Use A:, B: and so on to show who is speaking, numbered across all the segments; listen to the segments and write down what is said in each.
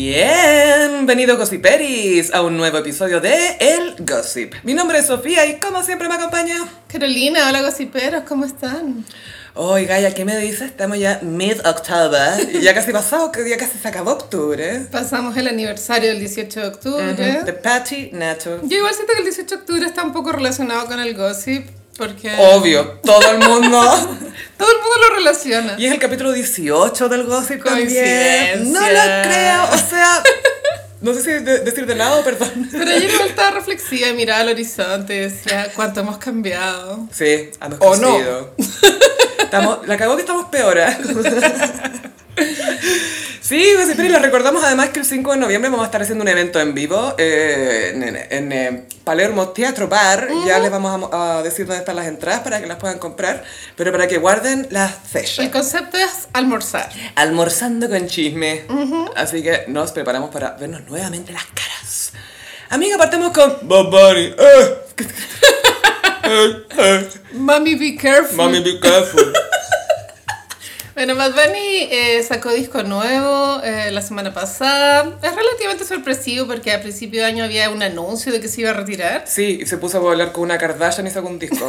A: Bienvenidos Gossiperis a un nuevo episodio de El Gossip. Mi nombre es Sofía y como siempre me acompaña.
B: Carolina, hola gossiperos, ¿cómo están?
A: Oye, Gaia, ¿qué me dices? Estamos ya mid-October y ya casi pasado, que ya casi se acabó octubre.
B: Pasamos el aniversario del 18 de octubre.
A: The Patty Nacho.
B: Yo igual siento que el 18 de octubre está un poco relacionado con el gossip, porque
A: Oh. Obvio, todo el mundo.
B: todo el mundo lo relaciona.
A: Y es el capítulo 18 del Gossip
B: Coincidencia.
A: también. No lo creo, o sea, no sé si de- decir de lado, perdón.
B: Pero ayer igual estaba reflexiva y miraba al horizonte y decía, ¿cuánto hemos cambiado?
A: Sí, a
B: O no.
A: Estamos, la cagó que estamos peor. ¿ah? Sí, pues, pero y les recordamos además que el 5 de noviembre vamos a estar haciendo un evento en vivo eh, en, en- en, eh, Palermo Teatro Bar. Ya les vamos a mo- a, decir dónde están las entradas para que las puedan comprar, pero para que guarden las
B: El
A: fechas.
B: concepto es almorzar.
A: Almorzando con chisme. Así que nos preparamos para vernos nuevamente las caras. Amiga, partamos con Bob Bunny. Eh,
B: Mami, be careful.
A: mommy, be careful.
B: Bueno, Bad Bunny eh, sacó disco nuevo eh, la semana pasada. Es relativamente sorpresivo porque a principio de año había un anuncio de que se iba a retirar.
A: Sí, y se puso a volar con una Kardashian y sacó un disco.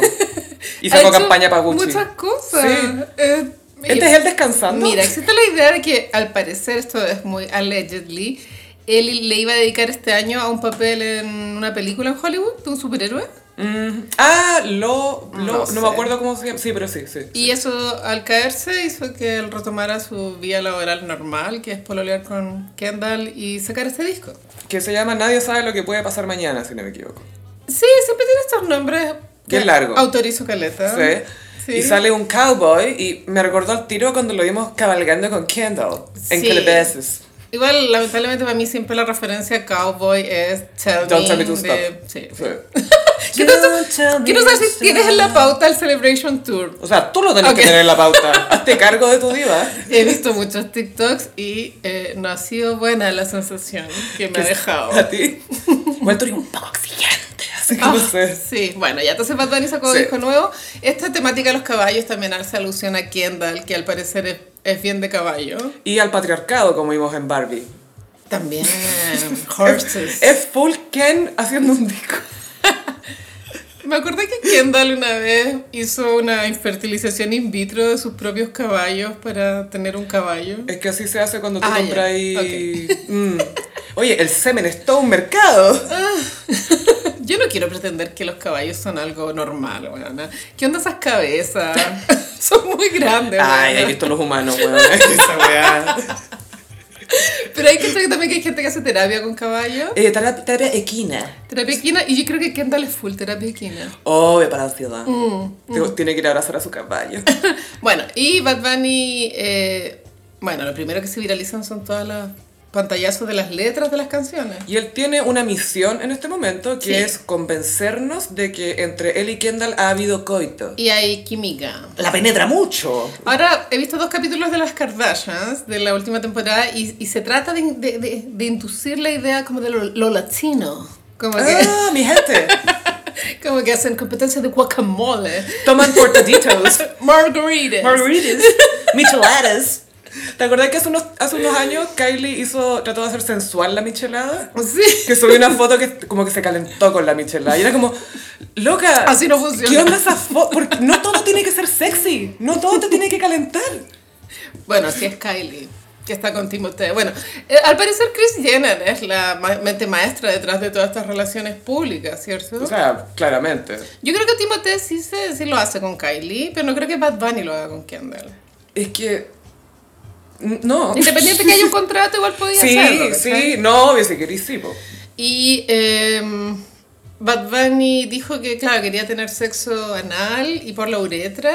A: Y sacó
B: Ha hecho
A: campaña para Gucci.
B: Muchas cosas.
A: Sí.
B: Eh,
A: Este es el descansando.
B: Mira, existe la idea de que al parecer, esto es muy allegedly, él le iba a dedicar este año a un papel en una película en Hollywood de un superhéroe.
A: Mm, ah, lo, lo-
B: No
A: no,
B: sé.
A: me acuerdo cómo se llama. Sí, pero sí, sí.
B: Y eso al caerse hizo que él retomara su vía laboral normal, que es pololear con Kendall y sacar este disco.
A: Que se llama Nadie sabe lo que puede pasar mañana, si no me equivoco.
B: Sí, siempre tiene estos nombres.
A: Qué
B: que
A: largo.
B: Autorizo Caleta.
A: Sí.
B: Ah, Sí.
A: Y sale un cowboy y me recordó al tiro cuando lo vimos cabalgando con Kendall en
B: Sí.
A: Calabasas.
B: Igual, lamentablemente para mí siempre la referencia a cowboy es Tell
A: Don't
B: Me
A: tell me to stop.
B: de- Sí.
A: Sí.
B: ¿Qué
A: Don't tell
B: tanto-
A: me
B: Quiero saber
A: to
B: si tienes en la pauta el Celebration Tour.
A: O sea, tú lo tenés
B: Ok.
A: que tener en la pauta. Hazte cargo de tu diva.
B: He visto muchos TikToks y eh, no ha sido buena la sensación que me ha dejado.
A: A ti. Bueno, tú eres un poco exigente, así que no
B: Ah,
A: sé.
B: Sí, bueno, ya entonces Bad Bunny sacó
A: Sí.
B: disco nuevo. Esta temática de los caballos también hace alusión a Kendall, que al parecer es, es bien de caballo.
A: Y al patriarcado, como vimos en Barbie.
B: También, horses.
A: Es full Ken haciendo un disco.
B: Me acordé que Kendall una vez hizo una infertilización in vitro de sus propios caballos para tener un caballo.
A: Es que así se hace cuando tú
B: Ah, ya.
A: compras ahí... Mm. Oye, el semen es todo un mercado.
B: Yo no quiero pretender que los caballos son algo normal, weona. ¿Qué onda esas cabezas? son muy grandes,
A: Ay,
B: weona.
A: he visto los humanos, weón. Esa weá.
B: Pero hay que saber también que hay gente que hace terapia con caballos.
A: Eh, terapia, terapia equina.
B: Terapia equina, y yo creo que Kendall es full terapia equina.
A: Obvio, para la ciudad.
B: Mm,
A: Tiene que ir a abrazar a su caballo.
B: Bueno, y Bad Bunny, eh, bueno, lo primero que se viralizan son todas las pantallazos de las letras de las canciones.
A: Y él tiene una misión en este momento que
B: Sí.
A: es convencernos de que entre él y Kendall ha habido coito.
B: Y hay química.
A: La penetra mucho.
B: Ahora he visto dos capítulos de las Kardashians de la última temporada y, y se trata de, de- de- de inducir la idea como de lo, lo latino. Como que,
A: Ah, mi gente. Ah.
B: como que hacen competencia de guacamole,
A: Toman portaditos.
B: margaritas.
A: Margaritas. Micheladas. ¿Te acordás que hace unos, hace unos años Kylie hizo, trató de hacer sensual la michelada?
B: sí.
A: Que subió una foto que como que se calentó con la michelada. Y era como, loca.
B: Así no funciona.
A: ¿Qué onda esa foto? Porque no todo tiene que ser sexy. No todo te tiene que calentar.
B: Bueno, así es Kylie, que está con Timothée. Bueno, eh, al parecer Chris Jenner es la ma- mente maestra detrás de todas estas relaciones públicas, ¿cierto?
A: O sea, claramente.
B: Yo creo que Timothée sí, se, sí lo hace con Kylie, pero no creo que Bad Bunny lo haga con Kendall.
A: Es que... No.
B: Independiente que haya un contrato, igual podía hacerlo.
A: Oh. Sí,
B: ¿cachai?
A: sí. No, obvio, si querís, sí, po.
B: Y eh, Bad Bunny dijo que, claro, quería tener sexo anal y por la uretra.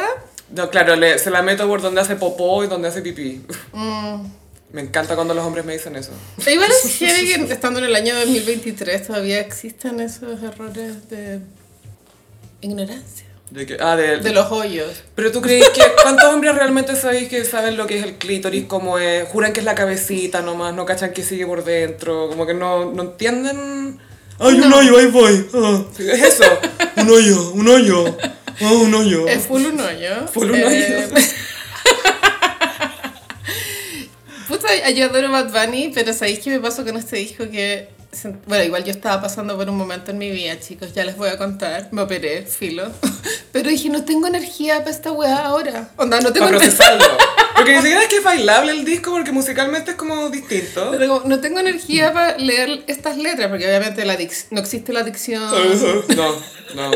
A: No, claro, le- se la meto por donde hace popó y donde hace pipí.
B: Mm.
A: Me encanta cuando los hombres me dicen eso.
B: E Igual es heavy que estando en el año 2023 todavía existan esos errores de ignorancia.
A: De que, ah, de,
B: De los hoyos.
A: Pero tú crees que cuántos hombres realmente sabéis que saben lo que es el clítoris, cómo es, juran que es la cabecita nomás, no cachan que sigue por dentro, como que no, no entienden. Ay, un hoyo, ahí voy. Es eso, un hoyo, un hoyo, un hoyo.
B: Es Eh, full un hoyo.
A: Full un
B: Eh, Puta, sea, yo adoro Bad Bunny, pero ¿sabéis qué me pasó con este disco? Que, sen- bueno, igual yo estaba pasando por un momento en mi vida, chicos, ya les voy a contar. Me operé, filo. Pero dije, no tengo energía para esta weá ahora. Onda, no tengo
A: Para
B: energía.
A: procesarlo. Porque ni siquiera es que es bailable el disco porque musicalmente es como distinto.
B: Pero como, no tengo energía para leer estas letras, porque obviamente la dic- no existe la dicción
A: No, no.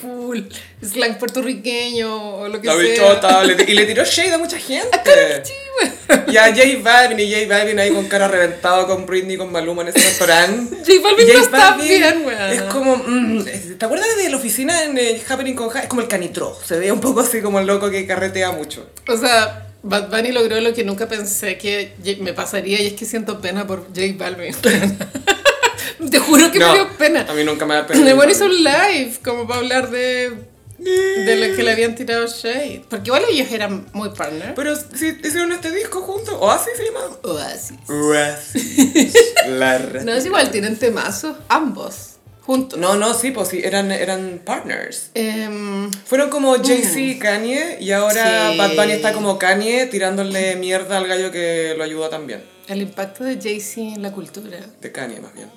B: full, slang puertorriqueño o lo que
A: La
B: sea.
A: bichota. eh. le ti- y le tiró shade a mucha gente.
B: Sí, bueno.
A: Y a J Balvin y J Balvin ahí con cara reventado con Britney y con Maluma en ese restaurante.
B: J Balvin no
A: J
B: está
A: Balvin
B: bien, weón.
A: Es como. mm, ¿Te acuerdas de la oficina en el Happening con Ja? Es como el canitro. Se ve un poco así como el loco que carretea mucho.
B: O sea, Bad Bunny logró lo que nunca pensé que ye- me pasaría y es que siento pena por J Balvin. Te juro que
A: No,
B: me dio pena.
A: A mí nunca me da pena.
B: El bueno hizo un live como para hablar de, de lo que le habían tirado Shade. Porque igual ellos eran muy partner.
A: Pero si hicieron este disco juntos. O así se llama.
B: Oasis.
A: La
B: No, es igual, tienen temazos, ambos, juntos.
A: No, no, sí, pues sí, eran, eran partners.
B: Em,
A: Fueron como Jay-Z y Kanye, y ahora
B: Sí.
A: Bad Bunny está como Kanye tirándole mierda al gallo que lo ayudó también.
B: el impacto de Jay-Z en la cultura.
A: De Kanye, más bien.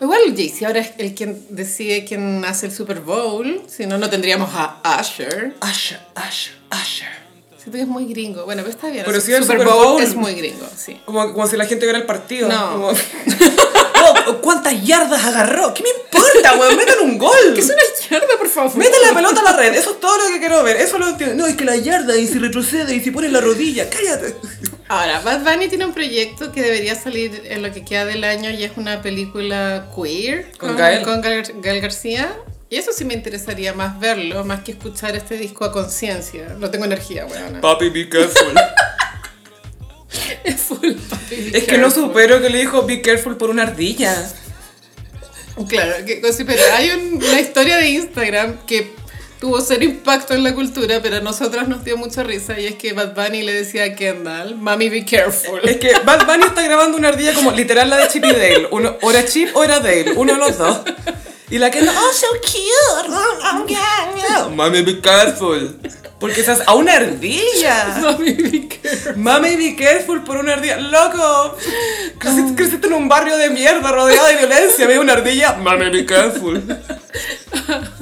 B: Igual Jay-Z ahora es el quien decide quién hace el Super Bowl, si no, no tendríamos a Usher.
A: Asher, Asher, Asher.
B: Siento que es muy gringo. Bueno, pero está bien.
A: Pero
B: o sea,
A: sí, el Super Bowl.
B: es muy gringo, sí.
A: Como, como si la gente viera el partido.
B: No.
A: Como- Oh, ¿Cuántas yardas agarró? ¿Qué me importa, weón? Metan un gol.
B: Es una izquierda, por favor.
A: Mete la pelota a la red, eso es todo lo que quiero ver, eso lo entiendo. No, es que la yarda y si retrocede y si pone la rodilla, cállate.
B: Ahora, Bad Bunny tiene un proyecto que debería salir en lo que queda del año y es una película queer
A: Con Gael.
B: con Gal, Gael García. Y eso sí me interesaría más verlo, más que escuchar este disco a conciencia. No tengo energía, weón.
A: Papi, be careful.
B: Es full papi.
A: Es que no
B: careful.
A: supero que le dijo be careful por una ardilla.
B: Claro, que, sí, pero hay un- una historia de Instagram que tuvo cero impacto en la cultura, pero a nosotras nos dio mucha risa y es que Bad Bunny le decía a Kendall, Mami, be careful.
A: Es que Bad Bunny está grabando una ardilla como literal la de Chip y Dale. Uno, o era Chip o era Dale, uno de los dos. Y la que no, oh, so cute. Oh, oh, yeah, yeah. Mami, be careful. Porque estás a una ardilla.
B: Mami, be careful.
A: Mami, be careful por una ardilla. ¡Loco! Creciste, creciste en un barrio de mierda rodeado de violencia. Ve una ardilla. Mami, be careful.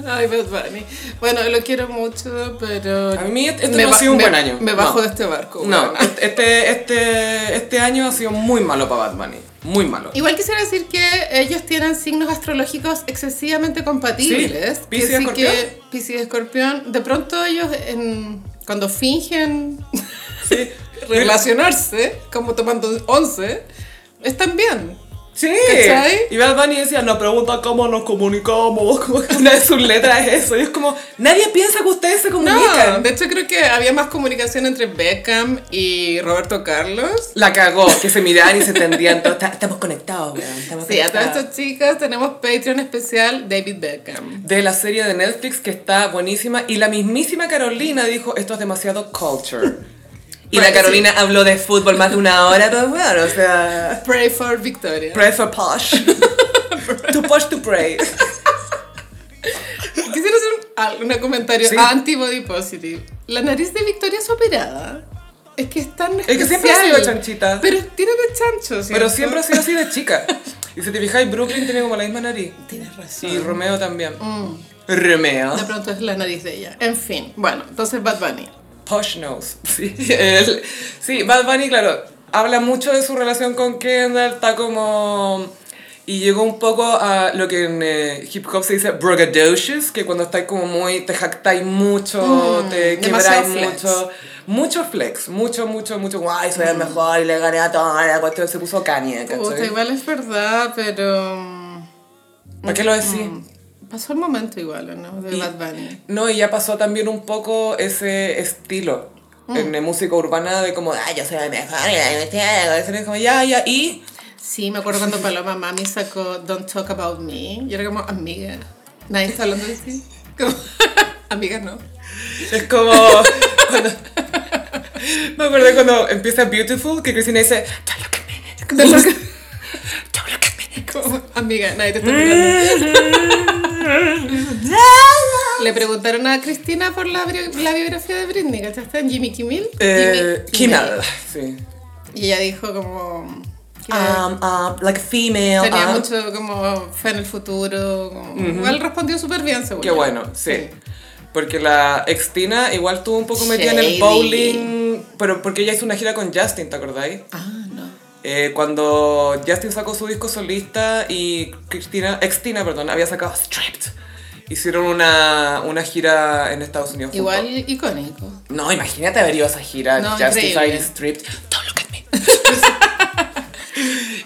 B: Ay, Bad Bunny. Bueno, lo quiero mucho, pero...
A: A mí este
B: me
A: no ha
B: ba-
A: sido un
B: me-
A: buen año.
B: Me bajo
A: No.
B: de este barco.
A: No,
B: weona.
A: este, este, este año ha sido muy malo para Bad Bunny. Muy malo.
B: Igual quisiera decir que ellos tienen signos astrológicos excesivamente compatibles.
A: Sí,
B: que
A: Piscis,
B: sí
A: Escorpión.
B: que- Piscis, Escorpión. De pronto ellos, en- cuando fingen
A: Sí.
B: relacionarse, como tomando once, están bien.
A: Sí.
B: ¿Cachai?
A: Y Bad Bunny decía, no pregunta cómo nos comunicamos. Como que una de sus letras es eso. Y es como, nadie piensa que ustedes se
B: No,
A: comunican.
B: de hecho creo que había más comunicación entre Beckham y Roberto Carlos.
A: La cagó, que se miraban y se tendían. todos, "Ta- Estamos conectados, weón. Estamos
B: Sí, a todas
A: conectados".
B: estas chicas tenemos Patreon especial David Beckham.
A: de la serie de Netflix que está buenísima y la mismísima Carolina dijo esto es demasiado culture y
B: Bueno,
A: la Carolina habló de fútbol más de una hora pero bueno o sea
B: Pray for Victoria.
A: pray for posh to posh to pray
B: Quisiera hacer un, al- un comentario
A: Sí.
B: anti-body positive. La nariz de Victoria es operada. Es que es tan
A: que
B: especial.
A: siempre ha sido chanchita.
B: Pero tiene de chancho, ¿cierto?
A: pero siempre ha sido así de chica y si te fijáis Brooklyn tiene como la misma nariz
B: Tienes razón.
A: y Romeo también
B: Mm.
A: Romeo
B: De pronto es la nariz de ella. En fin, bueno, entonces Bad Bunny.
A: Posh Nose. Sí, el- sí, Bad Bunny, claro, habla mucho de su relación con Kendall, está como... Y llegó un poco a lo que en eh, hip hop se dice braggadocious, que cuando estáis como muy, te jactáis mucho, te
B: Mm, demasiado
A: quebráis
B: flex. Mm.
A: mucho. Mucho flex, mucho, mucho, mucho. Guay, soy el mejor y le gané a toda la cuestión. Se puso Kanye,
B: Puta,
A: ¿cachai?
B: igual es verdad, pero. mm,
A: ¿Para qué lo decís?
B: Pasó el momento igual, ¿o ¿no? De
A: Y-
B: Bad Bunny.
A: No, y ya pasó también un poco ese estilo
B: Mm.
A: en la música urbana de como, ah, yo soy el mejor, y la bestia", y es como, ya, ya, y...
B: Sí, me acuerdo cuando Paloma Mami sacó Don't Talk About Me. Yo era como, amiga. Nadie está hablando de ti. Como, amiga, no.
A: Es como... cuando- Me acuerdo cuando empieza Beautiful, que Cristina dice, don't look at me,
B: Don't look at-
A: don't look at me.
B: como, amiga, nadie te está mirando. Le preguntaron a Cristina por la, bri- la biografía de Britney, ¿cachaste? En Jimmy Kimmel.
A: Eh,
B: Jimmy
A: Kimmel, sí.
B: Y ella dijo como... que
A: Um, um, like female.
B: tenía
A: ah.
B: mucho como fe en el futuro. como- Igual respondió súper bien, seguro.
A: Qué bueno, sí. Porque la Extina igual estuvo un poco metida en el
B: Shady.
A: bowling, pero porque ella hizo una gira con Justin, ¿te acordáis?
B: Ah, no.
A: Eh, cuando Justin sacó su disco solista y Cristina, Extina, perdón, había sacado Stripped, hicieron una, una gira en Estados Unidos. juntos.
B: Igual icónico.
A: No, imagínate haber ido a esa gira,
B: No,
A: Justified
B: increíble.
A: Stripped, Don't Look at Me.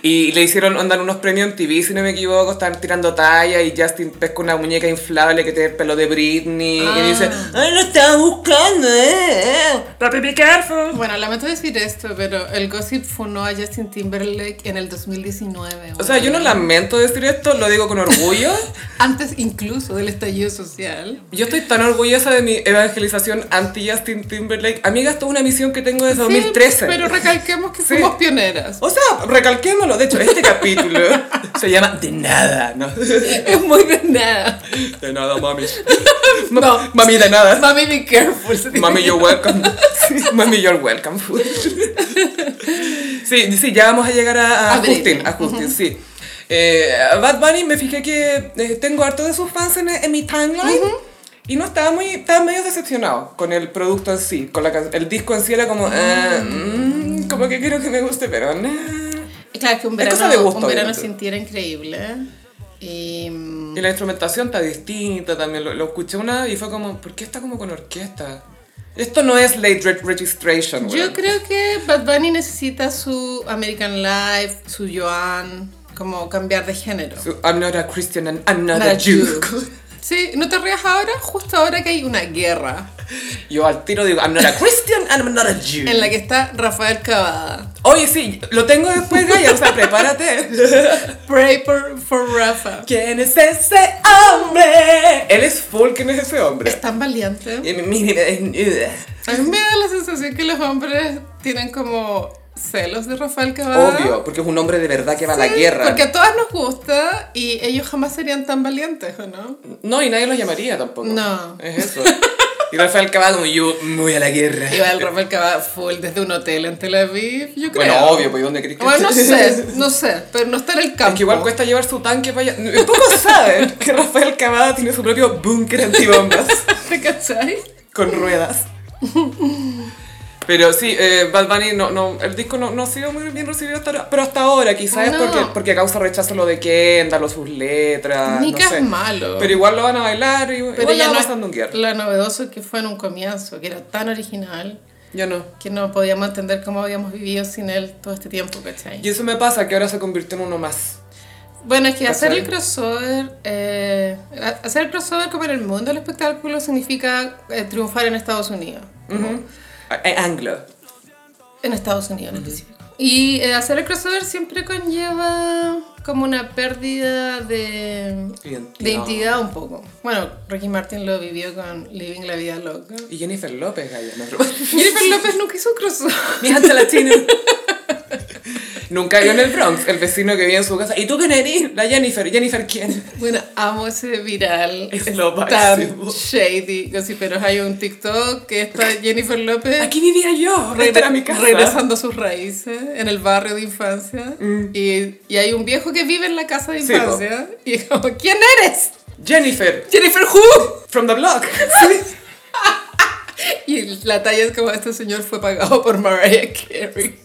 A: y le hicieron, andan unos premios en TV, si no me equivoco, están tirando talla y Justin pesca una muñeca inflable que tiene el pelo de Britney
B: Ah.
A: y dice, ¡Ay, lo estaba buscando, eh! ¡Papi, be careful!
B: Bueno, lamento decir esto, pero el gossip funó a Justin Timberlake en el 2019.
A: O sea, yo no
B: la
A: lamento decir esto, lo digo con orgullo.
B: Antes incluso del estallido social.
A: Yo estoy tan orgullosa de mi evangelización anti-Justin Timberlake. Amiga, esto es una misión que tengo desde 2013.
B: Sí, pero recalquemos que
A: Sí.
B: somos pioneras.
A: O sea, recalquémoslo. De hecho, este capítulo se llama De nada, ¿no?
B: Es muy de nada.
A: De nada, mami.
B: No.
A: Mami, de nada.
B: Mami, be careful. se dice.
A: Mami, you're welcome. Sí, Mami, you're welcome. Sí, sí, ya vamos a llegar a, a
B: A
A: Justin.
B: Britney.
A: A Justin, sí. Eh, a Bad Bunny me fijé que eh, tengo harto de sus fans en, en mi timeline. Y no, estaba muy, estaba medio decepcionado con el producto en sí, con la can- el disco en sí era como, eh, mm, como que quiero que me guste, pero nah.
B: Claro que un
A: Es cosa
B: verano,
A: de gusto,
B: un verano
A: obviamente.
B: sin ti era increíble. Y, mm,
A: Y la instrumentación está distinta también. Lo, lo escuché una y fue como, ¿por qué está como con orquesta? Esto no es late re- registration, güey.
B: yo creo que Bad Bunny necesita su American Life, su Joan, como cambiar de género.
A: I'm not a Christian and I'm not,
B: Nada
A: a Jew.
B: Jew. Sí, no te rías ahora, justo ahora que hay una guerra
A: Yo al tiro digo, I'm not a Christian and I'm not a Jew.
B: en la que está Rafael Cavada.
A: Oye, sí, lo tengo después, Gaya, o sea, prepárate.
B: Pray for, for Rafa.
A: ¿Quién es ese hombre? Él es full, ¿quién es ese hombre?
B: Es tan valiente.
A: Y me mira y me desnuda.
B: A mí me da la sensación que los hombres tienen como celos de Rafael Cavada.
A: Obvio, porque es un hombre de verdad que va a la
B: Sí,
A: guerra.
B: Porque a todas nos gusta y ellos jamás serían tan valientes, ¿o no?
A: No, y nadie los llamaría tampoco.
B: No.
A: Es eso. Y Rafael Cavado, yo muy a la guerra.
B: Iba el Rafael Cavada full desde un hotel en Tel Aviv, yo creo.
A: Bueno, obvio, pues ¿dónde crees que
B: Bueno, no sé, no sé, pero no está en el campo.
A: Es que igual cuesta llevar su tanque para allá. Poco saben que Rafael Cavada tiene su propio búnker antibombas
B: ¿Te cachai?
A: con ruedas. Pero sí, eh, Bad Bunny, no, no, el disco no, no ha sido muy bien recibido hasta ahora, pero hasta ahora quizás es
B: No.
A: porque, porque causa rechazo lo de Kendall o sus letras. Ah,
B: Nika
A: no sé.
B: es malo.
A: Pero igual lo van a bailar y
B: Pero
A: igual
B: ya
A: la
B: no
A: van
B: es
A: a sandunguear.
B: lo novedoso que fue en un comienzo, que era tan original
A: Ya no.
B: que no podíamos entender cómo habíamos vivido sin él todo este tiempo, ¿cachai?
A: Y eso me pasa que ahora se convirtió en uno más.
B: Bueno, es que hacer
A: ¿Cachai?
B: el crossover, eh, ha- hacer el crossover como en el mundo del espectáculo significa eh, triunfar en Estados Unidos.
A: Eh, Anglo.
B: En Estados Unidos en específico. Y eh, hacer el crossover siempre conlleva como una pérdida de
A: Identidad.
B: de identidad un poco. Bueno, Ricky Martin lo vivió con Living la Vida Loca.
A: Y Jennifer López, Gaya. me
B: Jennifer López nunca hizo un crossover.
A: Mi hija latina. Nunca vio en el Bronx el vecino que vive en su casa. ¿Y tú quién eres? La Jennifer. ¿Jennifer quién?
B: Bueno, amo ese viral.
A: Es lo
B: tan
A: máximo.
B: shady. Yo sí, pero hay un TikTok que está Jennifer López
A: Aquí vivía yo.
B: regre-
A: Esta era mi casa.
B: regresando a sus raíces en el barrio de infancia. Y, y hay un viejo que vive en la casa de
A: Mm. Sí,
B: infancia. y es como, ¿quién eres?
A: Jennifer.
B: Jennifer Who.
A: From the block.
B: Y la talla es como, este señor fue pagado por Mariah Carey.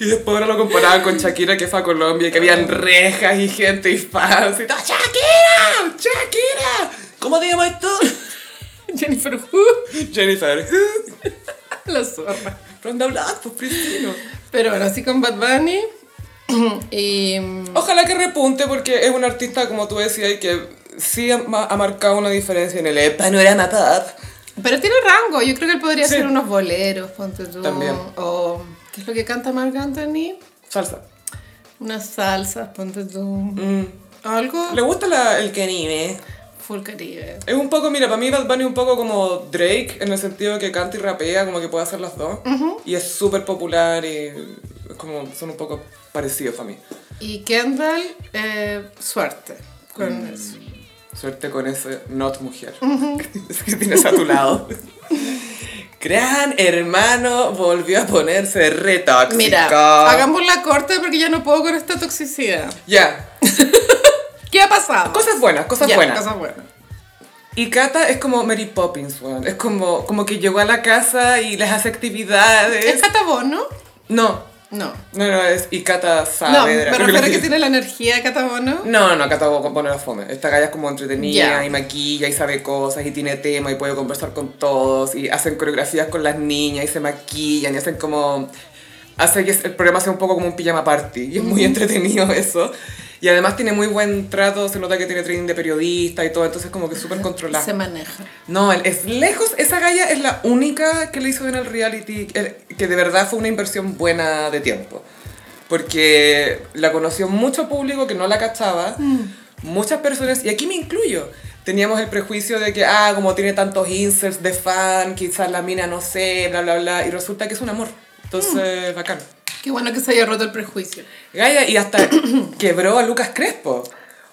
A: Y después ahora lo comparaban con Shakira que fue a Colombia y que habían rejas y gente y fans y todo. ¡Shakira! ¡Shakira! ¿Cómo te llamas tú?
B: Jennifer Who.
A: Jennifer.
B: La zorra.
A: From the block, pues Pristino.
B: Pero bueno, así con Bad Bunny. y... mm,
A: Ojalá que repunte porque es un artista, como tú decías, que sí ha, ma- ha marcado una diferencia en el E panorama pop.
B: Pero tiene rango, yo creo que él podría
A: Sí.
B: hacer unos boleros, ponte tú.
A: También.
B: O, ¿qué es lo que canta Marc Anthony?
A: Salsa.
B: Unas salsas, ponte tú.
A: Mm.
B: Algo
A: ¿Le gusta la- el eh. que anime?
B: full caribe.
A: Es un poco, mira, para mí Bad Bunny es un poco como Drake, en el sentido de que canta y rapea, como que puede hacer las dos. Y es súper popular y es como, son un poco parecidos para mí.
B: Y Kendall, eh, suerte con
A: Mm.
B: eso.
A: Suerte con ese not mujer que tienes a tu lado. Gran hermano volvió a ponerse retóxico.
B: Mira, hagamos la corte porque ya no puedo con esta toxicidad.
A: Ya.
B: ¿Qué ha pasado?
A: Cosas buenas, cosas
B: Ya,
A: buenas.
B: Cosas buenas.
A: Y Kata es como Mary Poppins, weón. Es como, como que llegó a la casa y les hace
B: ¿Es
A: actividades.
B: catabono?
A: No,
B: No.
A: no, no, es. Y Kata
B: no,
A: sabe.
B: me refiero que tiene la energía de catabono.
A: No, no, Cata pone la fome. Esta galla es como entretenida
B: Ya.
A: y maquilla y sabe cosas y tiene tema y puede conversar con todos y hacen coreografías con las niñas y se maquillan y hacen como... Hace que el programa sea un poco como un pijama party y es muy entretenido eso. Y además tiene muy buen trato, se nota que tiene training de periodista y todo, entonces como que súper controlado.
B: Se maneja.
A: No, el- es lejos, esa galla es la única que le hizo bien al reality, el- que de verdad fue una inversión buena de tiempo. Porque la conoció mucho público que no la cachaba, muchas personas, y aquí me incluyo, teníamos el prejuicio de que, ah, como tiene tantos inserts de fan, quizás la mina no sé, bla, bla, bla, y resulta que es un amor. Entonces, bacán.
B: Qué bueno que se haya roto el prejuicio.
A: Galla, y hasta quebró a Lucas Crespo,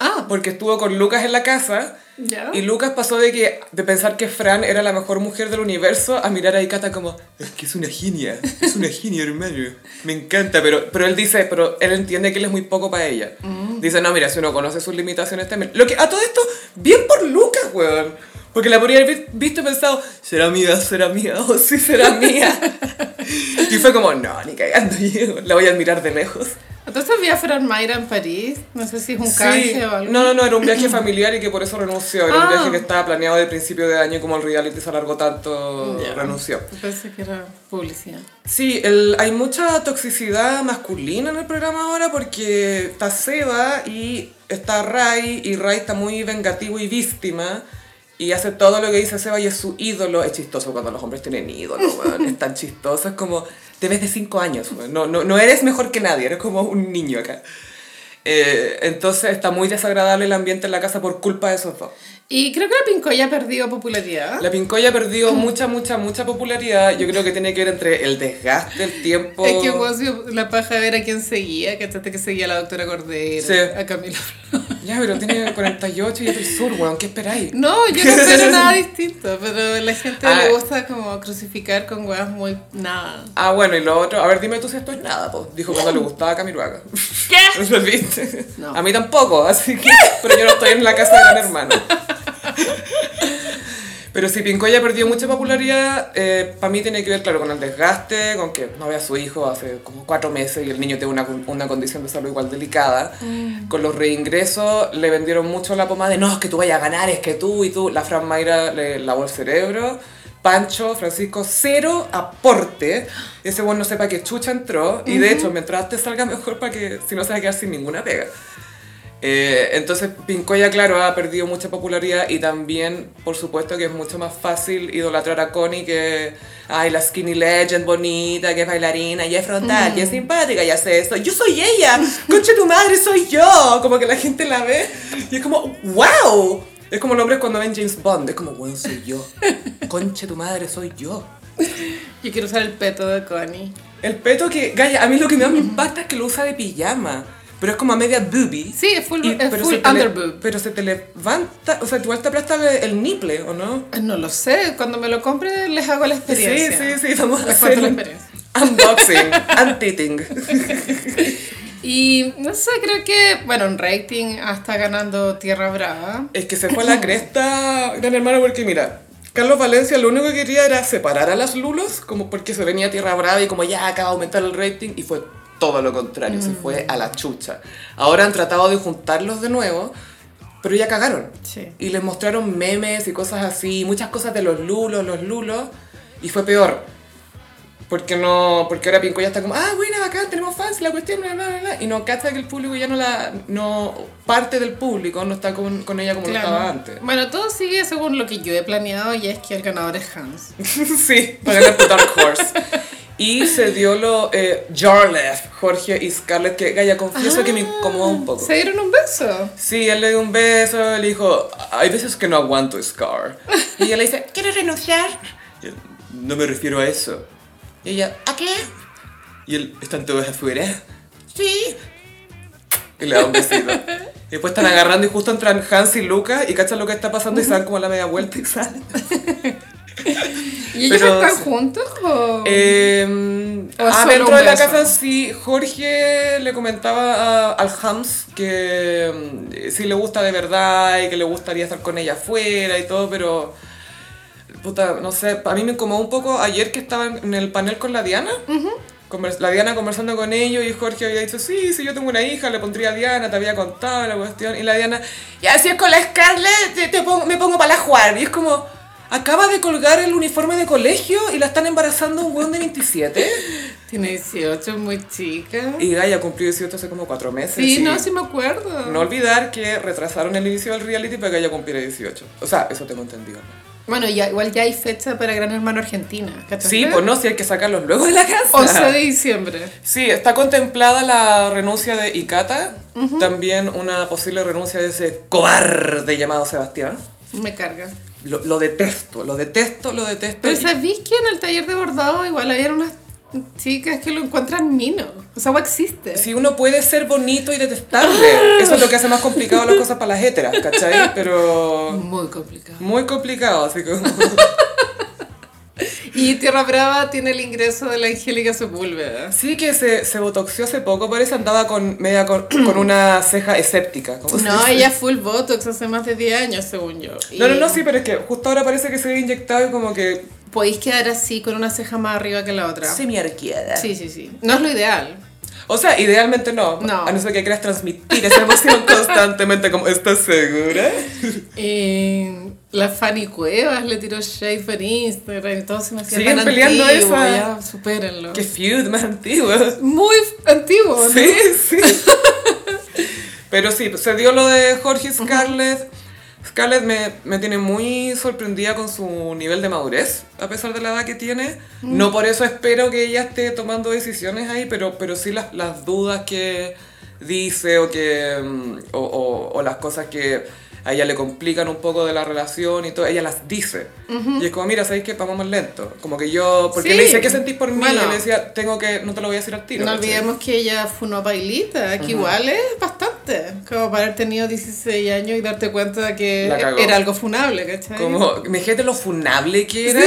B: Ah,
A: porque estuvo con Lucas en la casa.
B: ya.
A: Y Lucas pasó de que de pensar que Fran era la mejor mujer del universo a mirar a Ikata como, es que es una genia, es una genia, hermano. Me encanta, pero, pero él dice, pero él entiende que él es muy poco para ella. Dice, no, mira, si uno conoce sus limitaciones también. Lo que a todo esto, bien por Lucas, weón. Porque la podría haber vi- visto y pensado, será mía, será mía, o sí será mía. y fue como, no, ni cagando, yo la voy a admirar de lejos.
B: Entonces vi a Fran Mayra en París. No sé si es un
A: Sí,
B: canje o algo.
A: no, no, no, era un viaje familiar y que por eso renunció. Era un
B: Ah.
A: viaje que estaba planeado de principio de año y como el reality se alargó tanto,
B: Ya.
A: renunció.
B: Pensé que era publicidad.
A: Sí, el- hay mucha toxicidad masculina en el programa ahora porque está Seba y está Rai y Rai está muy vengativo y víctima. Y hace todo lo que dice Seba y es su ídolo. Es chistoso cuando los hombres tienen ídolos, weón. Es tan chistoso. Es como, te ves de 5 años, weón. No, no, no eres mejor que nadie, eres como un niño acá. Eh, entonces está muy desagradable el ambiente en la casa por culpa de esos dos.
B: Y creo que la Pincoya ha perdido popularidad.
A: La Pincoya ha
B: Ah.
A: perdido mucha, mucha, mucha popularidad. Yo creo que tiene que ver entre el desgaste, el tiempo.
B: Es que vos la paja de ver a quién seguía, que que seguía a la doctora Cordero,
A: Sí.
B: a Camila Flor.
A: Ya, pero tiene 48 y es del sur, weón. ¿Qué esperáis?
B: No, yo no espero nada distinto, pero la gente
A: Ah.
B: le gusta como crucificar con weas muy nada.
A: Ah, bueno, y lo otro. A ver, dime tú si esto es nada, pues. Dijo cuando le gustaba a Camiruaga.
B: ¿Qué?
A: ¿Lo viste?
B: No.
A: A mí tampoco, así que. Pero yo no estoy en la casa de gran hermano. Pero si Pincoya perdió mucha popularidad, para mí tiene que ver, claro, con el desgaste, con que no ve a su hijo hace como cuatro meses y el niño tiene una, con- una condición de salud igual delicada. Con los reingresos le vendieron mucho la pomada de no, es que tú vayas a ganar, es que tú y tú. La Fran Mayra le lavó el cerebro. Pancho, Francisco, cero aporte. Ese bueno no sepa que chucha entró. Y de hecho, mientras te salga mejor para que si no se va a quedar sin ninguna pega. Eh, entonces Pincoya, claro, ha perdido mucha popularidad y también, por supuesto, que es mucho más fácil idolatrar a Connie que, ay, la skinny legend bonita, que es bailarina, y es frontal, y es simpática, y hace esto. Yo soy ella, concha tu madre, soy yo. Como que la gente la ve y es como, wow. Es como los hombres cuando ven James Bond, es como, bueno, soy yo. Concha tu madre, soy yo.
B: Yo quiero usar el peto de Connie.
A: El peto que, Gaya, a mí lo que más me impacta es que lo usa de pijama, pero es como a media boobie.
B: Sí, es full,
A: Y-
B: es full
A: se te le-
B: underboob.
A: pero se te levanta, o sea, igual te aplasta el, el niple, ¿o no?
B: No lo sé, cuando me lo compre les hago la
A: Sí,
B: experiencia.
A: sí, sí, vamos a
B: Les cuento
A: hacer
B: la
A: un
B: experiencia.
A: unboxing, unteating.
B: Y no sé, creo que, bueno, en rating hasta ganando Tierra Brava.
A: Es que se fue a la cresta, gran hermano, porque mira, Carlos Valencia lo único que quería era separar a las lulos, como porque se venía Tierra Brava y como ya acaba de aumentar el rating, y fue todo lo contrario, se fue a la chucha. Ahora han tratado de juntarlos de nuevo, pero ya cagaron.
B: Sí.
A: Y les mostraron memes y cosas así, muchas cosas de los lulos, los lulos, y fue peor. Porque no, porque ahora Pinco ya está como, ah, buena, bacán, tenemos fans, la cuestión, bla, bla, bla, bla", y no cacha que el público ya no la, no, parte del público no está con, con ella como lo
B: Claro.
A: estaba antes.
B: Bueno, todo sigue según lo que yo he planeado y es que el ganador es Hans.
A: sí, para ganar por Dark Horse. Y se dio lo eh, Jarlath, Jorge y Scarlett, que Gaya, confieso que me incomoda un poco.
B: ¿Se dieron un beso?
A: Sí, él le dio un beso, le dijo, hay veces que no aguanto Scar. Y ella le dice, ¿quieres renunciar? Y él, no me refiero a eso. Y ella, ¿a qué? Y él, ¿están todos afuera? Sí. Y le da un besito. Y después están agarrando y justo entran Hans y Lucas y cachan lo que está pasando y se dan como la media vuelta y salen.
B: ¿Y ellos
A: Pero-
B: están juntos o...?
A: Eh,
B: O es
A: ah,
B: solo
A: dentro
B: un
A: de la
B: beso.
A: casa sí, Jorge le comentaba a- al Hams que mm, sí le gusta de verdad y que le gustaría estar con ella afuera y todo, pero puta, no sé, a mí me incomodó un poco ayer que estaba en en el panel con la Diana. conver- La Diana conversando con ellos y Jorge había dicho, sí, sí, yo tengo una hija, le pondría a Diana, te había contado la cuestión. Y la Diana, ya si es con la Scarlett, te- te pongo- me pongo para la jugar. Y es como, acaba de colgar el uniforme de colegio y la están embarazando un weón de 27.
B: Tiene 18, muy chica.
A: Y Gaia cumplió 18 hace como 4 meses.
B: Sí,
A: y
B: no, sí me acuerdo.
A: no olvidar que retrasaron el inicio del reality para que ella cumpliera 18. O sea, eso tengo entendido.
B: Bueno, ya, igual ya hay fecha para Gran Hermano Argentina, ¿cachaste?
A: Sí, pues no, si hay que sacarlos luego de la casa.
B: 11 de diciembre.
A: Sí, está contemplada la renuncia de Ikata, también una posible renuncia de ese cobarde llamado Sebastián.
B: Me carga.
A: Lo, lo detesto, lo detesto, lo detesto.
B: Pero
A: Y-
B: ¿sabéis que en el taller de bordado igual había unas chicas que lo encuentran mino? O sea, agua existe.
A: Si uno puede ser bonito y
B: Ah.
A: detestable, eso es lo que hace más complicado las cosas para las heteras, ¿cachai? Pero
B: Muy complicado.
A: muy complicado, así como...
B: Y Tierra Brava tiene el ingreso de la Angélica Sepúlveda.
A: Sí que se, se botoxió hace poco, parece andaba con, media con, con una ceja escéptica. Como se
B: No,
A: dice.
B: ella full botox hace más de 10 años, según yo. Y
A: No, no, no, sí, pero es que justo ahora parece que se había inyectado y como que...
B: Podéis quedar así con una ceja más arriba que la otra. Sí,
A: mierda.
B: sí, sí. No es lo ideal.
A: O sea, idealmente no.
B: No.
A: A no ser que quieras transmitir esa emoción constantemente, como, ¿estás segura?
B: Eh, la Fanny Cuevas le tiró shade por Instagram y todo se me hacía
A: Siguen
B: tan
A: peleando
B: antiguo,
A: esa.
B: ya, supérenlo.
A: Qué feud más antiguo.
B: Muy antiguo, ¿no?
A: Sí, sí. Pero sí, se dio lo de Jorge y Scarlett. Scarlett me, me tiene muy sorprendida con su nivel de madurez, a pesar de la edad que tiene.
B: Mm.
A: No por eso espero que ella esté tomando decisiones ahí, pero, pero sí las, las dudas que dice o, que, mm, o, o- o las cosas que a ella le complican un poco de la relación y todo, ella las dice. Y es como, mira, ¿sabéis que vamos más lento? Como que yo, porque
B: Sí.
A: le dice, ¿qué sentís por mí?
B: Bueno.
A: Y le decía, tengo que, no te lo voy a decir al tiro.
B: No
A: ¿cachai?
B: olvidemos que ella fue una bailita, que igual es bastante. Como para haber tenido 16 años y darte cuenta de que
A: La cagó.
B: era algo funable, ¿cachai?
A: Como, imagínate lo funable que era,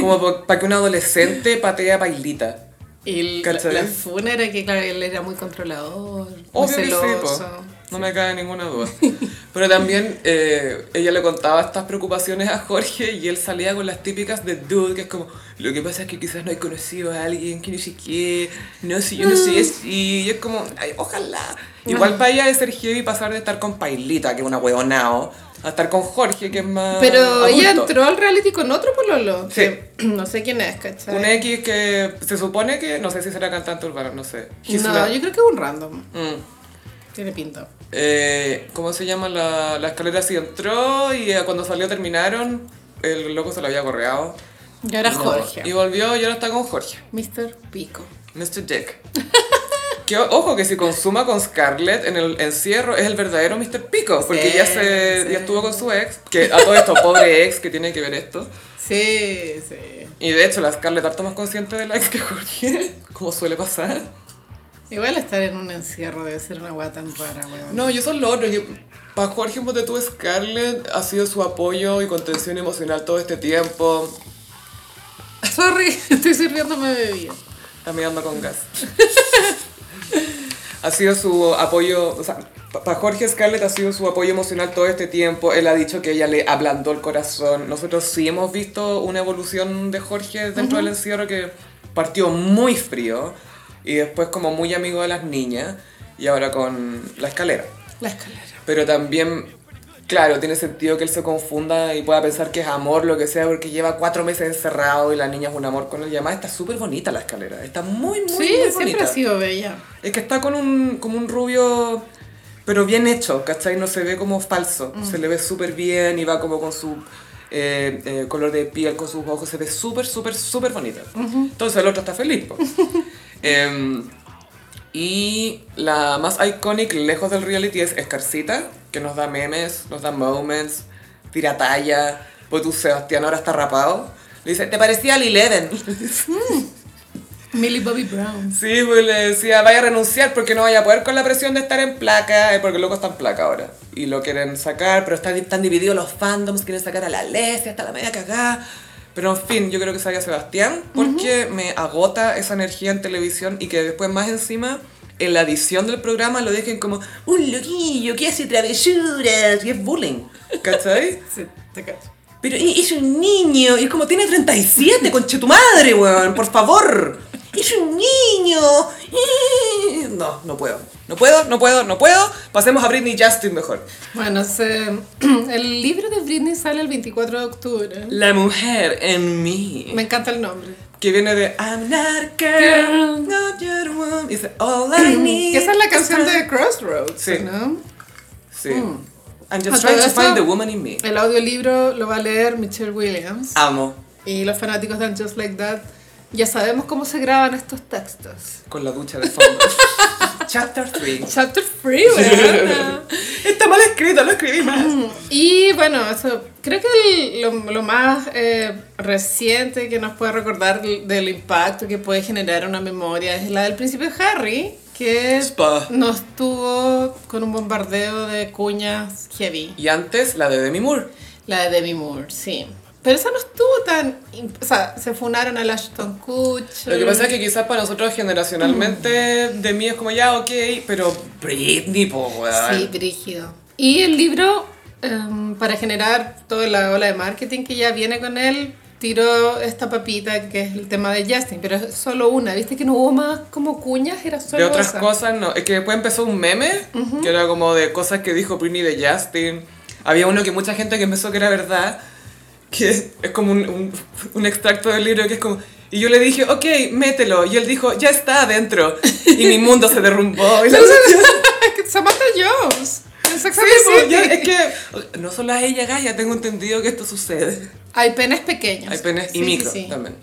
A: como para que un adolescente patea bailita.
B: Y la,
A: ¿Cachai?
B: la funa era que, claro, él era muy controlador, muy
A: Obvio que sí,
B: celoso.
A: po. no me cae ninguna duda. Pero también eh, ella le contaba estas preocupaciones a Jorge y él salía con las típicas de dude, que es como, lo que pasa es que quizás no he conocido a alguien que ni siquiera, no sé, yo no
B: Mm.
A: soy así, y es como, "Ay, ojalá. Igual para ella es ser heavy pasar de estar con Pailita, que es una huevonao, a estar con Jorge, que es más
B: Pero ella
A: adulto.
B: entró al reality con otro pololo.
A: Ah, Sí.
B: que no sé quién es, ¿cachai?
A: Un X que se supone que, no sé si será cantante urbano, no sé. He's
B: no,
A: not-
B: yo creo que es un random.
A: Mm.
B: Tiene pinta.
A: Eh, ¿Cómo se llama? La, la escalera sí entró y eh, cuando salió terminaron, el loco se lo había correado.
B: Y ahora
A: Y no,
B: Jorge.
A: Y volvió y ahora está con Jorge.
B: Mr. Pico.
A: Mr. Jack. Que, o- ojo que si consuma con Scarlett en el encierro es el verdadero Mr. Pico, porque
B: Sí,
A: ya, se,
B: sí.
A: ya estuvo con su ex, que a todo esto, pobre ex que tiene que ver esto.
B: Sí, sí.
A: Y de hecho la Scarlett harto más consciente de la ex que Jorge, como suele pasar.
B: Igual estar en un encierro debe ser una guata tan rara, weón.
A: No, yo soy lo otro. para Jorge Ponte tú, Scarlett ha sido su apoyo y contención emocional todo este tiempo.
B: Sorry, estoy sirviéndome bebida.
A: Está mirando con gas. ha sido su apoyo, o sea, para Jorge Scarlett ha sido su apoyo emocional todo este tiempo. Él ha dicho que ella le ablandó el corazón. Nosotros sí hemos visto una evolución de Jorge dentro del encierro que partió muy frío y después como muy amigo de las niñas y ahora con la escalera.
B: La escalera.
A: Pero también, claro, tiene sentido que él se confunda y pueda pensar que es amor, lo que sea, porque lleva cuatro meses encerrado y la niña es un amor con él. Y además está súper bonita la escalera. Está muy, muy,
B: Sí,
A: muy
B: siempre
A: bonita.
B: ha sido bella.
A: Es que está con un, como un rubio, pero bien hecho, ¿cachai? No se ve como falso. Se le ve súper bien y va como con su eh, eh, color de piel, con sus ojos. Se ve súper, súper, súper bonita. Entonces el otro está feliz, po. Em, y la más iconic lejos del reality es Escarcita, que nos da memes, nos da moments, tira talla. Pues tú, Sebastián, ahora está rapado. Le dice, ¿te parecía al Eleven?
B: Millie Bobby Brown.
A: Sí, pues le decía, vaya a renunciar porque no vaya a poder con la presión de estar en placa, eh, porque el loco está en placa ahora. Y lo quieren sacar, pero están, están divididos los fandoms, quieren sacar a la Lesia, está la media cagada. Pero en fin, yo creo que sabía Sebastián porque me agota esa energía en televisión y que después más encima en la edición del programa lo dejen como un loquillo que hace travesuras y es bullying. ¿Cachai?
B: Sí, te cacho.
A: Pero e- es un niño, y es como tiene 37, conche tu madre, weón, por favor. Es un niño. No, no puedo. No puedo, no puedo, no puedo. Pasemos a Britney Justin mejor.
B: Bueno, se- el libro de Britney sale el 24 de octubre.
A: La mujer en mí.
B: Me encanta el nombre.
A: Que viene de I'm not a girl, not your woman. Y dice All I need.
B: Mm, Que esa es la canción
A: is
B: de Mm. Crossroads,
A: Sí.
B: ¿no?
A: Sí. I'm
B: A
A: just trying
B: todo
A: to
B: esto-
A: find the woman in me.
B: El audiolibro lo va a leer Michelle Williams.
A: Amo.
B: Y los fanáticos de Just Like That ya sabemos cómo se graban estos textos.
A: Con la ducha de fondo. Chapter 3.
B: Chapter free, ¿verdad?
A: Está mal escrito, lo escribí
B: Mm.
A: mal.
B: y bueno, eso, creo que el- lo, lo más eh, reciente que nos puede recordar del, del impacto que puede generar una memoria es la del príncipe Harry, que
A: Spa.
B: nos tuvo con un bombardeo de cuñas heavy.
A: Y antes la de Demi Moore.
B: La de Demi Moore, sí. Pero esa no estuvo tan... imp- O sea, se funaron a Ashton Kutcher.
A: Lo que pasa es que quizás para nosotros generacionalmente Demi es como ya, ok, pero Britney, po, weón.
B: Sí, brígido. Y el libro, em, para generar toda la ola de marketing que ya viene con él, tiró esta papita que es el tema de Justin, pero es solo una. ¿Viste que no hubo más como cuñas? Era solo
A: De otras
B: esa.
A: cosas, no. Es que después empezó un meme, que era como de cosas que dijo Britney de Justin. Había uno que mucha gente que pensó que era verdad, que es como un, un- un extracto del libro que es como... Y yo le dije, ok, mételo. Y él dijo, ya está adentro. Y mi mundo se derrumbó. Y la
B: Samantha Jones. en Sex
A: Sí,
B: and the
A: pues, ya,
B: City.
A: es que no solo a ella, Gaia, tengo entendido que esto sucede.
B: Hay penes pequeños.
A: Hay penes
B: Sí,
A: y
B: sí,
A: micro
B: sí.
A: también.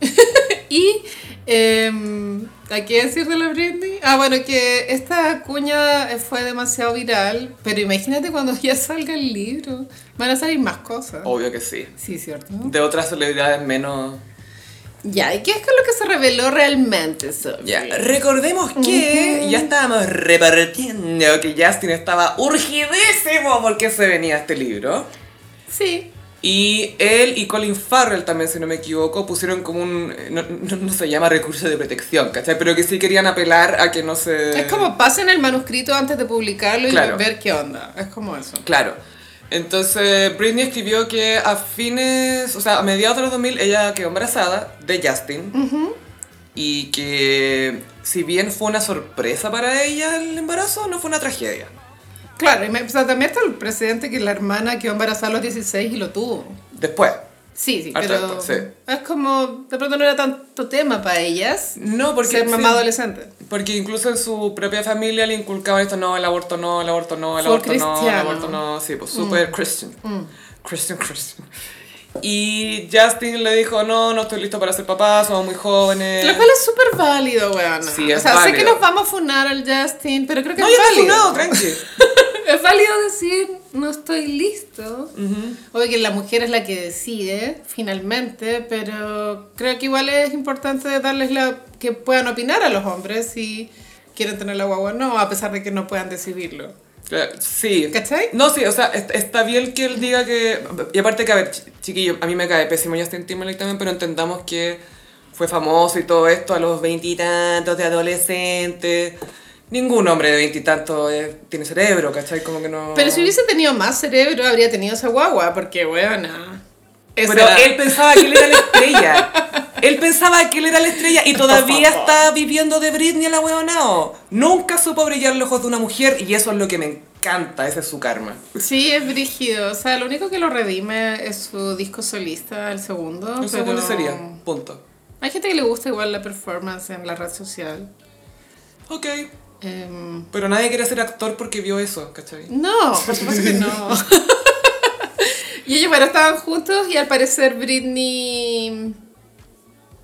B: Y em, ¿a qué decir de la Britney? Ah, bueno, que esta cuña eh, fue demasiado viral, pero imagínate cuando ya salga el libro, van a salir más cosas.
A: Obvio que sí.
B: Sí, cierto.
A: De otras celebridades menos...
B: Ya, ¿y qué es con lo que se reveló realmente, Sophie?
A: Ya, recordemos que ya estábamos repartiendo que Justin estaba urgidísimo porque se venía este libro.
B: Sí.
A: Y él y Colin Farrell también, si no me equivoco, pusieron como un... eh, No, no- no se llama recurso de protección, ¿cachai? Pero que sí querían apelar a que no se...
B: Es como pasen el manuscrito antes de publicarlo y
A: Eh. Claro.
B: ver qué onda. Es como eso.
A: Claro. Entonces, Britney escribió que a fines, o sea, a mediados de los 2000, ella quedó embarazada de Justin. Y que, si bien fue una sorpresa para ella el embarazo, no fue una tragedia.
B: Claro, y me- o sea, también está el precedente que la hermana quedó embarazada a los 16 y lo tuvo.
A: Después.
B: Sí, sí,
A: Harto
B: pero
A: esto, sí.
B: es como, de pronto no era tanto tema para ellas
A: No, porque...
B: ser mamá
A: sí,
B: adolescente.
A: porque incluso en su propia familia le inculcaban esto, no, el aborto no, el aborto no, el
B: Full
A: aborto no, el
B: cristiano. Mm.
A: aborto no. Sí, pues súper Christian. Christian, Christian. Y Justin le dijo, no, no estoy listo para ser papá, somos muy jóvenes.
B: Lo cual es súper válido, weona.
A: Eh. Sí, es
B: o sea, sé que
A: válido.
B: nos vamos a funar al Justin, pero creo que
A: No,
B: es
A: yo estoy
B: válido.
A: funado, tranqui.
B: Es válido decir, no estoy listo.
A: Mm.
B: Obvio que la mujer es la que decide, finalmente, pero creo que igual es importante darles la que puedan opinar a los hombres si quieren tener la guagua o no, a pesar de que no puedan decidirlo.
A: Claro, Eh, Sí.
B: ¿Cachai?
A: No, sí, o sea, est- está bien que él diga que... Y aparte que, a ver, ch- chiquillo, a mí me cae pésimo Justin Timberlake también, pero entendamos que fue famoso y todo esto a los veintitantos de adolescente. Ningún hombre de veintitantos eh, tiene cerebro, ¿cachai? Como que no...
B: Pero si hubiese tenido más cerebro, habría tenido esa guagua, porque, weona. esa
A: Pero
B: edad-
A: él pensaba que él era la estrella. él pensaba que él era la estrella y todavía está viviendo de Britney a la huevonao. Nunca supo brillar los ojos de una mujer y eso es lo que me encanta, ese es su karma.
B: Sí, es brígido. O sea, lo único que lo redime es su disco solista, el segundo.
A: El
B: Ah, pero-
A: segundo sería, punto.
B: Hay gente que le gusta igual la performance en la red social.
A: Ok,
B: Em,
A: pero nadie quiere ser actor porque vio eso, ¿cachai?
B: No, por supuesto que no. y ellos, bueno, estaban juntos y al parecer Britney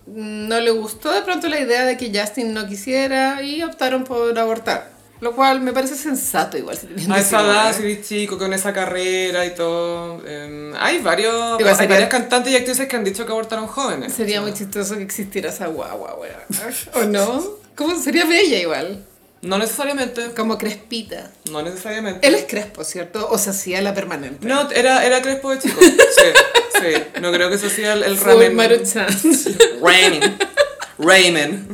B: no le gustó de pronto la idea de que Justin no quisiera y optaron por abortar. Lo cual me parece sensato igual. Si tenían
A: A esa
B: 19.
A: edad, si eres chico, con esa carrera y todo. eh, hay varios,
B: Igual
A: hay
B: sería-
A: varias cantantes y actrices que han dicho que abortaron jóvenes.
B: Sería muy chistoso que existiera esa guagua, weón. ¿O no? ¿Cómo sería bella igual?
A: No necesariamente,
B: Como crespita.
A: no necesariamente.
B: Él es crespo, ¿cierto? O se hacía la permanente.
A: No, era, era Crespo de chico. Sí, Sí, no creo que eso sea el, el
B: Full
A: ramen.
B: Maruchan.
A: Ramen. Ramen.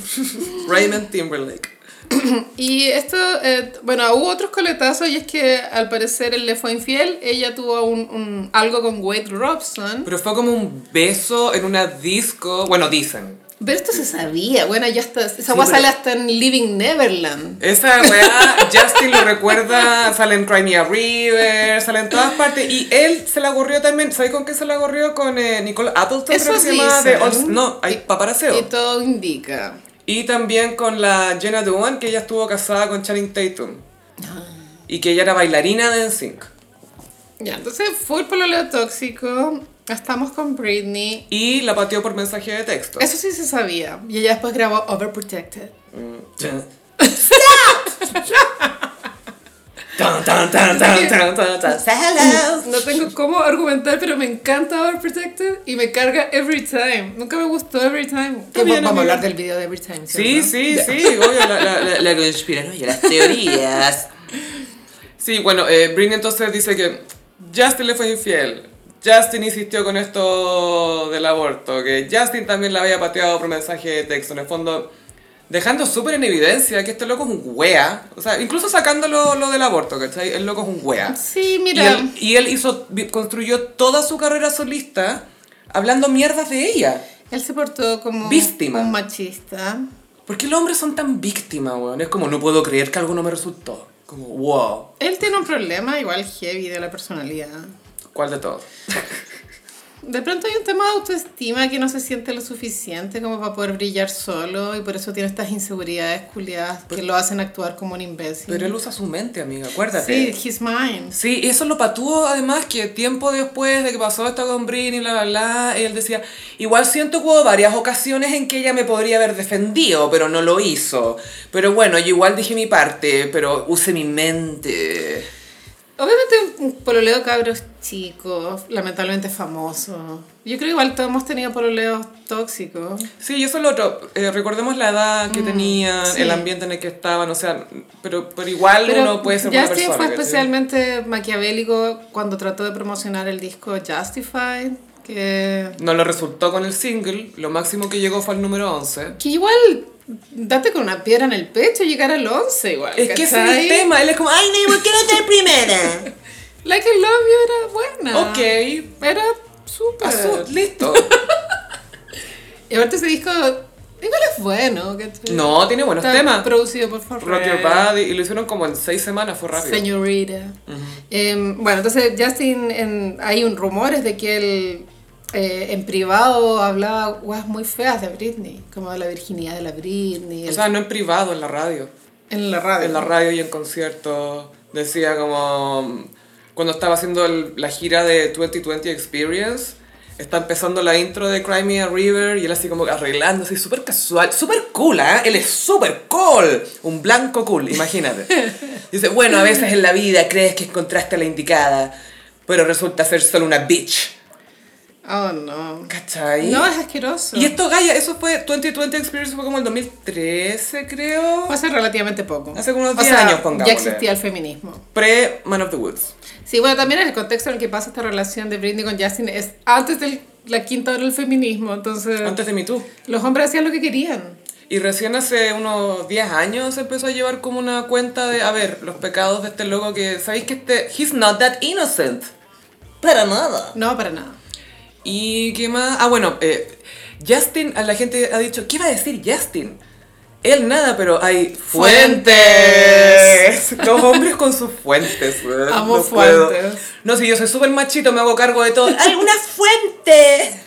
A: Ramen Timberlake.
B: Y esto, eh, bueno, hubo otros coletazos y es que al parecer él le fue infiel. Ella tuvo un, un- algo con Wade Robson.
A: Pero fue como un beso en una disco. Bueno, dicen.
B: Pero esto se sabía. Bueno, ya está. Esa guasa
A: pero-
B: sale hasta en Living Neverland.
A: Esa weá, Justin lo recuerda, sale en Crimea River, sale en todas partes. Y él se la gorrió también, ¿sabes con qué se la gorrió? Con eh, Nicole Appleton,
B: Eso
A: creo que se llama, de
B: dicen.
A: All- No, hay
B: Y
A: paparaseo.
B: todo indica.
A: Y también con la Jenna Dewan, que ella estuvo casada con Channing Tatum.
B: Ah.
A: Y que ella era bailarina de NSYNC.
B: Ya, entonces full pololeo tóxico. Estamos con Britney.
A: Y la pateó por mensaje de texto.
B: Eso sí se sabía. Y ella después grabó Overprotected.
A: Tan, tan, tan, tan, tan, tan, tan.
B: No tengo cómo argumentar, pero me encanta Overprotected y me carga Every Time. Nunca me gustó Every Time.
A: Que bien, vamos a amiga. hablar
B: del video de Every Time.
A: Sí, sí, sí, obvio, la, la, la, la conspiranoia, las teorías. Sí, bueno, eh, Britney entonces dice que Justin le fue infiel. Justin insistió con esto del aborto, que Justin también la había pateado por mensaje de texto, en el fondo dejando súper en evidencia que este loco es un wea, o sea, incluso sacando lo, lo del aborto, ¿cachai? El loco es un wea.
B: Sí,
A: Y
B: mira.
A: él, y él hizo, vi- construyó toda su carrera solista hablando mierdas de ella.
B: Él se portó como
A: Víctima.
B: un machista.
A: ¿Por qué los hombres son tan víctimas, weón? Es como, no puedo creer que algo no me resultó. Como, wow.
B: Él tiene un problema igual heavy de la personalidad.
A: ¿Cuál de todos?
B: De pronto hay un tema de autoestima que no se siente lo suficiente como para poder brillar solo y por eso tiene estas inseguridades culiadas que lo hacen actuar como un imbécil.
A: Pero él usa su mente, amiga, acuérdate.
B: sí,
A: Sí.
B: he's mine.
A: y eso lo patúo además que tiempo después de que pasó esto con Britney, bla, bla, bla, él decía, igual siento que hubo varias ocasiones en que ella me podría haber defendido, pero no lo hizo. Pero bueno, yo igual dije mi parte, pero usé mi mente.
B: Obviamente un pololeo de cabros chicos, lamentablemente famoso. Yo creo que igual todos hemos tenido pololeos tóxicos.
A: Sí, y eso es lo otro. Eh, recordemos la edad que tenían,
B: Mm, sí.
A: el ambiente en el que estaban, o sea, pero, pero igual uno puede ser buena
B: Justin
A: persona.
B: fue
A: ¿cachai?
B: especialmente maquiavélico cuando trató de promocionar el disco Justified, que,
A: No lo resultó con el single, lo máximo que llegó fue al número 11.
B: que igual date con una piedra en el pecho y llegar al 11 igual.
A: Es que ese es
B: ¿cachai?
A: el tema, él es como, ay, no, quiero ser primera.
B: Like I Love You era buena.
A: ok,
B: Era súper.
A: pasó, listo.
B: Y aparte ese disco igual es bueno. ¿cachai?
A: No, tiene buenos
B: Está
A: temas.
B: Producido por favor.
A: Rock Your Body, y lo hicieron como en seis semanas, fue rápido.
B: Señorita. Em, bueno, entonces Justin, en- hay un rumores de que él eh, en privado hablaba guas muy feas de Britney, como de la virginidad de la Britney,
A: O
B: el-
A: sea, no en privado, en la radio.
B: en la radio.
A: en la radio y en conciertos. Decía como mm, cuando estaba haciendo el- la gira de 2020 Experience, está empezando la intro de Cry Me a River y él así como arreglándose, y súper casual, súper cool, ¿ah? Él es súper cool, un blanco cool, imagínate. Dice, bueno, a veces en la vida crees que encontraste a la indicada, pero resulta ser solo una bitch.
B: Oh, no.
A: ¿Cachai?
B: No, es asqueroso.
A: y esto, Gaya, eso fue 2020 Experience, fue como el 2013, creo.
B: Fue hace relativamente poco.
A: Hace como unos
B: O
A: 10
B: sea,
A: años,
B: Ya
A: pongámosle.
B: existía el feminismo.
A: Pre Man of the Woods.
B: Sí, bueno, también en el contexto en el que pasa esta relación de Britney con Justin es antes de la quinta hora del feminismo, entonces
A: Antes de Me Too.
B: los hombres hacían lo que querían.
A: Y recién hace unos 10 años se empezó a llevar como una cuenta de, a ver, los pecados de este loco que, ¿sabéis que este, he's not that innocent? Para nada.
B: No, para nada.
A: ¿Y qué más? Ah, bueno, eh, Justin, a la gente ha dicho, ¿qué va a decir Justin? Él nada, pero hay fuentes. Los hombres con sus fuentes. weón.
B: Amo
A: No puedo.
B: fuentes.
A: No, si yo soy súper machito, me hago cargo de todo. ¡Hay una fuente!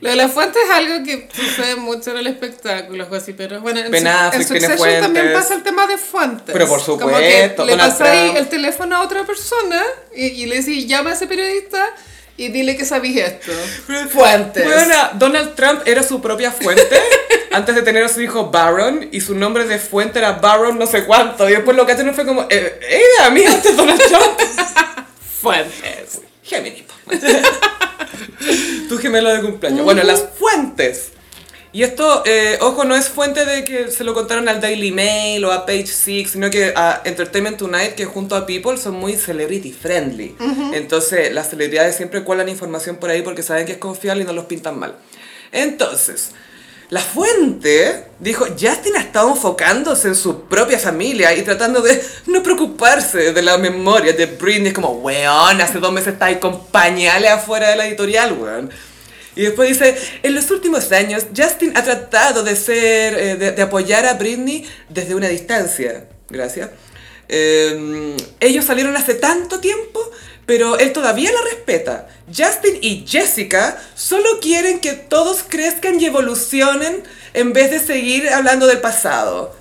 B: Lo de la fuente es algo que sucede mucho en el espectáculo, José, pero bueno, en,
A: Ben Affleck
B: en
A: tiene
B: Succession
A: fuentes.
B: también pasa el tema de fuentes.
A: Pero por
B: Como que
A: supuesto,
B: le
A: Donald
B: pasáis
A: Trump.
B: el teléfono a otra persona y, y le decís, llama a ese periodista y dile que sabís esto. Fuentes.
A: Bueno, Donald Trump era su propia fuente antes de tener a su hijo Barron y su nombre de fuente era Barron no sé cuánto. Y después lo que hacen fue como, eh, eh, amigo, este es Donald Trump.
B: fuentes.
A: Gemini. po. tu gemelo de cumpleaños. Bueno, las fuentes. Y esto, eh, ojo, no es fuente de que se lo contaron al Daily Mail o a Page Six, sino que a Entertainment Tonight, que junto a People son muy celebrity friendly. Entonces, las celebridades siempre cuelan información por ahí porque saben que es confiable y no los pintan mal. Entonces, la fuente dijo, Justin ha estado enfocándose en su propia familia y tratando de no preocuparse de la memoria de Britney. Es como, weón, hace dos meses está ahí con pañales afuera de la editorial, weón. Y después dice, en los últimos años, Justin ha tratado de ser, eh, de, de apoyar a Britney desde una distancia. Gracias. Eh, ellos salieron hace tanto tiempo, pero él todavía la respeta. Justin y Jessica solo quieren que todos crezcan y evolucionen en vez de seguir hablando del pasado.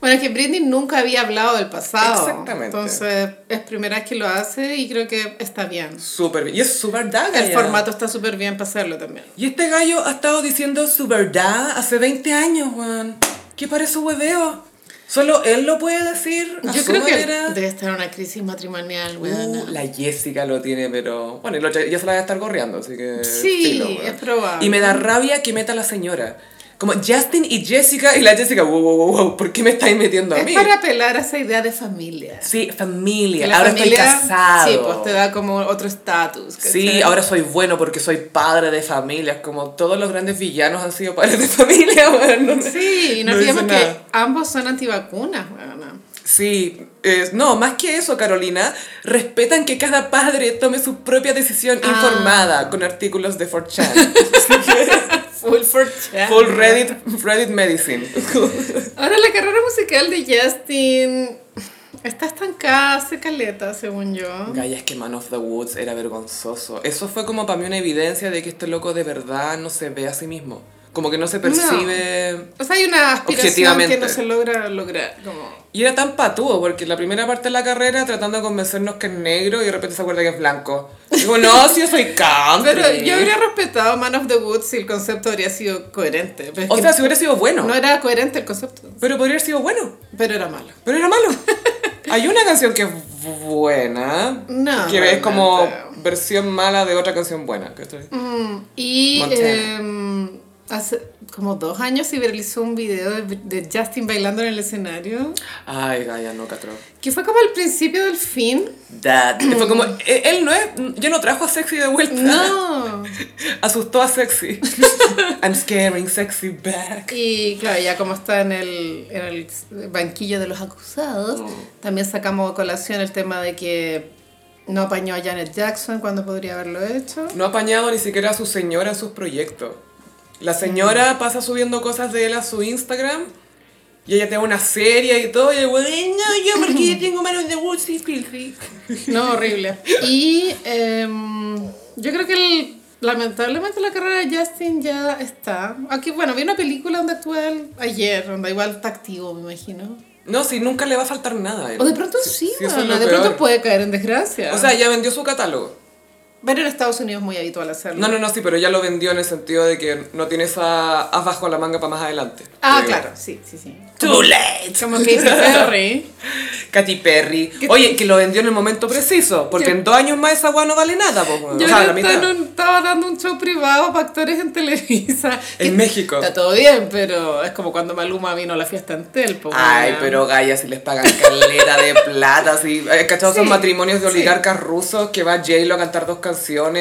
B: Bueno, es que Britney nunca había hablado del pasado.
A: Exactamente.
B: Entonces, es primera vez que lo hace y creo que está bien.
A: Súper bien. Y es su verdad,
B: El
A: Gaya.
B: formato está súper bien para hacerlo también.
A: Y este gallo ha estado diciendo su verdad hace 20 años, weón. ¿Qué parece un hueveo? Solo él lo puede decir. a
B: Yo
A: su
B: creo que
A: manera.
B: debe estar en una crisis matrimonial,
A: Uh,
B: weona.
A: la Jessica lo tiene, pero. Bueno, y la otra ya se la va a estar gorreando, así que.
B: Sí,
A: weón.
B: es probable.
A: Y me da rabia que meta a la señora. Como Justin y Jessica, y la Jessica, wow, wow, wow, wow, ¿por qué me estáis metiendo a
B: Es
A: mí?
B: para apelar a esa idea de familia.
A: Sí,
B: Que
A: familia.
B: la
A: ahora
B: familia-
A: estoy casado.
B: Sí, pues te da como otro estatus. ¿cachai?
A: Sí, ahora soy bueno porque soy padre de familia. Como todos los grandes villanos han sido padres de familia, weón. no me-
B: Sí, y no,
A: no dice
B: olvidemos que
A: nada.
B: ambos son antivacunas, weona.
A: Sí, eh, no, más que eso, Carolina, respetan que cada padre tome su propia decisión
B: Ah.
A: informada con artículos de 4chan.
B: Full for chat.
A: Full Reddit, Reddit Medicine.
B: Ahora la carrera musical de Justin está estancada hace caleta, según yo.
A: Gaya, es que Man of the Woods era vergonzoso. Eso fue como para mí una evidencia de que este loco de verdad no se ve a sí mismo. Como que no se percibe...
B: O sea, hay una aspiración
A: Objetivamente.
B: que no se logra lograr. Como...
A: Y era tan patúo, porque la primera parte de la carrera tratando de convencernos que es negro y de repente se acuerda que es blanco. Digo, no, si yo soy country.
B: Pero yo habría respetado Man of the Woods si el concepto habría sido coherente. Pero es
A: O
B: que
A: sea, si hubiera sido bueno.
B: no era coherente el concepto,
A: Pero podría haber sido bueno.
B: pero era malo.
A: Pero era malo. Hay una canción que es bu- buena.
B: No,
A: Que es como
B: realmente.
A: versión mala de otra canción buena. ¿cachai?
B: Mm, y
A: Montana.
B: em, hace como dos años se viralizó un video de, de Justin bailando en el escenario,
A: Ay, Gaya, no, Catro.
B: que fue como el principio del fin.
A: That. Fue como, él, él no es, yo no trajo a Sexy de vuelta.
B: No.
A: Asustó a Sexy. I'm scaring Sexy back.
B: Y claro, ya como está en el, en el banquillo de los acusados, también sacamos a colación el tema de que no apañó a Janet Jackson cuando podría haberlo hecho.
A: No ha apañado ni siquiera a su señora en sus proyectos. La señora pasa subiendo cosas de él a su Instagram. Y ella tiene una serie y todo. Y el güey, no, yo porque yo tengo manos de Woods y Filthy".
B: No, horrible. Y em, yo creo que el- lamentablemente la carrera de Justin ya está. Aquí, bueno, vi una película donde actúa él ayer, donde igual está activo, me imagino.
A: No, si nunca le va a faltar nada. a él.
B: O de pronto sí,
A: sí, eso es
B: bueno,
A: lo
B: de
A: peor.
B: pronto puede caer en desgracia.
A: O sea, ya vendió su catálogo.
B: pero en Estados Unidos es muy habitual hacerlo.
A: No, no, no, sí, pero ya lo vendió en el sentido de que no tiene esa haz bajo la manga para más adelante.
B: Ah,
A: Creo.
B: claro, sí, sí, sí.
A: Too late.
B: Como Katy Perry.
A: Katy Perry. Oye, que lo vendió en el momento preciso, porque
B: Yo-
A: en dos años más esa weá no vale nada, po, weón.
B: Yo
A: o sea,
B: ahora
A: la mitad.
B: estaba, en un- estaba dando un show privado para actores en Televisa.
A: En
B: Que
A: México.
B: Está todo bien, pero es como cuando Maluma vino a la fiesta en Telpo.
A: Ay, pero Gaia, si les pagan caleta de plata, si ¿Cachado? Son
B: Sí,
A: matrimonios de
B: sí.
A: oligarcas rusos que va J-Lo a cantar dos canciones,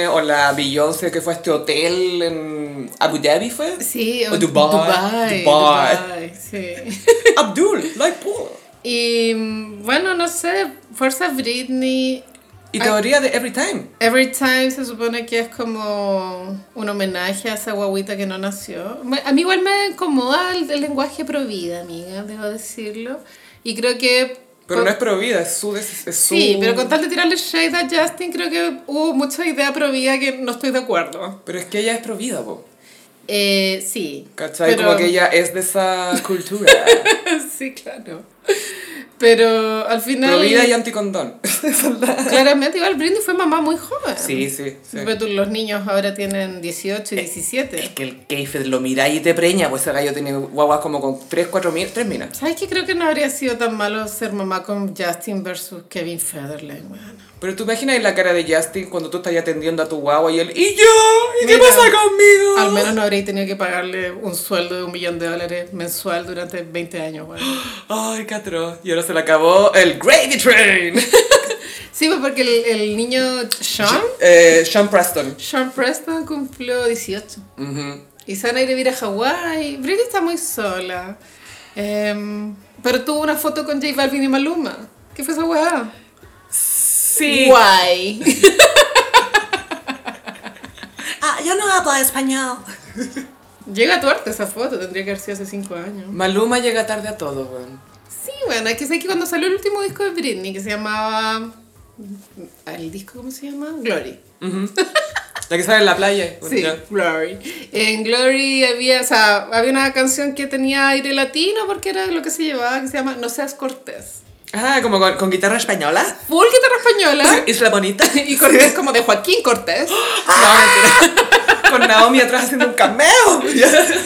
A: o la Beyoncé que fue a este hotel en Abu Dhabi, ¿fue?
B: Sí,
A: o
B: o
A: Dubai.
B: Dubai,
A: Dubai.
B: Dubai, sí.
A: Abdul, like Paul.
B: Y mm, bueno, no sé, Fuerza Britney.
A: Y teoría de Every Time.
B: Every Time se supone que es como un homenaje a esa guaguita que no nació. Me- A mí igual me incomoda el, el lenguaje pro vida, amiga, debo decirlo. Y creo que...
A: Pero
B: con-
A: no es prohibida, es su... des- Es su...
B: Sí, pero con tal de tirarle shade a Justin, creo que hubo mucha idea pro vida que no estoy de acuerdo.
A: Pero es que ella es provida, po.
B: Eh, sí.
A: ¿Cachai?
B: pero-
A: Como que ella es de esa cultura.
B: sí, claro. Pero al final...
A: provida y anticondón.
B: Claramente, igual Britney fue mamá muy joven.
A: sí, sí, sí. Eh,
B: Pero tú, los niños ahora tienen 18 y
A: Es
B: 17.
A: que el Keifer lo mira y te preña, pues ese gallo tiene guaguas como con 3, 4 mil, 3 minas.
B: ¿Sabes qué? Creo que no habría sido tan malo ser mamá con Justin versus Kevin Federline, weón.
A: Pero tú imaginas la cara de Justin cuando tú estás atendiendo a tu guagua y él, ¿y yo? ¿Y qué
B: Mira,
A: pasa conmigo?
B: Al menos no habréis tenido que pagarle un sueldo de un millón de dólares mensual durante 20 años, güey.
A: Ay, qué atroz. Y ahora se le acabó el Gravy Train.
B: Sí, pues porque el, el niño Sean,
A: Eh, Sean Preston.
B: Sean Preston cumplió 18.
A: Ujú.
B: Y se van a ir a vivir a Hawái. Britney está muy sola. Em, pero tuvo una foto con J Balvin y Maluma. ¿Qué fue esa weá?
A: Sí.
B: Guay.
C: Ah, yo no hablo español.
B: Llega tuerte esa foto, tendría que haber sido hace 5 años.
A: Maluma llega tarde a todo, weón.
B: Sí, bueno, es que sé que cuando salió el último disco de Britney, que se llamaba... ¿El disco cómo se llama? Glory.
A: La que sale en la playa.
B: Sí,
A: Ya.
B: Glory. En Glory había, o sea, había una canción que tenía aire latino porque era lo que se llevaba, que se llama No seas cortés.
A: Ah, como con, con guitarra española.
B: Full guitarra española.
A: Isla Bonita.
B: Y Cortés como de Joaquín Cortés.
A: No, mentira. Con Naomi atrás haciendo un cameo.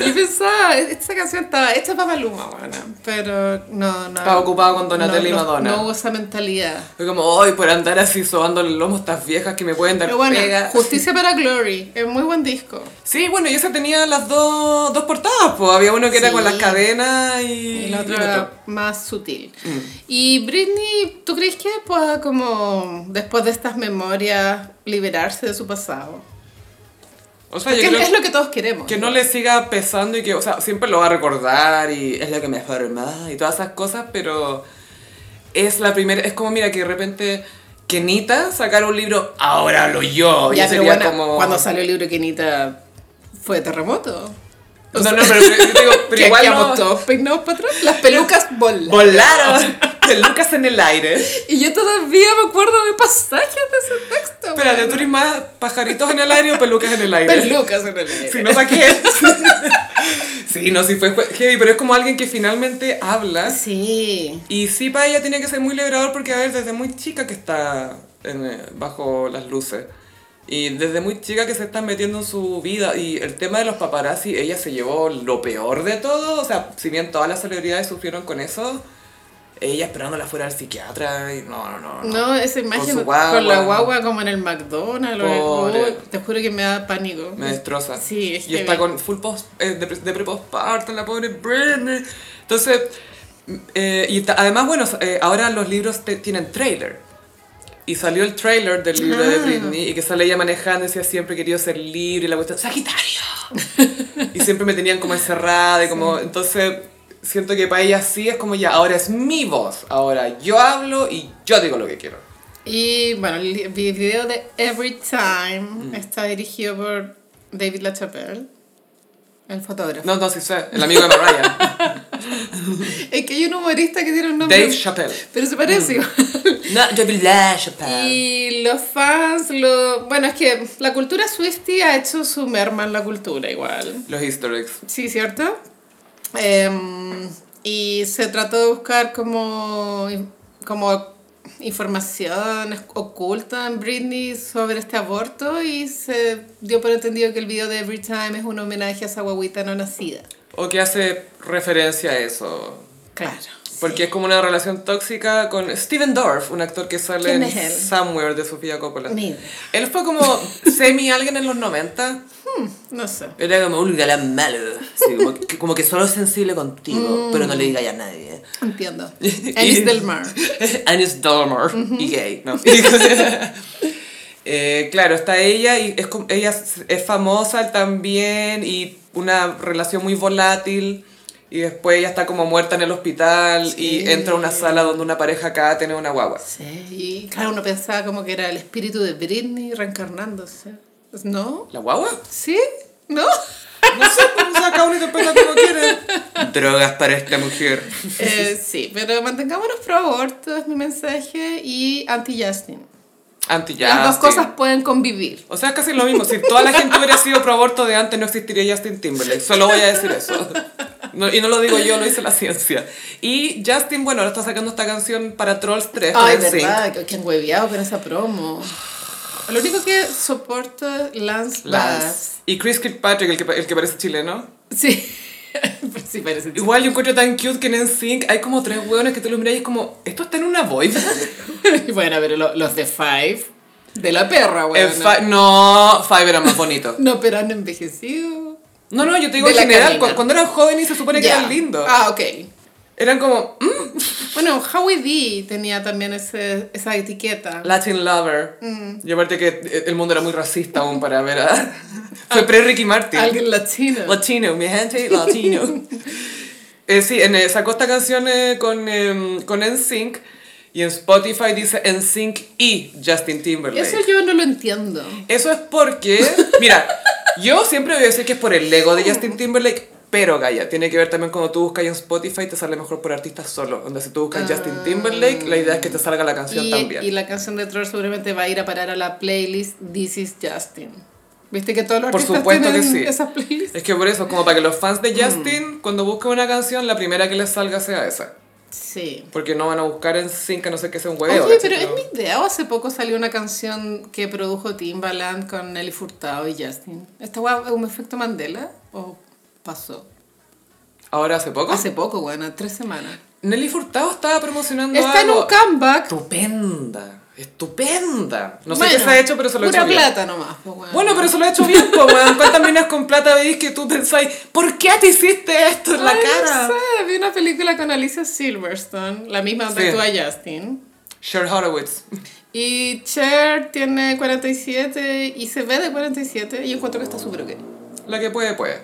B: Y pensaba, esta canción estaba hecha para Maluma, buena. Pero no, no.
A: Estaba ocupado con Donatello
B: no,
A: y
B: no-
A: Madonna.
B: No hubo esa mentalidad.
A: Fue como, ay, por andar así sobando el lomo a estas viejas que me pueden dar
B: Pero bueno,
A: pega.
B: Justicia para Glory. Es muy buen disco.
A: Sí, bueno, y esa tenía las dos, dos portadas, pues. Había uno que era
B: Sí.
A: con las cadenas y,
B: Y la otra
A: y el
B: era más sutil.
A: Mm.
B: Y Britney, ¿tú crees que pueda como, después de estas memorias, liberarse de su pasado?
A: O sea,
B: Porque
A: yo creo
B: es lo que todos queremos.
A: que no le siga pesando y que, o sea, siempre lo va a recordar y es lo que me forma y todas esas cosas, pero es la primera, es como, mira, que de repente Kenita sacara un libro, ahora lo yo.
B: Ya,
A: y
B: pero
A: sería
B: bueno,
A: como...
B: cuando salió el libro Kenita fue terremoto.
A: No, no, pero, pero- digo, pero
B: Que
A: igual
B: quedamos
A: no-
B: todos peinados para atrás. Las pelucas volaron.
A: Volaron pelucas en el aire.
B: Y yo todavía me acuerdo de pasajes de ese texto.
A: Espérate,
B: weón.
A: ¿tú eres más pajaritos en el aire o pelucas en el aire?
B: Pelucas en el aire.
A: Si no, ¿para qué? sí, no, sí fue heavy, pero es como alguien que finalmente habla.
B: Sí.
A: Y sí, para ella tiene que ser muy liberador porque, a ver, desde muy chica que está en, eh, bajo las luces. Y desde muy chica que se está metiendo en su vida. Y el tema de los paparazzi, ella se llevó lo peor de todo. O sea, si bien todas las celebridades sufrieron con eso, ella esperándola fuera al psiquiatra. Y no, no, no. no.
B: No, esa imagen
A: su
B: con,
A: guagua.
B: la guagua como en el McDonald's. o en-
A: Pobre.
B: Uy, te juro que me da pánico.
A: Me destroza.
B: Sí, es
A: Y está
B: heavy.
A: con full post, eh, de, pre- de pre-postpartum, la pobre Britney. Entonces, mm, eh, y ta- además, bueno, eh, ahora los libros te- tienen trailer. Y salió el trailer del libro de
B: Ah.
A: Britney y que sale ella manejando y decía siempre he querido ser libre y la cuestión, Sagitario. y siempre me tenían como encerrada y como, entonces siento que para ella sí es como ya, ahora es mi voz, ahora yo hablo y yo digo lo que quiero.
B: Y bueno, el li- vi- video de Every Time
A: Mm.
B: está dirigido por David LaChapelle, el fotógrafo.
A: No, no, sí sé, el amigo de Mariah,
B: Es que hay un humorista que tiene un nombre.
A: Dave Chappelle. Mm.
B: pero se parece igual.
A: No, David LaChapelle.
B: Y los fans, lo... bueno, es que la cultura Swifty ha hecho su merma en la cultura igual.
A: Los easter eggs.
B: Sí, ¿cierto? Em, y se trató de buscar como, como información oculta en Britney sobre este aborto y se dio por entendido que el video de Every Time es un homenaje a esa guaguita no nacida.
A: O que hace referencia a eso.
B: Claro.
A: Porque es como una relación tóxica con Steven Dorff, un actor que sale
B: ¿Quién
A: en
B: es él?
A: Somewhere de Sofía Coppola.
B: Ni idea.
A: Él fue como semi alguien en los 90.
B: No sé.
D: Era como un galán malo. así, como, que, como que solo es sensible
B: Mm.
D: contigo, pero no le digas a nadie.
B: Entiendo. Alice Del Mar.
A: Anis Delmer y gay. No. Eh, claro, está ella y es, com- ella es- es famosa también y una relación muy volátil. Y después ella está como muerta en el hospital y entra a una sala donde una pareja acá tiene una guagua.
B: Sí. Y claro, uno pensaba como que era el espíritu de Britney reencarnándose. ¿No?
A: ¿La guagua?
B: ¿Sí? ¿No?
A: No sé, pues usa cada uno interpreta como quiere. Drogas para esta mujer.
B: Eh, sí, pero mantengámonos pro aborto, es mi mensaje, y anti-Justin.
A: Anti Justin.
B: Las dos cosas pueden convivir.
A: O sea, es casi lo mismo. Si toda la gente hubiera sido pro aborto de antes, no existiría Justin Timberlake. Solo voy a decir eso. No- y no lo digo yo, lo dice la ciencia. Y Justin, bueno, ahora está sacando esta canción para Trolls 3. con
B: Ay,
A: NSYNC.
B: verdad, que, que han hueveado con esa promo. Lo único que soporto es Lance,
A: Lance.
B: Bass.
A: Y Chris Kirkpatrick, el que, pa- el que parece chileno.
B: Sí. sí, parece chico.
A: Igual yo encuentro tan cute que en Sync hay como tres hueones que tú los miras y es como, esto está en una Eh, void.
B: bueno, pero lo- los de Five, de la perra,
A: Eh,
B: weón.
A: Fi- no, Five era más bonito.
B: No, pero han envejecido.
A: No, no, yo te digo
B: De
A: en
B: la
A: general,
B: Karina.
A: cu- cuando eran jóvenes se supone que
B: Ya.
A: eran lindos.
B: Ah, ok.
A: Eran como, mm,
B: Bueno, Howie D tenía también ese, esa etiqueta.
A: Latin lover.
B: Mm.
A: Y aparte que eh, el mundo era muy racista aún para ver a... Fue pre-Ricky Martin.
B: Alguien latino.
A: Latino, mi gente, latino. Eh, sí, en, eh, sacó esta canción eh, con, em, con NSYNC y en Spotify dice NSYNC y Justin Timberlake.
B: Eso yo no lo entiendo.
A: Eso es porque, mira, yo siempre voy a decir que es por el ego de Justin Timberlake, pero Gaia, tiene que ver también cuando tú buscas en Spotify te sale mejor por artistas solo, donde si tú buscas Justin Timberlake, la idea es que te salga la canción
B: Y,
A: también.
B: y la canción de Troll seguramente va a ir a parar a la playlist This is Justin. ¿Viste que todos los
A: Por
B: artistas
A: supuesto que
B: tienen
A: sí.
B: esa playlist?
A: Es que por eso, como para que los fans
B: Mm.
A: de Justin, cuando busquen una canción, la primera que les salga sea esa.
B: Sí.
A: Porque no van a buscar en Sync, a no sé qué sea un hueveo.
B: Oye,
A: ¿cachai?
B: pero es mi idea o hace poco salió una canción que produjo Timbaland con Nelly Furtado y Justin. ¿Esta weá es un efecto Mandela o pasó?
A: Ahora hace poco.
B: Hace poco, bueno, tres semanas.
A: Nelly Furtado estaba promocionando
B: Está en
A: algo.
B: un comeback.
A: Estupenda. Estupenda. No sé
B: Bueno,
A: qué se ha hecho, pero se lo ha hecho
B: Pura
A: bien.
B: plata nomás, pues, weón.
A: Bueno, pero se lo ha hecho bien, po, weón. ¿Cuántas minas con plata veis que tú pensáis, ¿por qué te hiciste esto en la
B: Ay,
A: cara?
B: No sé, vi una película con Alicia Silverstone, la misma donde
A: Sí.
B: actúa Justin.
A: Cher Horowitz.
B: Y Cher tiene 47 y se ve de 47 y yo encuentro que está súper ok.
A: La que puede, puede.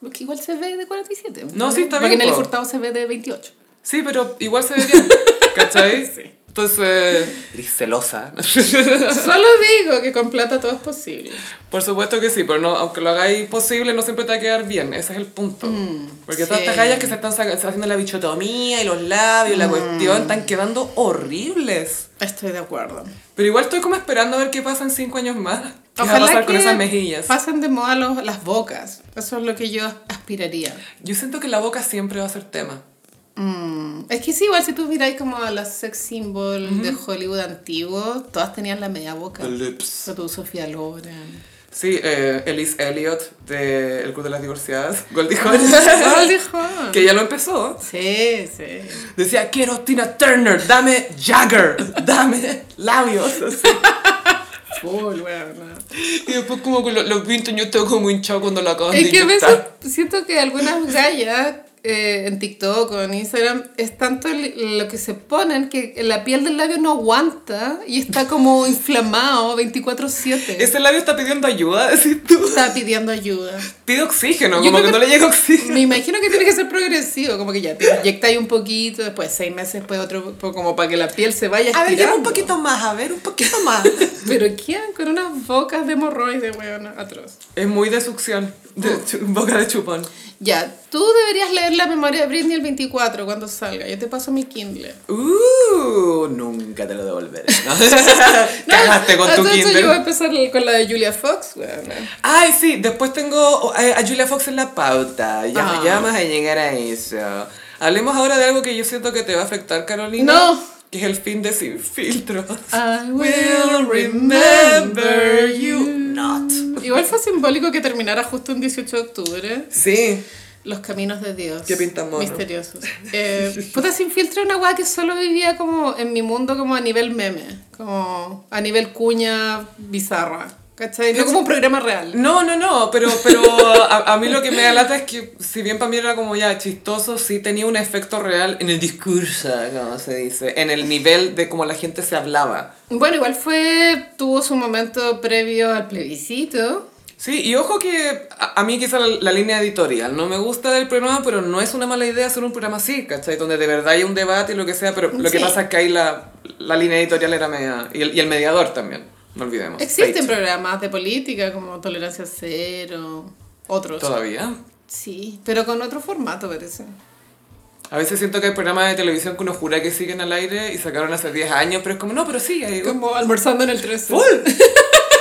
B: Porque igual se ve de 47.
A: No, sí, está bien,
B: Porque Nelly
A: po.
B: Furtado se ve de 28.
A: Sí, pero igual se ve bien. ¿Cachai?
B: Sí.
A: Entonces,
D: Eres celosa.
B: Solo digo que con plata todo es posible.
A: por supuesto que sí, pero no, aunque lo hagáis posible, no siempre te va a quedar bien. Ese es el punto. Porque todas
B: Mm, sí.
A: estas gallas que se están, saca- se están haciendo la bichotomía y los labios,
B: Mm.
A: la cuestión, están quedando horribles.
B: Estoy de acuerdo.
A: Pero igual estoy como esperando a ver qué pasa en cinco años más. ¿Qué va a pasar con esas mejillas?
B: pasen de moda los- las bocas. Eso es lo que yo aspiraría.
A: Yo siento que la boca siempre va a ser tema.
B: Mm, Es que sí, igual si tú miráis como a las sex symbols de Hollywood antiguo, todas tenían la media boca.
A: The lips.
B: O tú, Sofía Loren.
A: Sí, eh, Elise Elliot de El Club de las Divorciadas, Goldie Hawn,
B: Goldie Hawn.
A: que ya lo empezó.
B: Sí, sí.
A: Decía, quiero Tina Turner, dame Jagger, dame labios. así.
B: Full, weón.
A: Y después como que lo- los pinto yo tengo como hinchado cuando lo acabas
B: Es
A: de
B: que a veces
A: inyectar.
B: siento que algunas gallas eh, en TikTok o en Instagram es tanto li- lo que se ponen que la piel del labio no aguanta y está como inflamado 24-7.
A: Ese labio está pidiendo ayuda, decís tú.
B: Está pidiendo ayuda.
A: Pide oxígeno,
B: Yo
A: como que,
B: creo
A: no
B: que-
A: le llega oxígeno.
B: Me imagino que tiene que ser progresivo, como que ya te inyecta ahí un poquito, después seis meses, después otro, po- como para que la piel se vaya
C: A ver, lleva
B: estirando.
C: un poquito más, a ver, un poquito más.
B: Pero ¿quién? Con unas bocas de hemorroide, weón, atroz.
A: Es muy de succión,
B: Oh.
A: de chu- boca de chupón.
B: Ya, tú deberías leer la memoria de Britney el 24 cuando salga. Yo te paso mi Kindle.
D: Uh, nunca te lo devolveré. ¿no?
A: Cagaste con
B: hasta
A: tu
B: eso
A: Kindle.
B: Yo voy a empezar con la de Julia Fox, weón.
D: Ay, sí, después
A: oh,
D: tengo eh, a Julia Fox en la pauta. Ya,
B: Ah.
D: ya vamos a llegar a eso.
A: Hablemos ahora de algo que yo siento que te va a afectar, Carolina.
B: No.
A: Que es el fin de Sin Filtro.
B: I
A: will remember you.
D: Not.
B: Igual fue simbólico que terminara justo un 18 de octubre.
A: Sí.
B: Los caminos de Dios.
A: Qué pinta mono.
B: Misteriosos. Eh, puta, sin filtro una weá que solo vivía como en mi mundo como a nivel meme. Como a nivel cuña bizarra. ¿Cachai? No como un programa real.
A: No, no, no, pero, pero a, a mí lo que me da lata es que, si bien para mí era como ya chistoso, sí tenía un efecto real en el discurso, como se dice, en el nivel de cómo la gente se hablaba.
B: Bueno, igual fue... Tuvo su momento previo al plebiscito.
A: Sí, y ojo que a, a mí quizá la, la línea editorial no me gusta del programa, pero no es una mala idea hacer un programa así, ¿cachai? Donde de verdad hay un debate y lo que sea, pero lo que
B: Sí.
A: pasa es que ahí la, la línea editorial era media... Y el, y el mediador también, no olvidemos. Page.
B: Existen programas de política como Tolerancia Cero, otros.
A: Todavía.
B: Sí, pero con otro formato parece.
A: A veces siento que hay programas de televisión que uno jura que siguen al aire y sacaron hace 10 años, pero es como, no, pero sigue. ahí".
B: Como almorzando en el 13.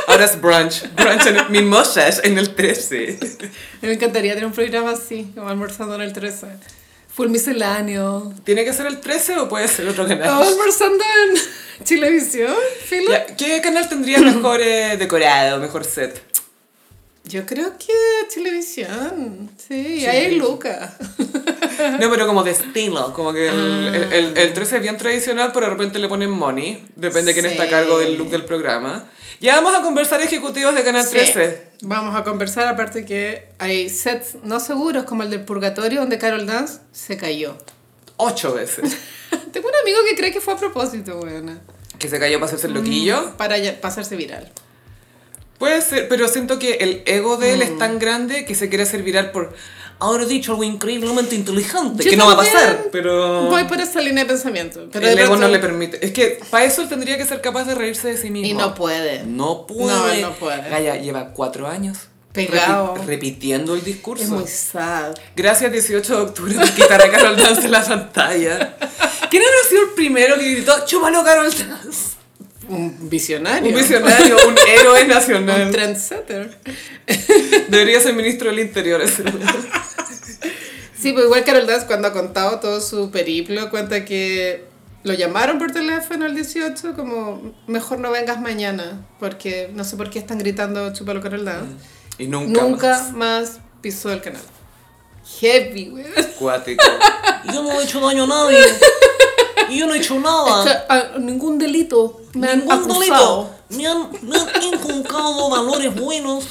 A: Ahora es brunch. Brunch en mimosas en el 13.
B: Me encantaría tener un programa así, como almorzando en el 13. Full misceláneo.
A: ¿Tiene que ser el 13 o puede ser otro
B: Oh,
A: canal?
B: almorzando en Chilevisión, filo.
A: Ya, ¿Qué canal tendría mejor eh, decorado, mejor set?
B: Yo creo que televisión. Sí, hay Luca.
A: No, pero como de estilo, como que el,
B: Ah.
A: el, el- el 13 es bien tradicional, pero de repente le ponen money, depende de quién está a
B: Sí.
A: cargo del look del programa. Ya vamos a conversar ejecutivos de Canal 13.
B: Sí. Vamos a conversar, aparte que hay sets no seguros, como el del Purgatorio, donde Carol Dance se cayó.
A: Ocho veces.
B: Tengo un amigo que cree que fue a propósito, weona.
A: Que se cayó para hacerse el loquillo.
B: Para ya- pasarse viral.
A: Puede ser, pero siento que el ego de él
B: Mm.
A: es tan grande que se quiere hacer viral por
D: Ahora he dicho algo increíblemente inteligente
B: Yo
D: que no va a
B: también
D: pasar.
A: pero-
B: Voy por esa línea de pensamiento. Pero
A: Oh. el
B: de
A: ego no
B: pronto-
A: le permite. Es que para eso él tendría que ser capaz de reírse de sí mismo.
B: Y no puede.
D: No puede.
B: No, no puede.
D: Gaya lleva cuatro años
B: Pegado.
D: repi- repitiendo el discurso.
B: Es muy sad.
A: Gracias 18 de octubre de quitar a Carol Dance de la pantalla. ¿Quién habrá sido el primero que gritó chúpalo Carol Dance?
B: Un visionario.
A: Un visionario, un héroe
B: Un
A: nacional.
B: trendsetter.
A: Debería ser ministro del interior ese weón.
B: Sí, pues igual Carol Dance cuando ha contado todo su periplo, cuenta que lo llamaron por teléfono al 18 como, mejor no vengas mañana, porque no sé por qué están gritando chúpalo Carol Dance.
A: Y nunca,
B: Nunca,
A: más.
B: más. pisó el canal. Heavy, weón.
A: Cuático.
D: Y Yo no he hecho daño a nadie. Y yo no he hecho nada.
B: O sea, a- ningún delito me han
D: Ningún
B: acusado.
D: delito. Me han, me han inculcado valores buenos.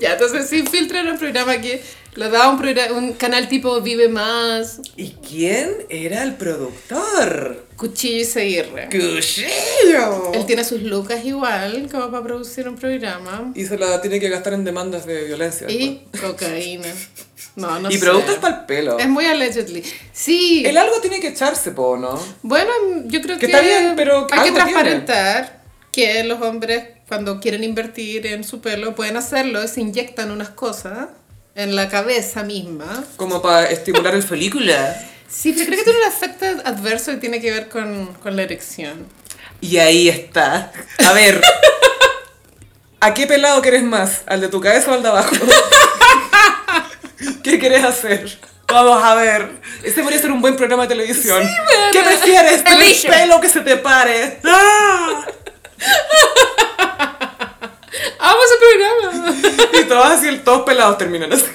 B: Ya, entonces sí filtraron un programa que lo daba un, progra- un canal tipo Vive Más,
A: ¿Y quién era el productor?
B: Cuchillo y CIR.
A: ¡Cuchillo!
B: Él tiene sus lucas igual, como para producir un programa.
A: Y se la tiene que gastar en demandas de violencia.
B: Y cocaína. No, no
A: Y
B: sé.
A: productos para el pelo.
B: Es muy allegedly. Sí.
A: El algo tiene que echarse, po, ¿no?
B: Bueno, yo creo
A: Que
B: que,
A: está bien, pero
B: hay que
A: algo tiene.
B: transparentar que los hombres cuando quieren invertir en su pelo pueden hacerlo, se inyectan unas cosas en la cabeza misma.
A: Como para estimular el folículo.
D: Película.
B: Sí, pero creo que tiene un efecto adverso y tiene que ver con, con la erección.
D: Y ahí está.
A: A ver. ¿A qué pelado quieres más? ¿Al de tu cabeza o al de abajo? ¿Qué quieres hacer? Vamos a ver. Ese podría ser un buen programa de televisión. ¿Qué prefieres? ¿Tener
B: Elige.
A: pelo que se te pare? ¡Ah!
B: ¡Amo ese programa!
A: Y todos así, el- todos pelados terminan así.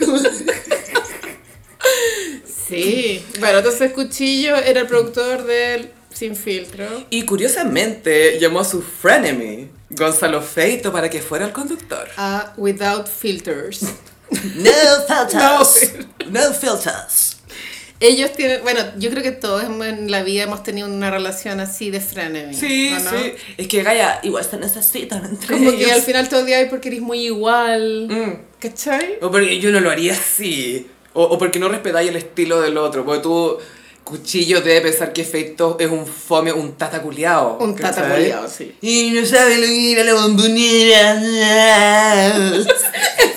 B: Sí. Bueno, entonces Cuchillo era el productor del Sin Filtro.
A: Y curiosamente llamó a su frenemy, Gonzalo Feito, para que fuera el conductor.
B: A Without Filters.
D: No filters. No filters.
B: Ellos tienen, bueno, yo creo que todos en la vida hemos tenido una relación así de frenemy.
A: Sí,
B: ¿o no?
A: sí.
D: Es que Gaya igual se necesitan entre
B: Como que
D: ellos.
B: al final todo día hay porque eres muy igual.
A: Mm.
B: ¿Cachai?
A: O porque yo no lo haría así. O, o porque no respetáis el estilo del otro. Porque tú, Cuchillo, debe pensar que Feito es un fome, un tata culiao.
B: Un
A: ¿cachai?
B: tata boleado, sí.
D: Y no sabe lo que ir a la bombonera.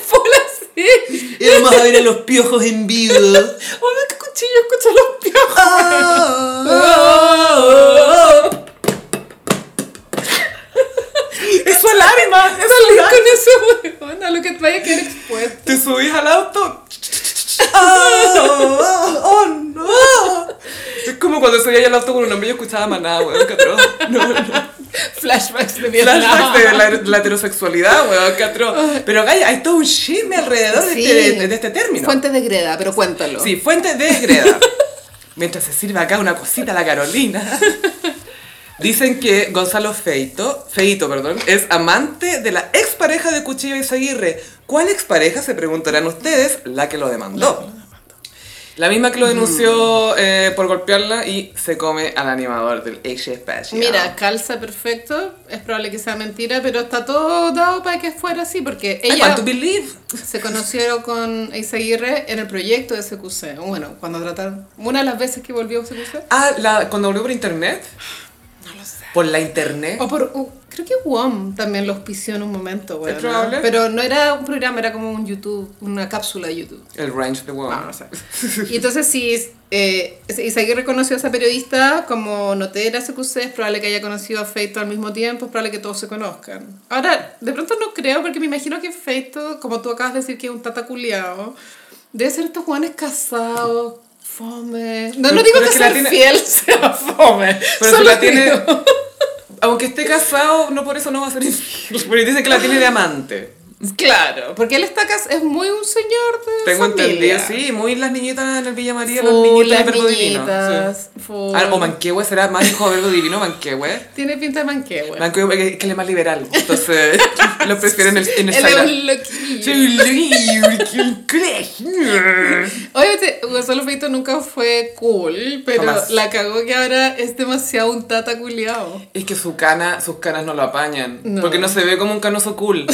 B: Full así.
D: Y vamos a ver a los piojos en vivo.
B: Hola, qué cuchillo, escucha los piojos.
A: Oh, ¡Es su alarma! ¡Es su alarma!
B: Con eso, weón, a lo que te vaya a quedar expuesto.
A: Te subís al auto.
D: ¡Oh, no!
A: Es como cuando subía yo al auto con un hombre y yo escuchaba manada, weón, qué atroz. No, no.
B: Flashbacks de Vietnam.
A: Flashbacks de la, la heterosexualidad, weón, qué atroz. Pero gaya, hay todo un chisme alrededor de,
B: Sí.
A: este, de- de este término.
B: Fuente de greda, pero cuéntalo.
A: Sí, fuente de Greda. Mientras se sirve acá una cosita a la Carolina. Dicen que Gonzalo Feito, Feito, perdón, es amante de la expareja de Cuchillo Izaguirre. ¿Cuál expareja? Se preguntarán ustedes, la que lo demandó. La misma que lo
B: Mm.
A: denunció eh, por golpearla y se come al animador del Asia Fashion.
B: Mira, calza perfecto, es probable que sea mentira, pero está todo dado para que fuera así, porque
A: I want
B: ella
A: to believe.
B: se conocieron con Isaguirre en el proyecto de CQC, bueno, cuando trataron, una de las veces que volvió a CQC,
A: Ah, la, cuando volvió por internet.
B: no lo sé. Oh.
A: Por la internet.
B: O por, o- creo que WOM también los auspició en un momento, güey.
A: Es probable.
B: Pero no era un programa, era como un YouTube, una cápsula de YouTube.
A: El range de woman.
B: No, no sé. Y entonces sí, eh, Isaguirre reconoció a esa periodista como notera CQC, es probable que haya conocido a Feito al mismo tiempo, es probable que todos se conozcan. Ahora, de pronto no creo, porque me imagino que Feito, como tú acabas de decir que es un tata culiao, debe ser estos jóvenes casados, fome. No,
A: Pero-
B: no digo
A: pero es
B: que
A: que la
B: ser
A: tiene-
B: fiel sea fome.
A: Pero si
B: solo
A: la tiene.
B: digo-
A: Aunque esté casado, no por eso no va a ser infiel. Porque dice que la tiene de amante.
B: Claro, porque él está acá, es muy un señor de
A: Tengo
B: familia.
A: entendido, sí, muy las niñitas en el Villa María, las
B: Full,
A: niñitas de
B: las
A: Verbo Divino. sí.
B: niñitas, full.
A: Ah, o Manquehue, será más hijo de Verbo Divino, Manquehue.
B: Tiene pinta de manquehue.
A: Manquehue que, que él es más liberal, entonces lo prefiero en el, en el
B: Él es
A: Zaira.
B: un loquillo.
A: Soy un loquillo, colegio.
B: Obviamente, Gonzalo Feito nunca fue cool, pero
A: Jamás.
B: la cagó que ahora es demasiado un tata culiao.
A: Es que su cana, sus canas no lo apañan,
B: No.
A: porque no se ve como un canoso cool.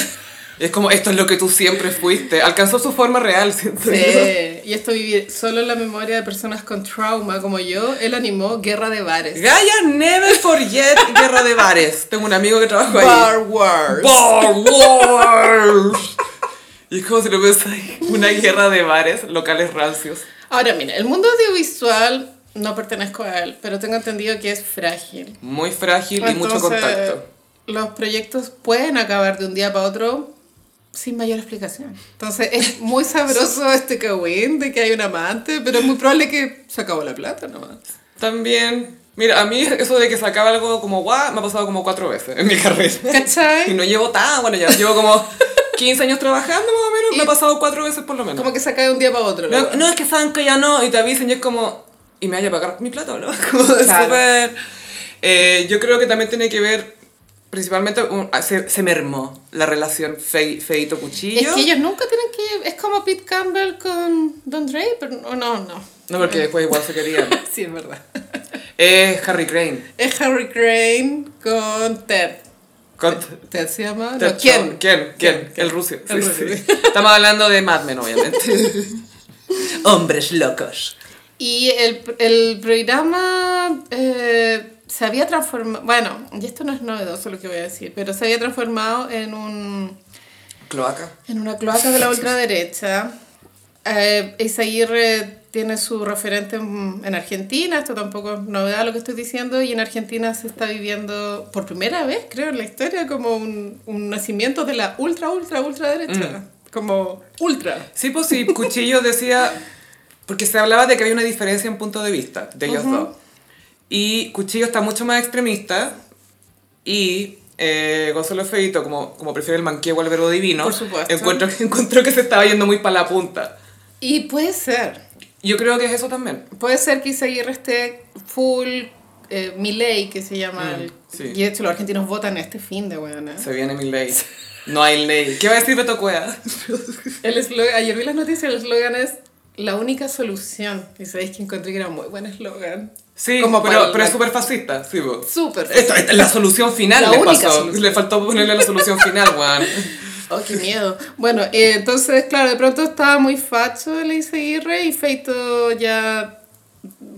A: Es como, esto es lo que tú siempre fuiste. Alcanzó su forma real, siento yo.
B: Sí, y esto vivir solo en la memoria de personas con trauma como yo, él animó Guerra de Bares.
A: Gaia never forget Guerra de Bares. Tengo un amigo que trabajó ahí.
B: Bar Wars.
A: Bar Wars. Y es como si lo pensáis, una guerra de bares, locales rancios.
B: Ahora, mira, el mundo audiovisual no pertenezco a él, pero tengo entendido que es frágil.
A: Muy frágil y mucho
B: Entonces,
A: contacto.
B: Los proyectos pueden acabar de un día para otro sin mayor explicación. Entonces, es muy sabroso este cagüín de que hay un amante, pero es muy probable que se acabó la plata nomás.
A: También, mira, a mí eso de que sacaba algo como guau me ha pasado como cuatro veces en mi carrera. Y
B: ¿Cachai?
A: no llevo tan, bueno, ya llevo como 15 años trabajando más o menos, me ha pasado cuatro veces por lo menos.
B: Como que se cae de un día para otro. la
A: No,
B: wea.
A: no, es que saben que ya no, y te avisen y es como, y me vaya a pagar mi plata, ¿no? Como es
B: Claro.
A: súper- Eh, yo creo que también tiene que ver, principalmente, un- ah, se, se mermó la relación fe, feito cuchillo.
B: Es que ellos nunca tienen que... Es como Pete Campbell con Don Draper. No, no, no.
A: No, porque después igual se querían.
B: Sí, es verdad.
A: Es Harry Crane.
B: Es Harry Crane con Ted.
A: Con-
B: ¿Ted se llama?
A: Ted
B: No, Eh, ¿Quién?
A: Chong. ¿Quién? ¿Quién? El ruso.
B: El
A: Sí,
B: ruso.
A: sí. Estamos hablando de Mad Men, obviamente.
D: Hombres locos.
B: Y el, el programa eh, se había transformado, bueno, y esto no es novedoso lo que voy a decir, pero se había transformado en, un,
A: Cloaca.
B: en una cloaca de la ultraderecha. Eh, Isaguirre tiene su referente en, en Argentina, esto tampoco es novedad lo que estoy diciendo, y en Argentina se está viviendo por primera vez, creo, en la historia, como un, un nacimiento de la ultra, ultra, ultraderecha. Como ultra.
A: Sí, pues sí, Cuchillo decía, porque se hablaba de que había una diferencia en punto de vista de ellos dos. Y Cuchillo está mucho más extremista y eh, Gonzalo Feito, como, como prefiere el manqueo al verbo divino,
B: Por supuesto.
A: Encuentro, encontró que se estaba yendo muy para la punta.
B: Y puede ser.
A: Yo creo que es eso también.
B: Puede ser que Isaguirre esté full eh, Milei, que se llama. el-
A: sí.
B: Y de hecho, los argentinos votan este fin de weona.
A: Se viene mi ley. No hay ley. ¿Qué va a decir Beto Cueva?
B: El eslogan, ayer vi las noticias, el eslogan es la única solución. Y sabéis que encontré que era muy buen eslogan.
A: Sí,
B: Como para
A: pero,
B: el-
A: pero es súper fascista. Sí, pues.
B: Súper.
A: Esta- esta- la solución final
B: La
A: le
B: única
A: pasó.
B: solución.
A: Le faltó ponerle la solución final, weón.
B: Oh, qué miedo. Bueno, eh, entonces, claro, de pronto estaba muy facho el Isaguirre y Feito ya.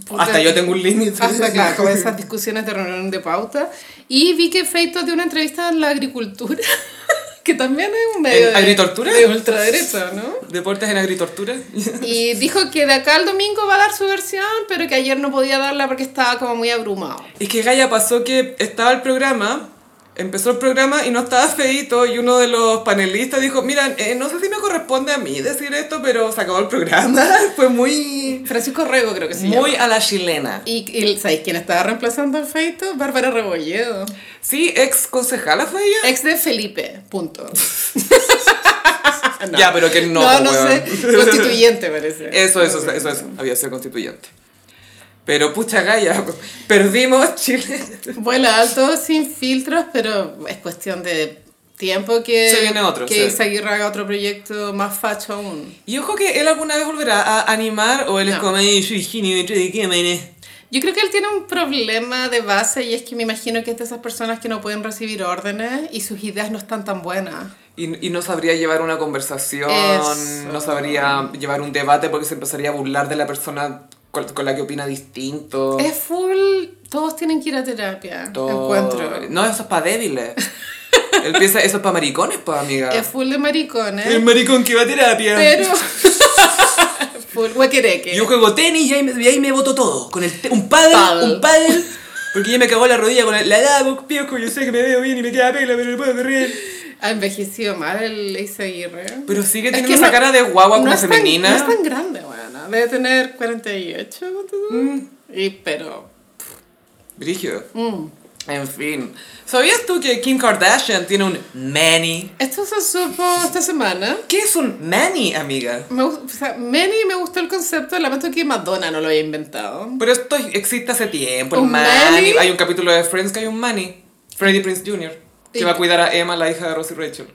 B: puta,
A: Hasta yo tengo un límite.
B: Hasta claro, como esas discusiones de reunión de pauta. Y vi que Feito dio una entrevista en la agricultura, que también es un medio
A: ¿En agritortura?
B: de ultraderecha, ¿no?
A: Deportes en agritortura.
B: Y dijo que de acá al domingo va a dar su versión, pero que ayer no podía darla porque estaba como muy abrumado.
A: Es que Gaia pasó que estaba el programa, empezó el programa y no estaba feito y uno de los panelistas dijo, mira, eh, no sé si me corresponde a mí decir esto, pero se acabó el programa. Fue muy...
B: Francisco Rego creo que se llama.
A: Muy a la chilena.
B: Y, y ¿sabéis quién estaba reemplazando al Feito? Bárbara Rebolledo.
A: Sí, ex concejala fue ella.
B: Ex de Felipe, punto. No.
A: Eh, Ya, pero que no, pues,
B: No, no
A: weón.
B: sé. Constituyente parece.
A: Eso, eso, eso, eso, Había sido constituyente. Pero pucha Gaia, perdimos Chile.
B: Vuela alto, sin filtros, pero es cuestión de tiempo que,
A: Se viene otro,
B: que
A: sí.
B: Izaguirre haga otro proyecto más facho aún.
A: Y ojo que él alguna vez volverá a animar o él es
B: No.
A: como, "Ay, soy genio, ¿de qué manera?".
B: Yo creo que él tiene un problema de base y es que me imagino que es de esas personas que no pueden recibir órdenes y sus ideas no están tan buenas.
A: Y, y no sabría llevar una conversación,
B: Eso.
A: no sabría llevar un debate porque se empezaría a burlar de la persona con, con la que opina distinto.
B: Es full, todos tienen que ir a terapia,
A: Todo.
B: encuentro.
A: No, eso es para débiles. Él piensa, eso es para maricones, pues, amiga.
B: Es full de maricones,
A: maricón que va a terapia.
B: pero... full huequereque.
D: Yo juego tenis y ahí me, y ahí me boto todo. Con el te- un paddle,
B: Paddle.
D: un paddle.
A: Porque ya me cagó la rodilla con la, la edad, pues, piojo, yo sé que me veo bien y me queda pela, pero no puedo correr.
B: Ha envejecido mal el Isaguirre.
A: Pero sigue
B: Es
A: teniendo
B: que
A: esa
B: no-
A: cara de guagua como
B: es tan-
A: femenina.
B: no es tan grande, bueno. Debe
A: Mm.
B: tener 48, ¿cuánto? Y pero...
A: Brígido.
B: mm.
D: En fin.
A: ¿Sabías tú que Kim Kardashian tiene un...
D: Manny.
B: Esto se supo esta semana.
D: ¿Qué es un Manny, amiga?
B: Me, gus- o sea, Manny me gustó el concepto, lamento que Madonna no lo haya inventado.
A: Pero esto existe hace tiempo, el
B: ¿Un
A: Manny.
B: Manny?
A: Hay un capítulo de Friends que hay un Manny. Freddie Prince Jr. Que
B: Y-
A: va a cuidar a Emma, la hija de Ross y Rachel.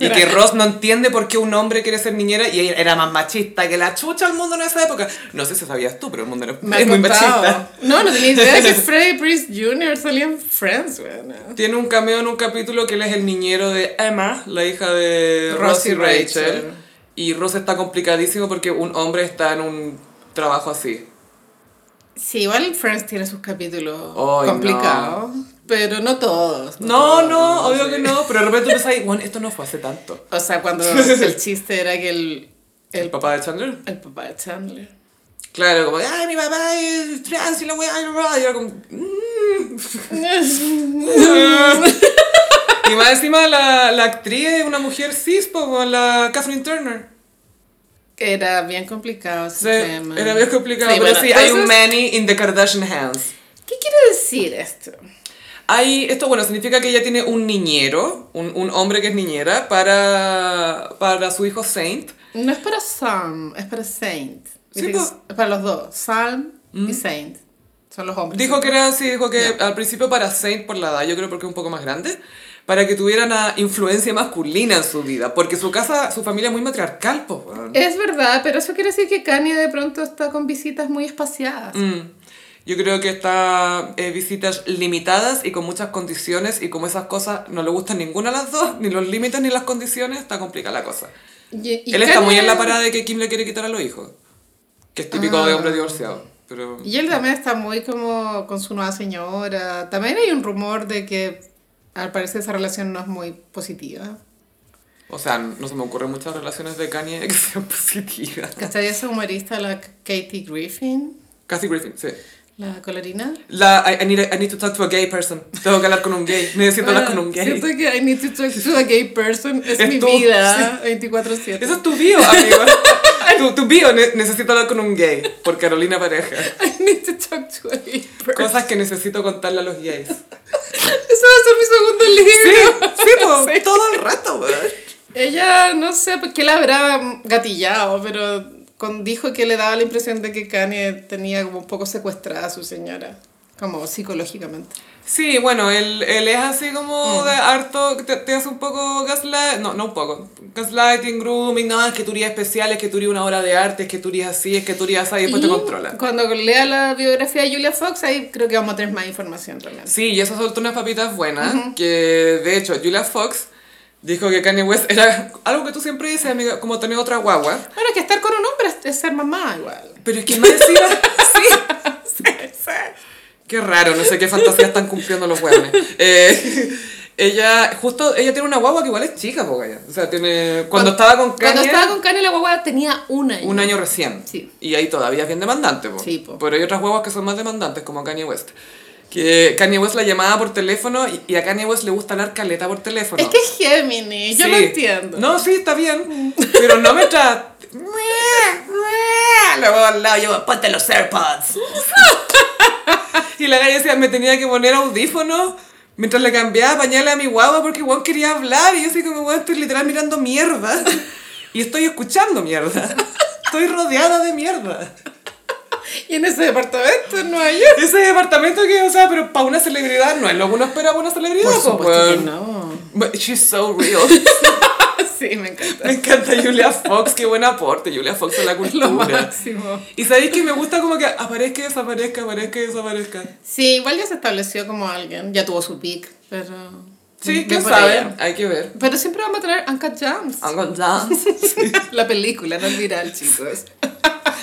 A: Y que Ross no entiende por qué un hombre quiere ser niñera y ella era más machista que la chucha al mundo en esa época. No sé si sabías tú, pero el mundo era
B: Me
A: es
B: ha
A: muy
B: contado.
A: machista.
B: No, no tenía idea que Freddie Prince Jr. salía en Friends, weón.
A: Tiene un cameo en un capítulo que él es el niñero de Emma, la hija de
B: Ross
A: Ross
B: y
A: y Rachel.
B: Rachel.
A: Y Ross está complicadísimo porque un hombre está en un trabajo así.
B: Sí, igual Friends tiene sus capítulos
A: Ay,
B: complicados, pero no todos.
A: No,
B: todos,
A: no, obvio
B: sé.
A: que no, pero de repente tú pensás, bueno, esto no fue hace tanto.
B: O sea, cuando el chiste era que el,
A: ¿El
B: el,
A: papá de Chandler?
B: el papá de Chandler.
A: Claro, como, ay, mi papá es trans y la weá, y la weá", y era como, "Mm". Y más encima la, la actriz es una mujer cis, como la Catherine Turner.
B: Era bien complicado ese
A: Sí,
B: tema.
A: era bien complicado, pero
B: bueno,
A: sí, hay un
B: entonces,
A: Manny in the Kardashian hands.
B: ¿Qué quiere decir esto?
A: Hay, esto bueno, significa que ella tiene un niñero, un, un hombre que es niñera, para, para su hijo Saint.
B: No es para Sam, es para Saint.
A: Sí, pues.
B: Dice que
A: po.
B: es es para los dos, Sam y Saint. Son los hombres.
A: Dijo que era así, dijo que al principio para Saint por la edad, yo creo porque es un poco más grande, para que tuviera una influencia masculina en su vida, porque su casa, su familia es muy matriarcal, po, weón.
B: Es verdad, pero eso quiere decir que Kanye de pronto está con visitas muy espaciadas.
A: Mm. Yo creo que está eh, visitas limitadas y con muchas condiciones y como esas cosas no le gustan ninguna de las dos, ni los límites ni las condiciones, está complicada la cosa.
B: Y- y
A: Él está muy
B: Kanye- Ah.
A: en la parada de que Kim le quiere quitar a los hijos, que es típico de hombre divorciado. Pero
B: Y él también está muy como con su nueva señora. También hay un rumor de que al parecer esa relación no es muy positiva.
A: o sea, no se me ocurren muchas relaciones de Kanye que sean positivas.
B: ¿Cachai esa humorista, la Katie Griffin?
A: Cassie Griffin, sí.
B: La colorina.
A: La, I, I need a- I need to talk to a gay person. Tengo que hablar con un gay. Necesito hablar con un gay.
B: Ah, Siento que I need to talk to a gay person. Es,
A: Es
B: mi
A: tú.
B: vida. 24-7.
A: Eso es tu bio, amigo. tu, tu bio, ne- necesito hablar con un gay. Por Carolina Pareja.
B: I need to talk to a gay person.
A: Cosas que necesito contarle a los gays.
B: Eso va a ser mi segundo libro.
A: Sí, po,
B: Sí.
A: todo el rato, weón.
B: Ella, no sé por qué la habrá gatillado, pero con- dijo que le daba la impresión de que Kanye tenía como un poco secuestrada a su señora, como psicológicamente.
A: Sí, bueno, él, él es así como
B: Mm.
A: de harto, te, te hace un poco gaslight, no, no un poco, gaslighting, grooming, no, es que tú eres especial, es que tú eres una obra de arte, es que tú eres así, es que tú eres así, y después
B: Y
A: te controla.
B: Cuando lea la biografía de Julia Fox, ahí creo que vamos a tener más información realmente.
A: Sí, y eso soltó unas papitas buenas, que de hecho Julia Fox dijo que Kanye West era algo que tú siempre dices, amiga, como tener otra guagua.
B: Bueno, es que estar con un hombre es, es ser mamá igual.
A: Pero es que más encima, sí. Qué raro, no sé qué fantasía están cumpliendo los hueones. Eh, ella, justo, ella tiene una guagua que igual es chica, po, gaya. O sea, tiene... Cuando estaba con Kanye...
B: Cuando estaba con Kanye, la guagua tenía un año.
A: Un año recién.
B: Sí.
A: Y ahí todavía es bien demandante, po.
B: Sí, po.
A: Pero hay otras huevas que son más demandantes, como Kanye West. Que Kanye West la llamaba por teléfono y, y a Kanye West le gusta hablar caleta por teléfono.
B: Es que es Gemini, yo
A: Sí.
B: lo entiendo.
A: No, sí, está bien. Pero no me tra... Eh,
D: Luego al lado yo, ponte los AirPods.
A: Y la galla decía, me tenía que poner audífonos mientras le cambiaba pañales a mi guagua porque Juan quería hablar. Y yo así como, weón, estoy literal mirando mierda. Y estoy escuchando mierda. Estoy rodeada de mierda.
B: Y en ese departamento en Nueva York.
A: Ese departamento que, o sea, pero para una celebridad no es lo que uno espera para una celebridad.
B: Por
A: pues,
B: supuesto que
A: weón.
B: no.
A: But she's so real.
B: Sí, me encanta.
A: Me encanta Julia Fox, qué buen aporte. Julia Fox a la
B: Es lo
A: cultura.
B: máximo.
A: Y sabéis que me gusta como que aparezca y desaparezca, aparezca y desaparezca.
B: Sí, igual ya se estableció como alguien, ya tuvo su pick, pero...
A: Sí,
B: Bien
A: quién
B: por
A: sabe. Ah,
B: ella.
A: Hay que ver.
B: Pero siempre vamos a traer Uncut Jams.
D: I'm gonna dance.
B: La película, no el viral, chicos.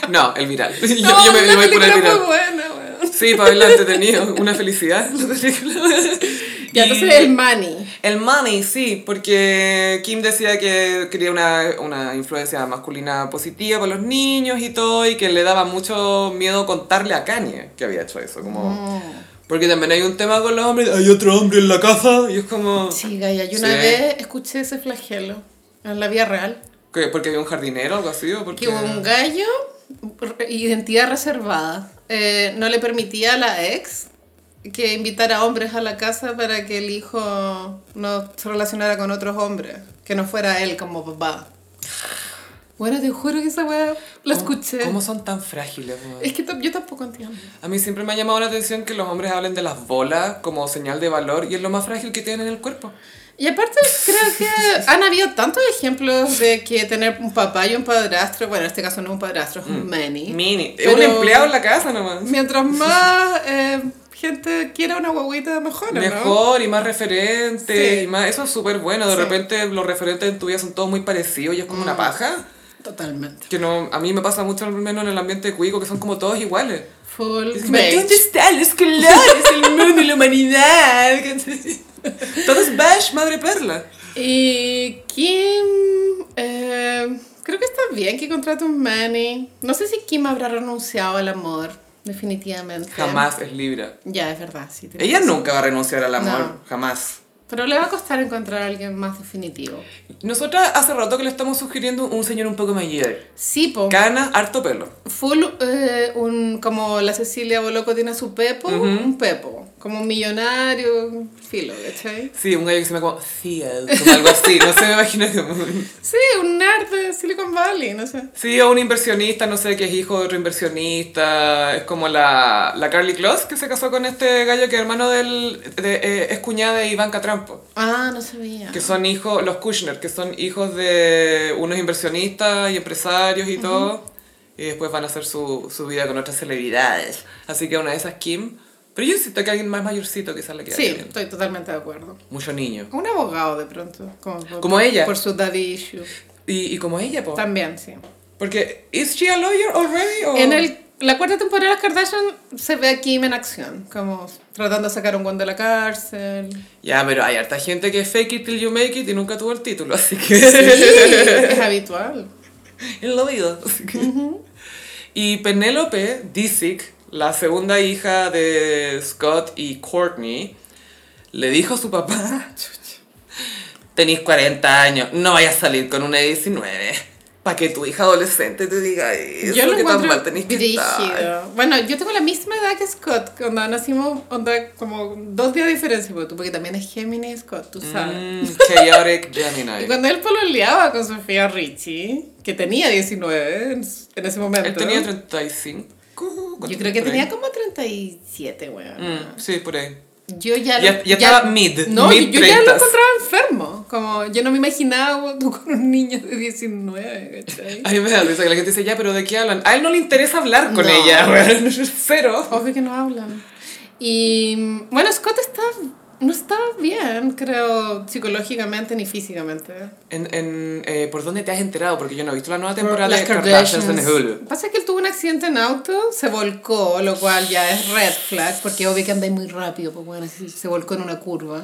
A: No, el viral. Yo,
B: No,
A: yo me, yo
B: la
A: me voy por el
B: película
A: viral.
B: fue buena, weón.
A: Sí, para verla entretenido, una felicidad. la película. Y-
B: Ya, entonces el Manny.
A: el money, sí, porque Kim decía que quería una, una influencia masculina positiva para los niños y todo, y que le daba mucho miedo contarle a Kanye que había hecho eso. Como,
B: Oh.
A: Porque también hay un tema con los hombres, hay otro hombre en la casa, y es como...
B: Sí, Gaya, yo una
A: Sí.
B: vez escuché ese flagelo en la vida real.
A: ¿Qué? ¿Porque había un jardinero o algo así? ¿O porque...
B: Que un gallo, re- identidad reservada, eh, no le permitía a la ex que invitar a hombres a la casa para que el hijo no se relacionara con otros hombres, que no fuera él como papá. Bueno, te juro que esa weá
A: ¿Cómo-
B: la escuché.
A: ¿Cómo son tan frágiles? weón?
B: Es que tam- yo tampoco entiendo.
A: A mí siempre me ha llamado la atención que los hombres hablen de las bolas como señal de valor y es lo más frágil que tienen en el cuerpo.
B: Y aparte creo que han habido tantos ejemplos de que tener un papá y un padrastro, bueno, en este caso no es un padrastro, es
A: Mm.
B: un many.
A: Mini. Es
B: Pero-
A: un empleado en la casa nomás.
B: Mientras más eh, gente quiera una guaguita, mejor, ¿o ¿no?
A: Mejor y más referente
B: Sí.
A: y más... Eso es súper bueno. De
B: Sí. Mm.
A: repente los referentes en tu vida son todos muy parecidos y es como una paja.
B: Totalmente.
A: Que no, a mí me pasa mucho, al menos en el ambiente cuico, que son como todos iguales.
B: Full
D: ¿Dónde
B: beige.
D: están los colores, el mundo y la humanidad?
A: Todos bash, madre perla.
B: Y Kim... eh, creo que está bien que contrate un Manny. No sé si Kim habrá renunciado al amor, definitivamente.
A: Jamás es Libra.
B: Ya, es verdad, sí. tiene
A: Ella
B: razón.
A: nunca va a renunciar al amor,
B: No.
A: jamás.
B: Pero le va a costar encontrar a alguien más definitivo.
A: Nosotras hace rato que le estamos sugiriendo un señor un poco mayor.
B: Sí, po.
A: Cana, harto pelo.
B: Full, eh, un, como la Cecilia Boloco tiene a su Pepo, un Pepo. Como un millonario, filo, ¿cachai?
A: Sí, un gallo que se llama como Theo, como algo así, no sé, me imagino como...
B: Sí, un nerd de Silicon Valley, no sé.
A: Sí, o un inversionista, no sé, que es hijo de otro inversionista, es como la, la Carly Close que se casó con este gallo que es hermano del... de- eh, es cuñada de Ivanka Trampo,
B: Ah, no sabía.
A: que son hijos, los Kushner, que son hijos de unos inversionistas y empresarios y todo, y después van a hacer su, su vida con otras celebridades. Así que una de esas Kim, pero yo insisto que alguien más mayorcito quizás le queda
B: Sí,
A: bien.
B: estoy totalmente de acuerdo.
A: Mucho niño.
B: Un abogado de pronto. Como, por-
A: Como ella. Oh.
B: Por su daddy issue.
A: Y, y como ella, po.
B: También, sí.
A: Porque, ¿is she a lawyer already? o-
B: En el, la cuarta temporada de las Kardashian se ve a Kim en acción. Como tratando de sacar a un guan de la cárcel.
A: Ya, pero hay harta gente que fake it till you make it y nunca tuvo el título, así que...
B: Sí, es habitual.
A: Él lo vio. así que- Y Penélope Disick, la segunda hija de Scott y Courtney, le dijo a su papá, tenéis 40 años, no vayas a salir con una de 19, para que tu hija adolescente te diga eso,
B: Yo lo
A: que tan
B: encuentro
A: mal tenés que estar.
B: brígido. Bueno, yo tengo la misma edad que Scott, que onda, nacimos onda, como dos días de diferencia, porque tú, porque también es Gemini Scott, tú sabes.
A: Mm, chaotic Gemini.
B: Y cuando él pololeaba con Sofía Richie, que tenía 19 en, en ese momento.
A: Él tenía 35.
B: Yo creo que
A: por ahí.
B: tenía como 37, weón.
A: Mm, sí, por ahí.
B: Yo ya,
A: Ya- ya estaba mid,
B: No,
A: mid
B: yo ya lo
A: 30s.
B: encontraba enfermo. Como yo no me imaginaba weón, tú con un niño de 19, ¿cachai?
A: A mí me da risa que la gente dice, ya, pero ¿de qué hablan? A él no le interesa hablar con
B: No.
A: ella, weón. Cero.
B: Obvio que no hablan. Y mm, bueno, Scott está, no estaba bien, creo, psicológicamente ni físicamente.
A: En, en, eh, ¿Por dónde te has enterado? Porque yo no he visto la nueva
B: Por
A: temporada de
B: las
A: Kardashians en
B: Kardashians.
A: Hulu.
B: Pasa que él tuvo un accidente en auto, se volcó, lo cual ya es red flag, porque obvio que andáis muy rápido, pues bueno, si se volcó en una curva.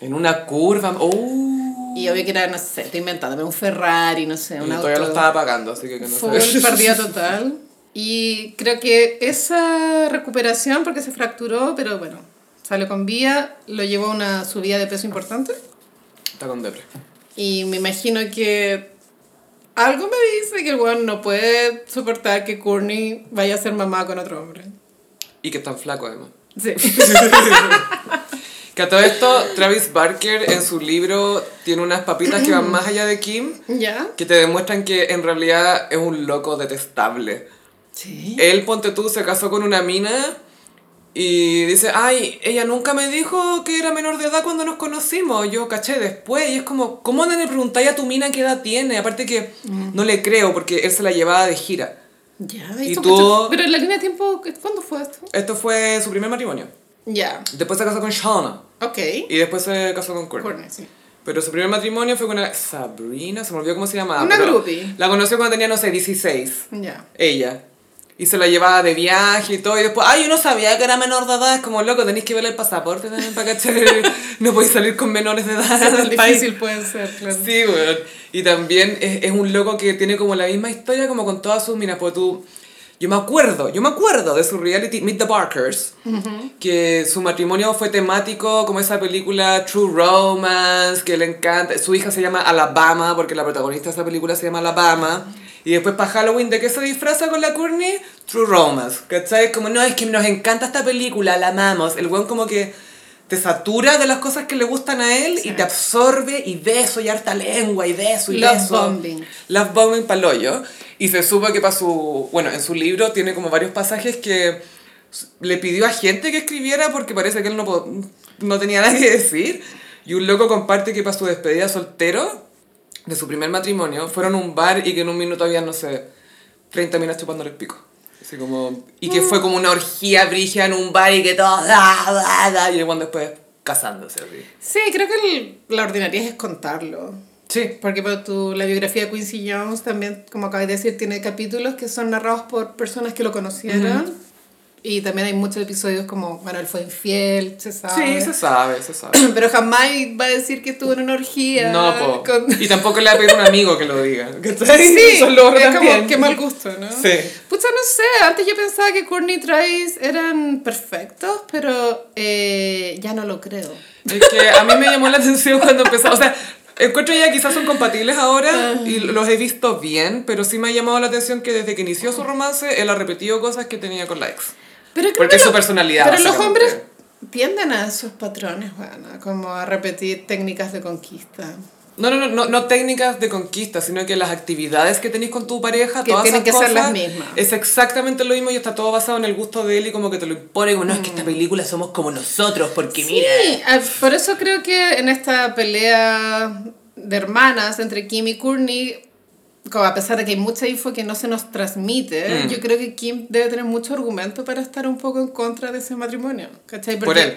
A: En una curva. ¡Oh!
B: Y obvio que era, no sé, estoy inventándome un Ferrari, no sé,
A: Y
B: un auto.
A: todavía lo estaba pagando, así que, que no
B: Full
A: sé.
B: pérdida total. Y creo que esa recuperación, porque se fracturó, pero bueno, salió con vía, lo llevó a una subida de peso importante.
A: Está con depre.
B: Y me imagino que algo me dice que el weón no puede soportar que Courtney vaya a ser mamá con otro hombre.
A: Y que tan flaco, además.
B: Sí.
A: Que a todo esto, Travis Barker en su libro tiene unas papitas que van más allá de Kim,
B: ¿Ya?
A: que te demuestran que en realidad es un loco detestable.
B: Sí.
A: Él, ponte tú, se casó con una mina y dice, ay, ella nunca me dijo que era menor de edad cuando nos conocimos, yo caché después, y es como, ¿cómo no le preguntáis a tu mina qué edad tiene? Aparte que
B: Mm.
A: no le creo porque él se la llevaba de gira.
B: Ya,
A: ¿Y
B: esto-
A: tú?
B: esto- Pero en la línea de tiempo, ¿cuándo fue esto?
A: Esto fue su primer matrimonio.
B: Ya.
A: Después se casó con Shauna
B: Ok.
A: y después se casó con Courtney.
B: Courtney, sí.
A: Pero su primer matrimonio fue con una Sabrina, se me olvidó cómo se llamaba.
B: Una
A: pero
B: groupie.
A: La conoció cuando tenía, no sé, 16.
B: Ya.
A: ella. Y se la llevaba de viaje y todo. Y después, ay, yo no sabía que era menor de edad. Es como loco, tenéis que ver el pasaporte también para cachar. no podéis salir con menores de edad
B: Tan
A: del país.
B: difícil puede ser, claro.
A: Sí, weón. Y también es, es un loco que tiene como la misma historia como con todas sus minas. Porque tú, yo me acuerdo, yo me acuerdo de su reality Meet the Barkers, que su matrimonio fue temático como esa película True Romance, que le encanta. Su hija se llama Alabama, porque la protagonista de esa película se llama Alabama. Y después para Halloween, ¿de qué se disfraza con la Courtney? True Romance, ¿cachai? Como, no, es que nos encanta esta película, la amamos. El weón como que te satura de las cosas que le gustan a él y te absorbe y beso y harta lengua y beso y
B: Love
A: beso.
B: bombing.
A: Love bombing paloyo. Y se supo que para su... Bueno, en su libro tiene como varios pasajes que s- le pidió a gente que escribiera porque parece que él no, po- no tenía nada que decir. Y un loco comparte que para su despedida soltero de su primer matrimonio fueron a un bar y que en un minuto había, no sé, 30 minas chupando el pico. Así como, y que fue como una orgía brilla en un bar y que todo... da, da, da, y el weón después casándose. así.
B: Sí, creo que el- la ordinaria es contarlo.
A: Sí.
B: Porque pero tu, la biografía de Quincy Jones también, como acabas de decir, tiene capítulos que son narrados por personas que lo conocieron. Y también hay muchos episodios como, bueno, él fue infiel, se sabe.
A: Sí, se sabe, se sabe.
B: Pero jamás va a decir que estuvo en una orgía.
A: No, po.
B: con-
A: Y tampoco le va a pedir a un amigo que lo diga. ¿cachai?
B: Sí,
A: Eso lo otro
B: es como
A: también.
B: que mal gusto, ¿no?
A: Sí.
B: Pucha, no sé, antes yo pensaba que Courtney y Travis eran perfectos, pero eh, ya no lo creo.
A: Es que a mí me llamó la atención cuando empezó. O sea, encuentro ya quizás son compatibles ahora y
B: Ah.
A: los he visto bien, pero sí me ha llamado la atención que desde que inició su romance él ha repetido cosas que tenía con la ex.
B: Pero creo
A: Porque es
B: que
A: su
B: lo-
A: personalidad,
B: Pero los
A: básicamente.
B: hombres tienden a esos patrones, bueno, como a repetir técnicas de conquista.
A: No, no, no, no, no técnicas de conquista, sino que las actividades que tenéis con tu pareja,
B: Que
A: todas
B: tienen
A: esas
B: que ser
A: cosas,
B: las mismas.
A: Es exactamente lo mismo y está todo basado en el gusto de él y como que te lo impone como
D: No,
A: no
D: es que
B: Mm.
D: esta película somos como nosotros, porque mira.
B: Sí, ah, por eso creo que en esta pelea de hermanas entre Kim y Courtney, como a pesar de que hay mucha info que no se nos transmite,
A: Mm.
B: yo creo que Kim debe tener mucho argumento para estar un poco en contra de ese matrimonio. ¿Cachai?
A: Por
B: Porque
A: él.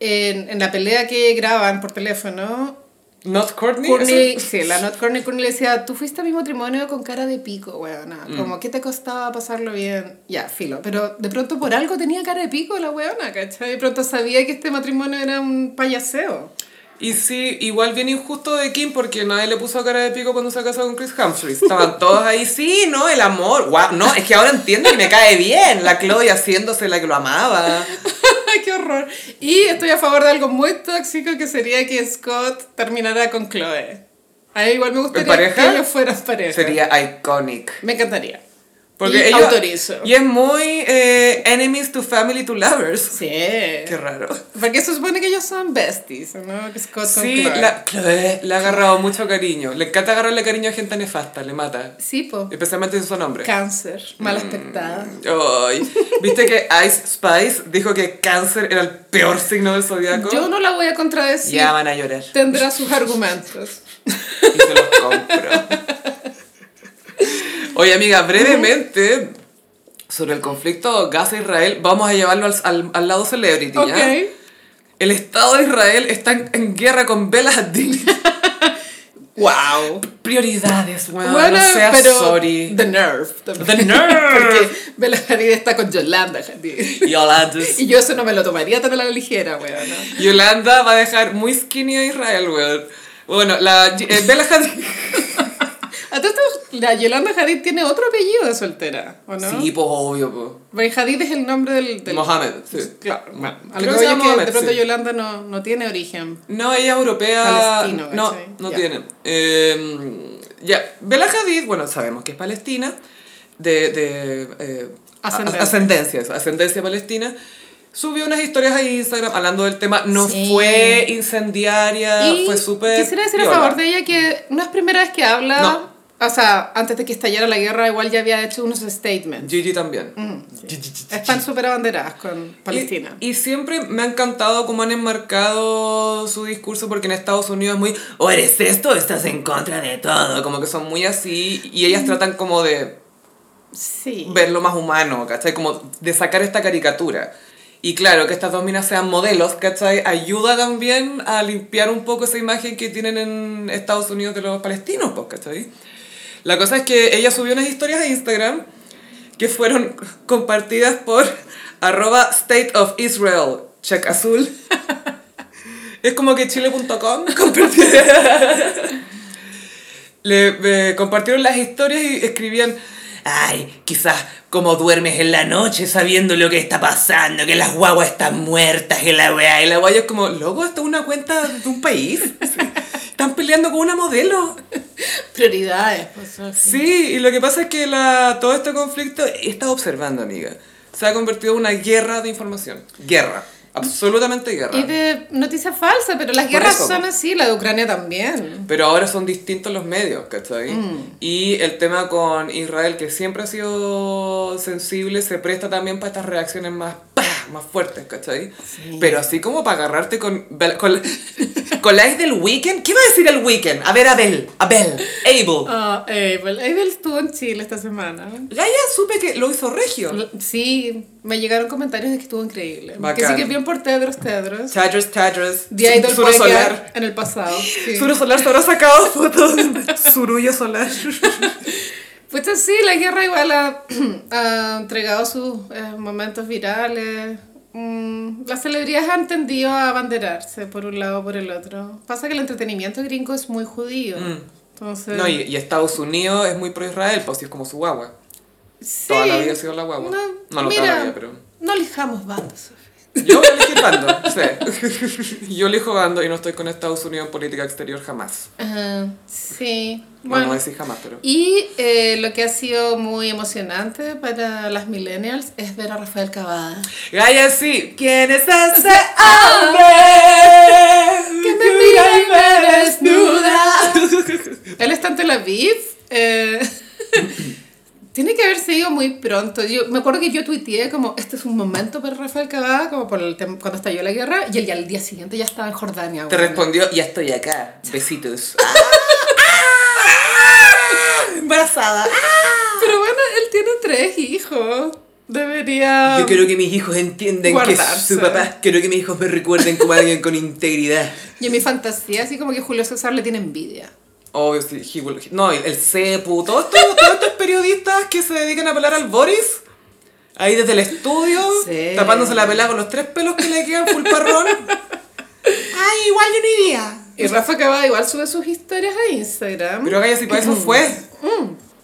B: En, en la pelea que graban por teléfono,
A: Not Courtney.
B: Courtney,
A: ¿Eso?
B: sí, la Not Courtney, Courtney le decía, tú fuiste a mi matrimonio con cara de pico, weona.
A: Mm.
B: Como, ¿qué te costaba pasarlo bien? Ya, filo. Pero de pronto por algo tenía cara de pico la weona, ¿cachai? De pronto sabía que este matrimonio era un payaseo.
A: Y sí, igual bien injusto de Kim porque nadie le puso cara de pico cuando se casó con Chris Humphries. Estaban todos ahí, sí, no, el amor. Guau, no, es que ahora entiendo y me cae bien. La Chloe haciéndose la que lo amaba.
B: ¡Qué horror! Y estoy a favor de algo muy tóxico que sería que Scott terminara con Chloe. A mí igual me gustaría
A: pareja?
B: que ellos fueran pareja.
A: Sería iconic.
B: Me encantaría.
A: Porque
B: y
A: ellos-
B: autorizo.
A: Y es muy eh, enemies to family to lovers.
B: Sí.
A: Qué raro.
B: Porque se supone que ellos son besties, ¿no? Que Scott con
A: Sí,
B: Chloe.
A: la, Chloe le ha agarrado mucho cariño. Le encanta agarrarle cariño a gente nefasta, le mata.
B: Sí, po.
A: Especialmente si son hombres.
B: Cáncer, mal
A: mm.
B: aspectada.
A: Ay, ¿Viste que Ice Spice dijo que cáncer era el peor signo del zodiaco?
B: Yo no la voy a contradecir.
A: Ya van a llorar.
B: Tendrá sus argumentos.
A: Y se los compro. Oye, amiga, brevemente, sobre el conflicto Gaza-Israel, vamos a llevarlo al, al- al lado celebrity, ¿ya?
B: Ok.
A: El Estado de Israel está en, en guerra con Bella Hadid.
B: Wow.
A: Prioridades, weón.
B: Bueno,
A: no seas
B: pero
A: sorry.
B: The nerve.
A: The nerve.
B: Porque Bella Hadid está con Yolanda Hadid.
D: Yolanda.
B: Y yo eso no me lo tomaría tan a la ligera, weón. ¿no?
A: Yolanda va a dejar muy skinny a Israel, weón. Bueno, la eh, Bella Hadid...
B: A todo esto, la Yolanda Hadid tiene otro apellido de soltera, ¿o no?
A: Sí, pues obvio, pues.
B: Porque Hadid es el nombre del... del-
A: Mohamed, sí.
B: Claro. Bueno, a
A: Creo que
B: lo que
A: se
B: voy es
A: llama
B: que
A: Mohamed,
B: de pronto
A: sí.
B: Yolanda no, no tiene origen.
A: No, ella es europea.
B: Palestino,
A: no,
B: ¿cachai?
A: no
B: Ya.
A: tiene. Eh, ya, Bella Hadid, bueno, sabemos que es palestina, de, de eh, a-
B: Ascendencia.
A: ascendencia, eso, ascendencia palestina. Subió unas historias a Instagram hablando del tema. No
B: Sí.
A: fue incendiaria, fue súper.
B: Quisiera decir a
A: viola.
B: favor de ella que no es primera vez que habla.
A: No.
B: O sea, antes de que estallara la guerra, igual ya había hecho unos statements.
A: Gigi también.
B: Están súper abanderadas con Mm, Palestina.
A: Y, y siempre me ha encantado cómo han enmarcado su discurso, porque en Estados Unidos es muy, "Oh,
D: O eres esto o estás en contra de todo.
A: como que son muy así, y
B: Mm.
A: ellas tratan como de
B: sí.
A: verlo más humano, ¿cachai? Como de sacar esta caricatura. Y claro, que estas dos minas sean modelos, ¿cachai? Ayuda también a limpiar un poco esa imagen que tienen en Estados Unidos de los palestinos, pues, ¿cachai? La cosa es que ella subió unas historias a Instagram que fueron compartidas por arroba State of Israel, check azul. es como que chile.com compartió Le eh, compartieron las historias y escribían
D: Ay, quizás como duermes en la noche sabiendo lo que está pasando, que las guaguas están muertas, que la weá
A: Y
D: y
A: la
D: la
A: guaya es como, loco, esto es una cuenta de un país. Están peleando con una modelo.
B: Prioridades. pues, al fin.
A: Sí, y lo que pasa es que la, todo este conflicto, he estado observando, amiga, se ha convertido en una guerra de información. Guerra. Absolutamente guerra.
B: Y de noticias falsas, pero las guerras
A: eso,
B: son
A: pues.
B: así, la de Ucrania también.
A: Pero ahora son distintos los medios, ¿cachai?
B: Mm.
A: Y el tema con Israel, que siempre ha sido sensible, se presta también para estas reacciones más ¡pah! más fuertes, ¿cachai? Pero así como para agarrarte con, Bel- con, con la ex del weekend. ¿Qué va a decir el weekend? A ver, Abel, Abel, Abel.
B: Ah, Abel. Abel estuvo en Chile esta semana.
A: Gaia supe que lo hizo Regio.
B: Sí, me llegaron comentarios de que estuvo increíble. Que sí
A: Bacán.
B: que bien por Tedros, Tedros.
A: Tadros, Tadros.
B: Día Idol
A: Suro
B: puede quedar
A: Solar.
B: en el pasado. sí.
A: Suro Solar se habrá sacado fotos. Surullo Solar.
B: Pues sí, la guerra igual ha, ha entregado sus eh, momentos virales. Mm, las celebridades han tendido a abanderarse por un lado o por el otro. Pasa que el entretenimiento gringo es muy judío. Entonces,
A: Mm. No, y, y Estados Unidos es muy pro-Israel, pues sí es como su guagua.
B: sí,
A: toda la vida ha sido la guagua.
B: No,
A: No, no toda
B: mira,
A: la vida, pero-
B: No elijamos bandos. Sofía.
A: Yo elijo bando, sí. Yo elijo bando y no estoy con Estados Unidos en política exterior jamás.
B: Ajá, sí.
A: Bueno,
B: Bueno,
A: no decir jamás, pero...
B: y eh, lo que ha sido muy emocionante para las millennials es ver a Rafael Cavada.
A: Gaya, sí. ¿Quién es ese ¡ah! hombre?
B: Que me mira y me Él está en Tel Aviv. eh, tiene que haberse ido muy pronto. Yo, me acuerdo que yo tuiteé como, este es un momento para Rafael Cavada, como por el tem- cuando estalló la guerra, y él ya al día siguiente ya estaba en Jordania.
D: Te
B: weona.
D: respondió, ya estoy acá. Besitos.
C: Embarazada.
B: Pero bueno, él tiene tres hijos. Debería...
D: Yo creo que mis hijos entienden
B: Guardarse.
D: que su papá, creo que mis hijos me recuerden como alguien con integridad.
B: Y en mi fantasía, así como que Julio César le tiene envidia.
A: Obvio, sí, he will- No, el- el cepu, todos estos, todos estos periodistas que se dedican a pelar al Boris, ahí desde el estudio,
B: Sí.
A: tapándose la pelada con los tres pelos que le quedan, full parrón.
C: Ay, igual yo no iría.
B: Y Rafa Cavada igual sube sus historias a Instagram.
A: Pero Gaya, si para pues, eso fue.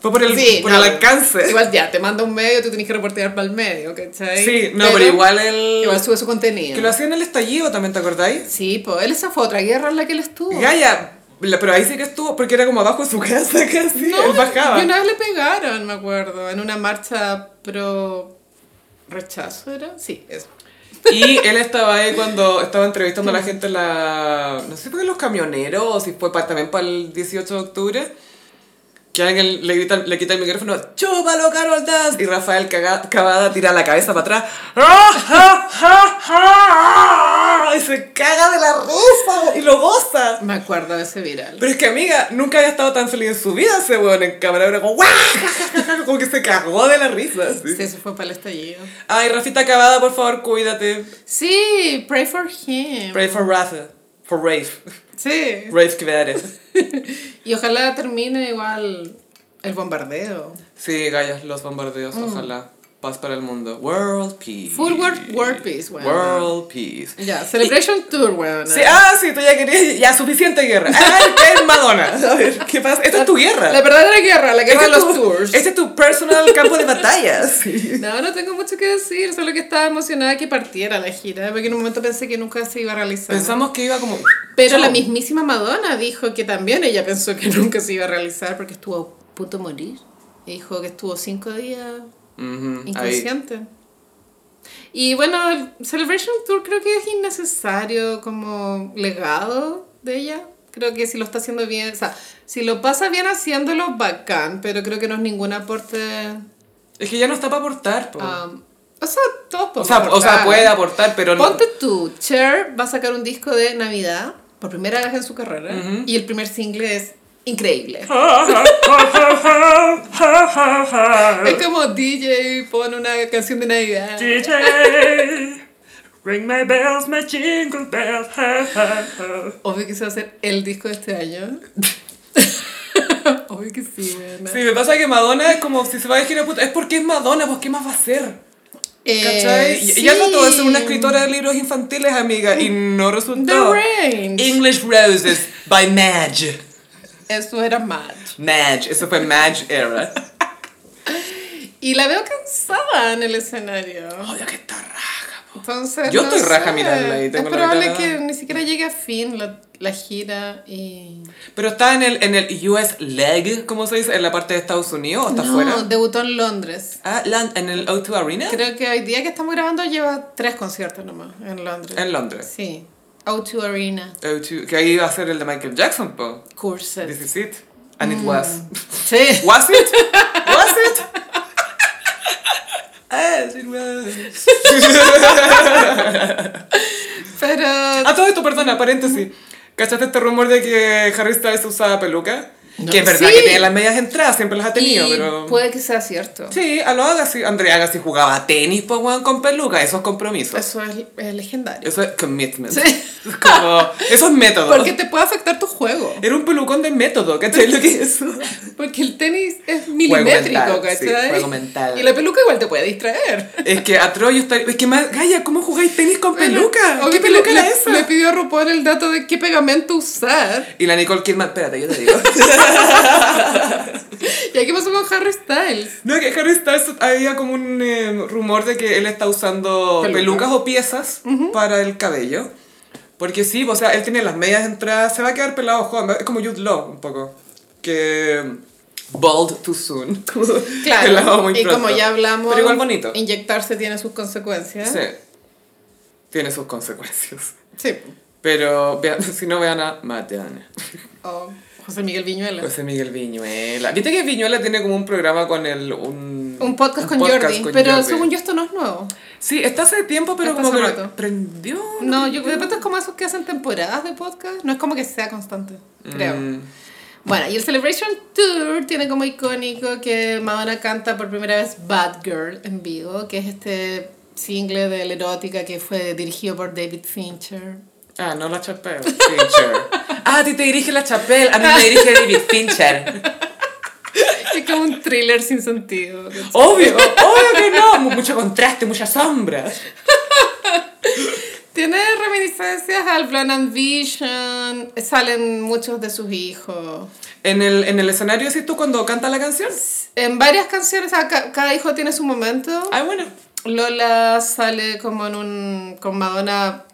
A: Fue por el,
B: Mm. Sí,
A: por
B: no,
A: el alcance.
B: Igual ya, te manda un medio, tú tenés que reportear para el medio, ¿cachai?
A: sí, no, pero, igual el...
B: Igual sube su contenido.
A: Que lo hacían en el estallido también, ¿te acordáis?
B: Sí, pues él esa fue otra guerra en la que él estuvo.
A: Gaya, la- pero ahí sí que estuvo, porque era como abajo de su casa casi, él bajaba.
B: Y una vez le pegaron, me acuerdo, en una marcha pro rechazo, ¿era? Sí, eso.
A: Y él estaba ahí cuando estaba entrevistando a la gente en la... No sé si fue en los camioneros o si fue pa- también para el 18 de octubre. Que alguien le, grita, le quita el micrófono, ¡Chúpalo, Carol Dance! Y Rafael caga- Cavada tira la cabeza para atrás. ¡Ah, ja, ja, ja! Y se caga de la risa y lo goza.
B: Me acuerdo de ese viral.
A: Pero es que, amiga, nunca había estado tan feliz en su vida ese weón en cámara. Era como, ¡guau! ja, ja, ja, ja", Como que se cagó de la risa. así.
B: Sí, eso fue para el estallido.
A: Ay, Rafita Cavada, por favor, cuídate.
B: Sí, pray for him.
A: Pray for Rafa. For Rafe.
B: Sí.
A: Rafe Kveres.
B: Y ojalá termine igual el bombardeo.
A: Sí, gallas, los bombardeos, ojalá. Paz para el mundo. World Peace.
B: Mm. Full world, world peace, weón.
A: World Peace.
B: Ya, Celebration Tour, weón.
A: Sí, ah, sí, tú ya querías, ya suficiente guerra. Ay, qué Madonna. A ver, ¿qué pasa? Esta es tu guerra.
B: La verdadera guerra, la guerra
A: Este
B: de
A: es
B: los
A: tu-
B: tours.
A: Este es tu personal campo de batalla.
B: No, no tengo mucho que decir, solo que estaba emocionada que partiera la gira, porque en un momento pensé que nunca se iba a realizar.
A: Pensamos que iba como...
B: Pero
A: Chao.
B: la mismísima Madonna dijo que también ella pensó que nunca se iba a realizar porque estuvo a punto de morir. Y dijo que estuvo cinco días
A: Ujú, ahí.
B: inconsciente. Y bueno, el Celebration Tour creo que es innecesario como legado de ella. Creo que si lo está haciendo bien, o sea, si lo pasa bien haciéndolo, bacán, pero creo que no es ningún aporte.
A: Es que ya no está para aportar, po.
B: um, o sea, todos
A: o, sea,
B: podemos
A: o sea,
B: aportar.
A: puede aportar, pero no...
B: Ponte tú, Cher va a sacar un disco de Navidad por primera vez en su carrera y el primer single es increíble. es como DJ pone una canción de Navidad.
A: DJ, ring my bells, my jingle bells. ha, ha, ha.
B: Obvio que se va a hacer el disco de este año. Obvio que sí, buena.
A: Sí, me pasa que Madonna es como si se va a gira puta. Es porque es Madonna, pues ¿qué más va a hacer?
B: Eh,
A: ¿Cachai? Y-
B: sí.
A: Ella trató de ser una escritora de libros infantiles, amiga, y no
B: The
A: resultó.
B: Range.
D: English Roses by Madge.
B: Eso era match.
A: Madge, eso fue Madge era.
B: Y la veo cansada en el escenario.
A: Obvio que está raja, po.
B: Entonces,
A: Yo
B: no
A: estoy raja
B: sé.
A: mirarla ahí, tengo
B: Es
A: la
B: probable
A: ventana-
B: que ni siquiera llegue a fin la, la gira y...
A: Pero está en el, en el US leg, ¿cómo se dice? En la parte de Estados Unidos, ¿o está
B: no,
A: afuera.
B: debutó en Londres.
A: Ah, lan- en el O2 Arena.
B: Creo que hoy día que estamos grabando lleva tres conciertos nomás en Londres.
A: En Londres.
B: Sí. O2 Arena,
A: O2, que ahí iba a ser el de Michael Jackson, po. This
B: Curses.
A: is it. And it was.
B: Sí.
A: Was it? Was it? Yes, it was.
B: Pero...
A: A todo esto, perdona, paréntesis. ¿Cachaste este rumor de que Harry Styles usaba peluca?
B: No.
A: Que es verdad
B: Sí.
A: que tiene las medias entradas, siempre las ha tenido,
B: y
A: pero...
B: puede que sea cierto.
A: Sí, a lo Agassi. Andrea Agassi jugaba tenis, pues, weón, con peluca. Eso es compromiso.
B: Eso es, es legendario.
A: Eso es commitment.
B: Sí.
A: Es como... Eso es método.
B: Porque te puede afectar tu juego.
A: Era un pelucón de método, ¿cachai? Lo que es eso.
B: Porque el tenis es milimétrico,
A: mental,
B: ¿cachai?
A: sí, juego mental.
B: Y la peluca igual te puede distraer.
A: Es que a Troy yo estaría... Es que, más... Gaya, ¿cómo jugáis tenis con peluca? ¿Qué
B: Obvio que
A: peluca
B: le-
A: era
B: le-
A: esa?
B: Le pidió a RuPaul el dato de qué pegamento usar.
A: Y la Nicole Kidman... Espérate, yo te digo.
B: ¿Y aquí pasó con Harry Styles?
A: No, que Harry Styles había como un eh, rumor de que él está usando
B: Peluca.
A: pelucas o piezas para el cabello. Porque sí, o sea, él tiene las medias entradas, se va a quedar pelado joven, es como Jude Law un poco. Que bald too soon. como
B: Claro.
A: pelado muy
B: y
A: pronto.
B: como ya hablamos,
A: Pero igual bonito.
B: inyectarse tiene sus consecuencias.
A: Sí. Tiene sus consecuencias.
B: Sí.
A: Pero vean- si no vean a Matiana.
B: O José Miguel Viñuela.
A: José Miguel Viñuela. Viste que Viñuela tiene como un programa con el... Un,
B: un podcast con Jordi. pero según yo esto no es nuevo.
A: Sí, está hace tiempo, pero
B: Está
A: como que
B: hace
A: lo
B: rato.
A: prendió.
B: No, yo creo que es como esos que hacen temporadas de podcast. No es como que sea constante, creo.
A: Mm.
B: Bueno, y el Celebration Tour tiene como icónico que Madonna canta por primera vez Bad Girl en vivo, que es este single de la erótica que fue dirigido por David Fincher.
A: Ah, no la Chapelle. Fincher.
D: Ah, a ti te dirige la Chapelle, a mí me dirige David Fincher.
B: Es como un thriller sin sentido.
A: obvio, obvio que no. Mu- Mucho contraste, mucha sombra.
B: Tiene reminiscencias al Plan and Vision, salen muchos de sus hijos.
A: En el, en el escenario, ¿sí tú cuando canta la canción?
B: En varias canciones, o sea, ca- cada hijo tiene su momento.
A: Ah, bueno.
B: Lola sale como en un. con Madonna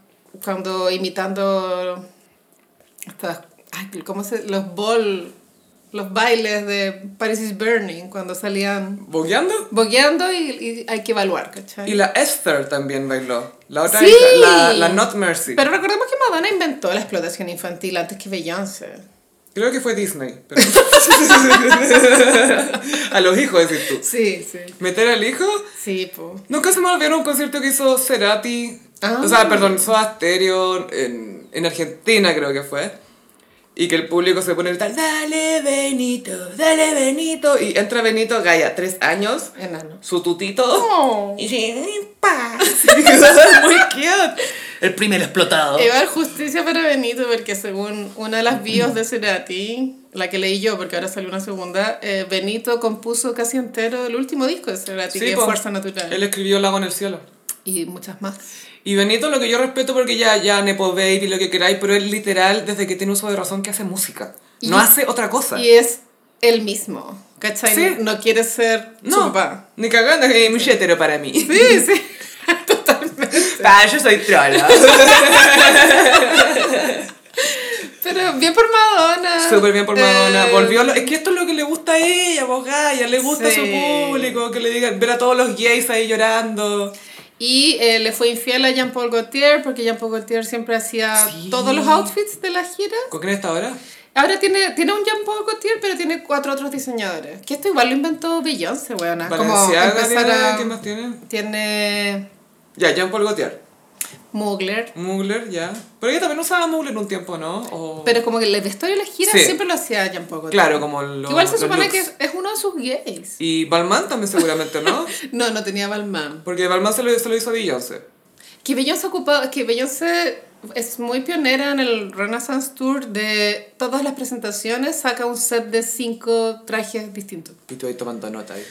B: cuando imitando. estas- ay, ¿Cómo se.? Los ball. Los bailes de Paris is Burning cuando salían
A: ¿Bogueando?
B: bogueando y, y hay que evaluar, ¿cachai?
A: Y la Esther también bailó. La otra
B: Sí.
A: hija, la, la Not Mercy.
B: Pero recordemos que Madonna inventó la explotación infantil antes que Beyoncé.
A: Creo que fue Disney. pero- A los hijos, decís tú.
B: Sí, sí.
A: Meter al hijo.
B: Sí, po.
A: Nunca se me olvidó un concierto que hizo Cerati.
B: Ah.
A: O sea, perdón, Soda Stereo en, en Argentina creo que fue. Y que el público se pone a gritar, dale Benito, dale Benito. Y entra Benito Gaya, tres años,
B: Enano. Oh,
A: su tutito.
B: No.
C: Y sí, pa.
A: Muy cute.
D: El primer
A: ¿Ah?
D: explotado.
A: Eh,
B: Iba a justicia para Benito porque según una de las bios de Cerati, la que leí yo porque ahora salió una segunda, eh, Benito compuso casi entero el último disco de Cerati, que es
A: po.
B: Fuerza Natural.
A: Él escribió Lago en el Cielo.
B: Y muchas más.
A: Y Benito, lo que yo respeto porque ya, ya, Nepo Baby, lo que queráis, pero es literal desde que tiene uso de razón que hace música. No
B: Y-
A: hace otra cosa.
B: Y es el mismo, ¿cachai?
A: Sí.
B: No quiere ser su
A: no,
B: papá.
A: ni cagando, es muy hetero para mí.
B: Sí, sí.
D: Ah, yo soy trola.
B: Pero bien por Madonna.
A: Súper bien por Madonna.
B: Eh,
A: Volvió a lo- Es que esto es lo que le gusta a ella, vos Gaia. Le gusta
B: Sí.
A: a su público, que le digan, ver a todos los gays ahí llorando.
B: Y eh, le fue infiel a Jean-Paul Gaultier porque Jean-Paul Gaultier siempre hacía
A: Sí.
B: todos los outfits de la gira.
A: ¿Con quién está ahora?
B: Ahora tiene, tiene un Jean-Paul Gaultier, pero tiene cuatro otros diseñadores. Que esto igual lo inventó Beyoncé, weona. Ah, Como
A: Valenciaga,
B: empezar
A: tiene-
B: a...
A: ¿quién más tiene?
B: Tiene
A: Ya, Jean-Paul Gaultier.
B: Mugler.
A: Mugler, ya. Pero ella también usaba Mugler un tiempo, ¿no? O-
B: Pero como que la historia de la gira
A: Sí.
B: siempre lo hacía Jean-Paul Gaultier.
A: Claro, como los
B: igual se
A: los
B: supone
A: looks.
B: que es, es uno de sus gays.
A: Y Balmain también seguramente, ¿no?
B: No, no tenía Balmain.
A: Porque Balmain se lo, se lo hizo a Beyoncé.
B: Que Beyoncé ocupaba... Que Beyoncé es muy pionera en el Renaissance Tour de todas las presentaciones, saca un set de cinco trajes distintos.
D: Y tú ahí tomando nota. ahí.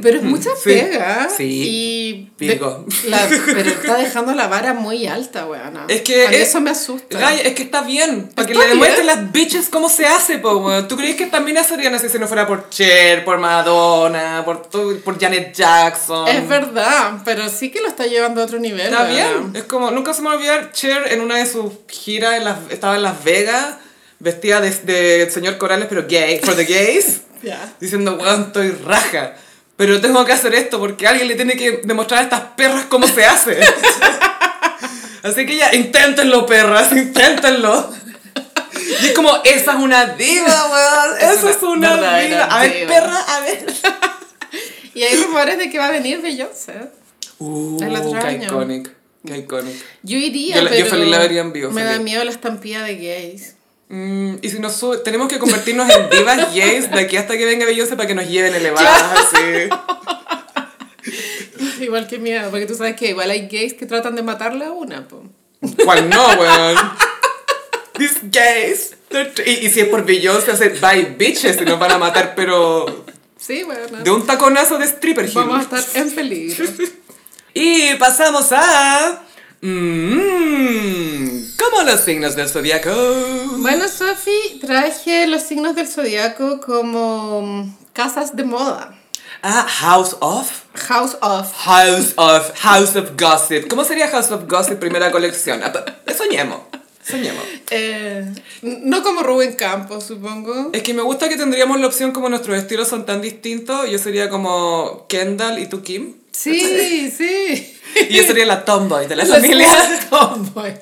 B: Pero es mucha
D: Sí,
B: pega.
D: sí,
B: Y de-
D: pico.
B: la- pero está dejando la vara muy alta, weona.
A: Es que
B: A mí
A: es-
B: eso me asusta.
A: Gaya, es que está bien. Para que
B: Está
A: le demuestren
B: bien.
A: las bitches cómo se hace, po, weón. ¿Tú crees que estas minas serían así si no fuera por Cher, por Madonna, por, tu- por Janet Jackson?
B: Es verdad, pero sí que lo está llevando a otro nivel.
A: Está
B: weona.
A: bien. Es como, nunca se me va a olvidar, Cher en una de sus giras en las- estaba en Las Vegas, vestida de, de señor Corales, pero gay, for the gays,
B: Ya.
A: diciendo, weón, estoy raja. Pero tengo que hacer esto porque alguien le tiene que demostrar a estas perras cómo se hace. Así que ya, inténtenlo, perras, inténtenlo. Y es como, esa es una diva, weón.
B: Es
A: Esa
B: una
A: es una diva.
B: verdadera
A: A ver,
B: diva.
A: perra, a ver.
B: Y hay rumores de que va a venir Beyoncé.
A: Uh,
B: El otro
A: qué
B: año.
A: iconic, qué iconic.
B: Yo iría,
A: Yo la- yo
B: pero
A: feliz la vería en vivo,
B: me
A: feliz.
B: da miedo la estampida de gays.
A: Mm, y si nos sube, tenemos que convertirnos en divas gays de aquí hasta que venga Beyoncé para que nos lleven elevadas así.
B: Igual que miedo, porque tú sabes que igual hay gays que tratan de matarla a una, po.
A: Cual no, weón. These gays. they're tr- Y, y si es por Beyoncé, hacer bye bitches y nos van a matar, pero
B: Sí, bueno.
A: de un taconazo de stripper heel.
B: Vamos a estar en peligro.
D: Y pasamos a...
A: Mmm, como los signos del zodiaco.
B: Bueno, Sofi, traje los signos del zodiaco como mm, casas de moda.
D: a House of.
B: House of.
A: House of, House of Gossip. ¿Cómo sería House of Gossip primera colección? Ah, pa- Soñemos, soñemos.
B: Eh, n- no como Rubén Campos, supongo.
A: Es que me gusta que tendríamos la opción como nuestros estilos son tan distintos. Yo sería como Kendall y tú Kim.
B: Sí, sí.
A: Y yo sería la tomboy de la
B: Las
A: familia.
B: modas. Bueno.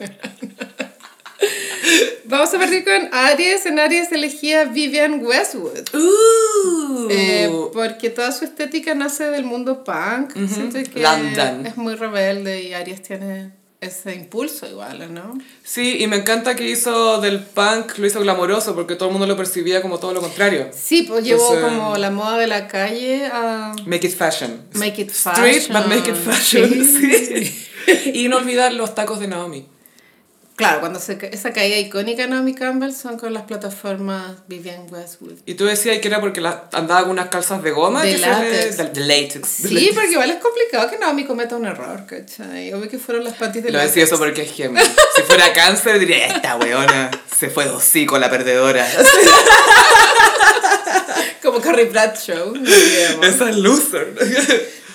B: Vamos a partir con Aries. En Aries elegía Vivian Westwood.
A: Uh.
B: Eh, porque toda su estética nace del mundo punk. Siento que
A: London.
B: es muy rebelde y Aries tiene ese impulso igual, ¿no?
A: Sí, y me encanta que hizo del punk, lo hizo glamoroso, porque todo el mundo lo percibía como todo lo contrario.
B: Sí, pues llevó
A: Entonces,
B: como la moda de la calle a
A: Make it fashion.
B: make it fashion.
A: Street, but make it fashion.
B: Sí.
A: Sí. Y no olvidar los tacos de Naomi.
B: Claro, cuando se ca- esa caída icónica de Naomi Campbell son con las plataformas Vivian Westwood.
A: Y tú decías que era porque la- andaba con unas calzas de goma.
B: De
A: que se le-
B: látex.
A: de- de látex.
B: Sí, porque igual es complicado que Naomi cometa un error, ¿cachai? Obvio que fueron las patis de
A: Lo
B: la
A: decía eso porque es Gemma. Si fuera cáncer, diría, esta weona se fue de hocico la perdedora.
B: Como Carrie Bradshaw. no olvidemos.
A: Esa es loser.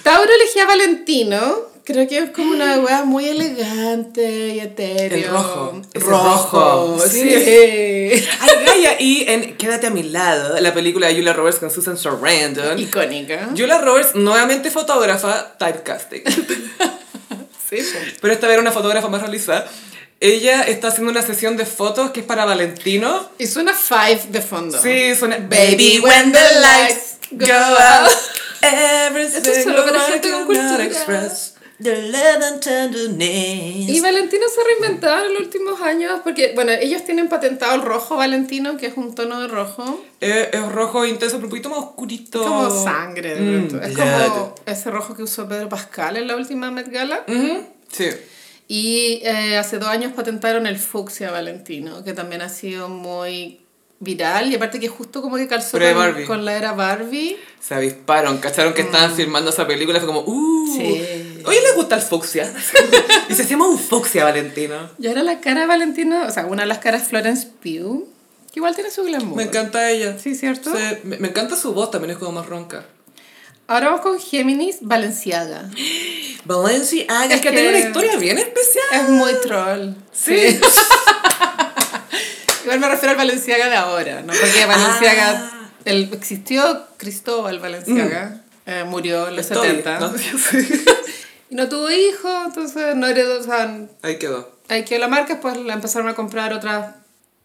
B: Tauro elegía a Valentino. Creo que es como una wea muy elegante y etéreo.
A: El rojo, ese
B: Rojo.
A: rojo,
B: Sí.
A: Ay, Gaia, y en Quédate a mi lado, la película de Julia Roberts con Susan Sarandon.
B: Icónica.
A: Julia Roberts, nuevamente fotógrafa, typecasting.
B: Sí, pues. po.
A: Pero esta vez era una fotógrafa más realizada. Ella está haciendo una sesión de fotos que es para Valentino.
B: Y suena Five de fondo.
A: Sí, suena
B: Baby, when the lights go out. Esto es solo para gente con cultura.
D: The love and tenderness.
B: Y Valentino se ha reinventado en los últimos años porque, bueno, ellos tienen patentado el rojo Valentino, que es un tono de rojo.
A: Eh, es rojo intenso, pero un poquito más oscurito.
B: Como sangre. de
A: Mm,
B: pronto. es
A: blood.
B: como ese rojo que usó Pedro Pascal en la última Met Gala.
A: Ujú, Sí.
B: Y eh, hace dos años patentaron el fucsia Valentino, que también ha sido muy viral. Y aparte que justo como que calzó
A: Pre
B: con,
A: Barbie.
B: con la era Barbie.
A: Se avisparon, cacharon que estaban filmando esa película. Fue como, uh.
B: Mm. Sí.
A: Oye, le gusta el fucsia. y se llama un fucsia, Valentino.
B: Y ahora la cara de Valentino, o sea, una de las caras Florence Pugh, que igual tiene su glamour.
A: Me encanta ella.
B: Sí, ¿cierto?
A: Se- me, me encanta su voz, también es como más ronca.
B: Ahora vamos con Géminis Valenciaga.
D: Valencia
A: Es que,
B: que-
A: tiene una historia bien especial.
B: Es muy troll.
A: Sí.
B: Igual me refiero al Valenciaga de ahora, ¿no?
A: Ah.
B: Porque Valenciaga, el, existió Cristóbal Valenciaga, eh, murió en los
A: Mm. Estoy,
B: 70.
A: ¿no? Sí.
B: Y no tuvo hijo, entonces no heredó, o sea,
A: Ahí quedó.
B: hay que la marca, pues la empezaron a comprar otras.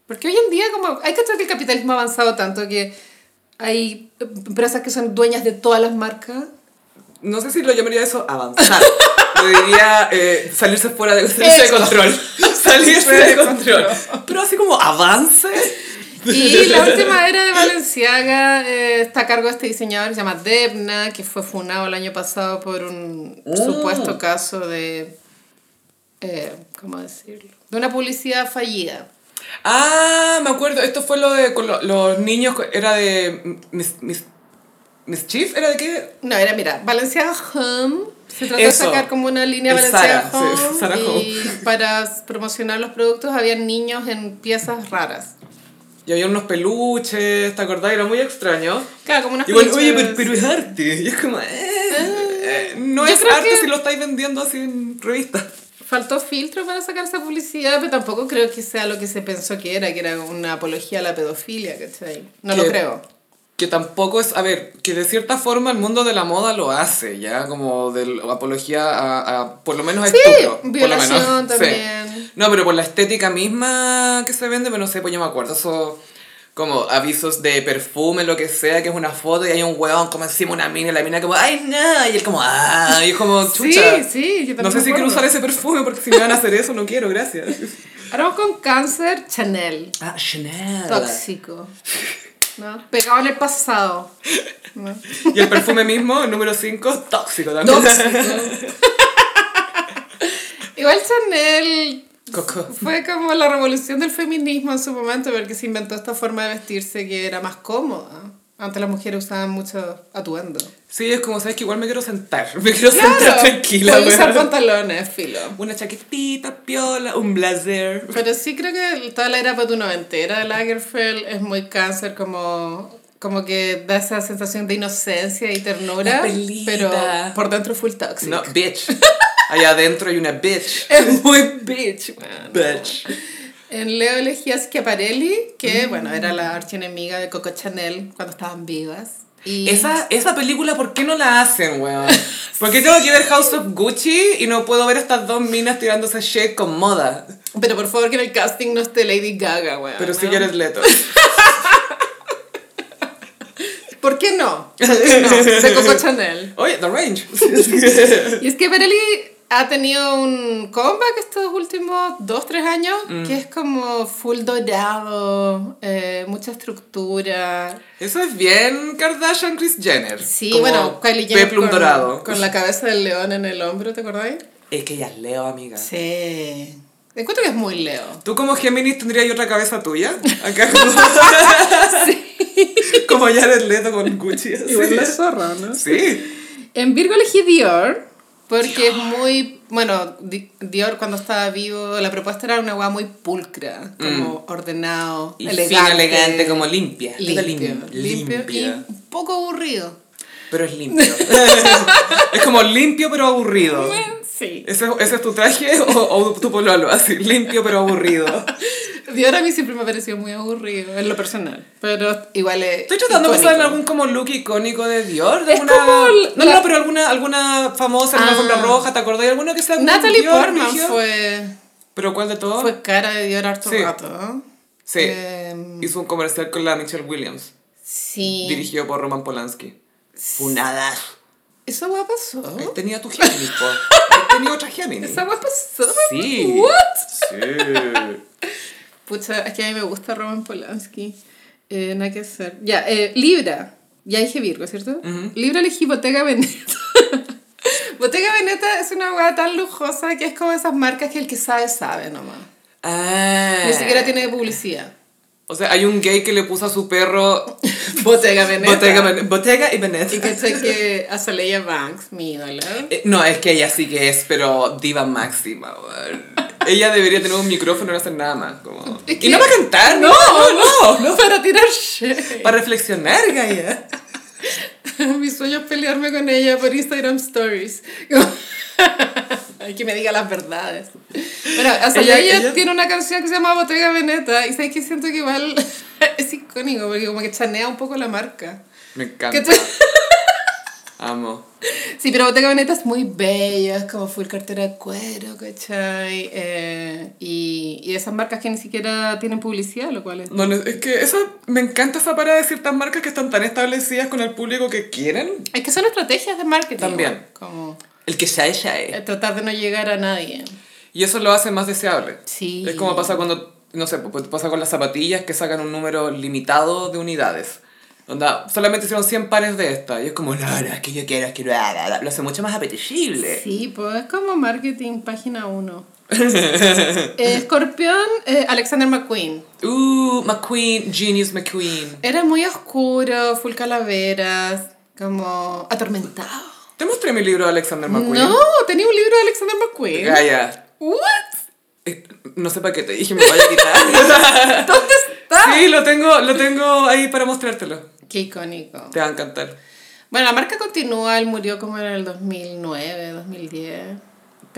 B: Porque hoy en día, como, hay que saber que el capitalismo ha avanzado tanto que hay empresas que son dueñas de todas las marcas.
A: No sé si lo llamaría eso avanzar. Lo diría eh, salirse fuera de, salirse de
B: Eso.
A: control. Salirse de control.
D: Pero así como avance.
B: Y la última era de Valenciaga eh, está a cargo de este diseñador que se llama
A: Oh.
B: Debna, que fue funado el año pasado por un supuesto caso de eh, ¿cómo decirlo? De una publicidad fallida.
A: Ah, me acuerdo. Esto fue lo de con lo- los niños. co- Era de. Mis, mis, Mischief, ¿era de qué?
B: No, era, mira, Balenciaga Home. Se trató
A: Eso.
B: de sacar como una línea
A: El
B: Balenciaga
A: Zara,
B: Home.
A: sí, Zara
B: y
A: Home.
B: para promocionar los productos había niños en piezas raras.
A: Y había unos peluches, ¿te acordás? Era muy extraño.
B: Claro, como unas
A: Y bueno,
B: peluches.
A: oye, pero, pero es arte. Y es como, eh, eh, no
B: Yo
A: es
B: creo
A: arte
B: que-
A: si lo estáis vendiendo así en revistas.
B: Faltó filtro para sacar esa publicidad, pero tampoco creo que sea lo que se pensó que era, que era una apología a la pedofilia, ¿cachai? No lo
A: Que-
B: creo.
A: Que tampoco es, a ver, que de cierta forma el mundo de la moda lo hace, ya, como de la apología a, a- por lo menos a
B: Sí,
A: estupro. por lo menos.
B: violación
A: Sí.
B: también.
A: No, pero por la estética misma que se vende, pero no sé, pues yo me acuerdo, eso como avisos de perfume, lo que sea, que es una foto y hay un huevón como encima una mina y la mina como, ay, no, y él como, ah, y es como,
B: Sí,
A: chucha.
B: sí, yo
A: No
B: también
A: sé si quiero
B: me acuerdo.
A: usar ese perfume porque si me van a hacer eso no quiero, gracias.
B: Ahora vamos con cáncer, Chanel.
A: Ah, Chanel.
B: Tóxico. ¿No? Pegado en el pasado. ¿No?
A: Y el perfume mismo, el número 5, tóxico también.
B: Tóxico. Igual Chanel
A: Coco.
B: fue como la revolución del feminismo en su momento, porque se inventó esta forma de vestirse que era más cómoda. Antes las mujeres usaban mucho atuendo.
A: Sí, es como, sabes que igual me quiero sentar. Me quiero sentar
B: Claro,
A: tranquila.
B: puede usar
A: weón.
B: pantalones, filo.
A: Una chaquetita, piola, un blazer.
B: Pero sí creo que toda la era patunoventera de Lagerfeld es muy cáncer, como, como que da esa sensación de inocencia y ternura,
A: La pelita.
B: pero por dentro full toxic.
A: No, bitch. Allá adentro hay una bitch.
B: Es muy bitch, man.
A: Bitch.
B: En Leo elegí a Schiaparelli, que
A: Mm.
B: bueno, era la archienemiga de Coco Chanel cuando estaban vivas. Y
A: Esa, esa película, ¿por qué no la hacen, weón? Porque tengo que ver House of Gucci y no puedo ver estas dos minas tirándose shit con moda.
B: Pero por favor que en el casting no esté Lady Gaga, Ah, weón.
A: Pero si
B: ¿no?
A: yo eres leto.
B: ¿Por qué no? ¿Por qué no? De Coco Chanel.
A: Oye, The Range.
B: Y es que Perelli ha tenido un comeback estos últimos dos, tres años, que es como full dorado, eh, mucha estructura.
A: Eso es bien Kardashian Chris Jenner.
B: Sí,
A: Como
B: bueno, Kylie Jenner
A: Peplum
B: con,
A: dorado.
B: con la cabeza del león en el hombro, ¿te acordáis?
A: Es que ella es Leo, amiga.
B: Sí. Encuentro que es muy Leo.
A: ¿Tú como Géminis tendrías otra cabeza tuya? Acá como... como ya eres Leto con Gucci. así.
B: zorra, ¿no?
A: Sí.
B: En Virgo elegí Dior, porque es muy... Bueno, Di- Dior cuando estaba vivo, la propuesta era una guay muy pulcra, como ordenado,
D: Y
B: elegante.
D: fino, elegante, como limpia.
A: Este
B: limpio,
D: Lim-
B: limpio
D: limpia.
B: y un poco aburrido.
D: Pero es limpio.
A: Es como limpio pero aburrido.
B: Sí.
A: ¿Ese, es- ese es tu traje o, o tu pololo? Así, limpio pero aburrido.
B: Dior a mí siempre me ha parecido muy aburrido, en lo personal. Pero igual es.
A: Estoy tratando de
B: icónico.
A: pensar en algún como look icónico de Dior. De
B: Es
A: alguna-
B: como el-
A: No,
B: la-
A: no, pero alguna, alguna famosa, alguna
B: Ah.
A: alfombra roja, ¿te acordás? ¿Alguno que sea como
B: Natalie
A: Dior,
B: Portman
A: brígido?
B: fue,
A: ¿Pero cuál de todos?
B: fue cara de Dior harto
A: Sí.
B: rato. ¿no?
A: Sí.
B: Em,
A: Hizo un comercial con la Michelle Williams,
B: sí.
A: dirigido por Roman Polanski.
D: Punada.
B: Esa hueá pasó.
A: Ahí tenía tu Géminis, po. Ahí tenía otra Géminis.
B: Esa hueá pasó.
A: Sí.
B: What?
A: Sí.
B: Pucha, es que a mí me gusta Roman Polanski. Eh, nada que hacer. Ya, eh, Libra. Ya dije Virgo, ¿cierto? Libra elegí Bottega Veneta. Bottega Veneta es una hueá tan lujosa que es como esas marcas que el que sabe, sabe nomás.
A: Ah.
B: Ni siquiera tiene publicidad.
A: O sea, hay un gay que le puso a su perro
B: Bottega Veneta.
A: Bottega, Ben- Bottega y Benet.
B: Y caché que a Saleya Banks, mi ídola.
A: Eh, No, es que ella sí que es, pero diva máxima. weón. Ella debería tener un micrófono y no hacer nada más. Como...
B: Es
A: Y
B: que-
A: no para cantar, no, no, no.
B: Para tirar shit.
A: Para reflexionar, Gaia.
B: Mi sueño es pelearme con ella por Instagram Stories. Hay que me diga las verdades. Bueno, o sea,
A: Ella-
B: ella,
A: ella-
B: tiene una canción que se llama Bottega Veneta y sabes que siento que igual es icónico porque como que chanea un poco la marca.
A: Me encanta.
B: ¿Cachai?
A: Amo.
B: Sí, pero Bottega Veneta es muy bella, es como full cartera de cuero, ¿cachai? Eh, y, y esas marcas que ni siquiera tienen publicidad, lo cual es...
A: No, no, es que eso, me encanta esa parada de ciertas marcas que están tan establecidas con el público que quieren.
B: Es que son estrategias de marketing.
A: También.
B: igual, Como
D: El que sea ella es.
B: eh, tratar de no llegar a nadie.
A: Y eso lo hace más deseable.
B: Sí.
A: Es como pasa cuando, no sé, pues pasa con las zapatillas que sacan un número limitado de unidades. Onda, solamente hicieron 100 pares de estas. Y es como, no, no, es que yo quiero, es que lo, lo hace mucho más apetecible.
B: Sí, pues es como marketing página 1. Eh, Escorpión, eh, Alexander McQueen.
A: Uh, McQueen, Genius McQueen.
B: Era muy oscuro, full calaveras, como atormentado.
A: Te mostré mi libro de Alexander McQueen.
B: No, tenía un libro de Alexander McQueen.
A: Gaia.
B: What?
A: eh, No sé para qué te dije, me lo voy a quitar.
B: ¿Dónde está?
A: sí, lo tengo, lo tengo ahí para mostrártelo.
B: Qué icónico.
A: Te va a encantar.
B: Bueno, la marca continúa, él murió como en el 2009, 2010,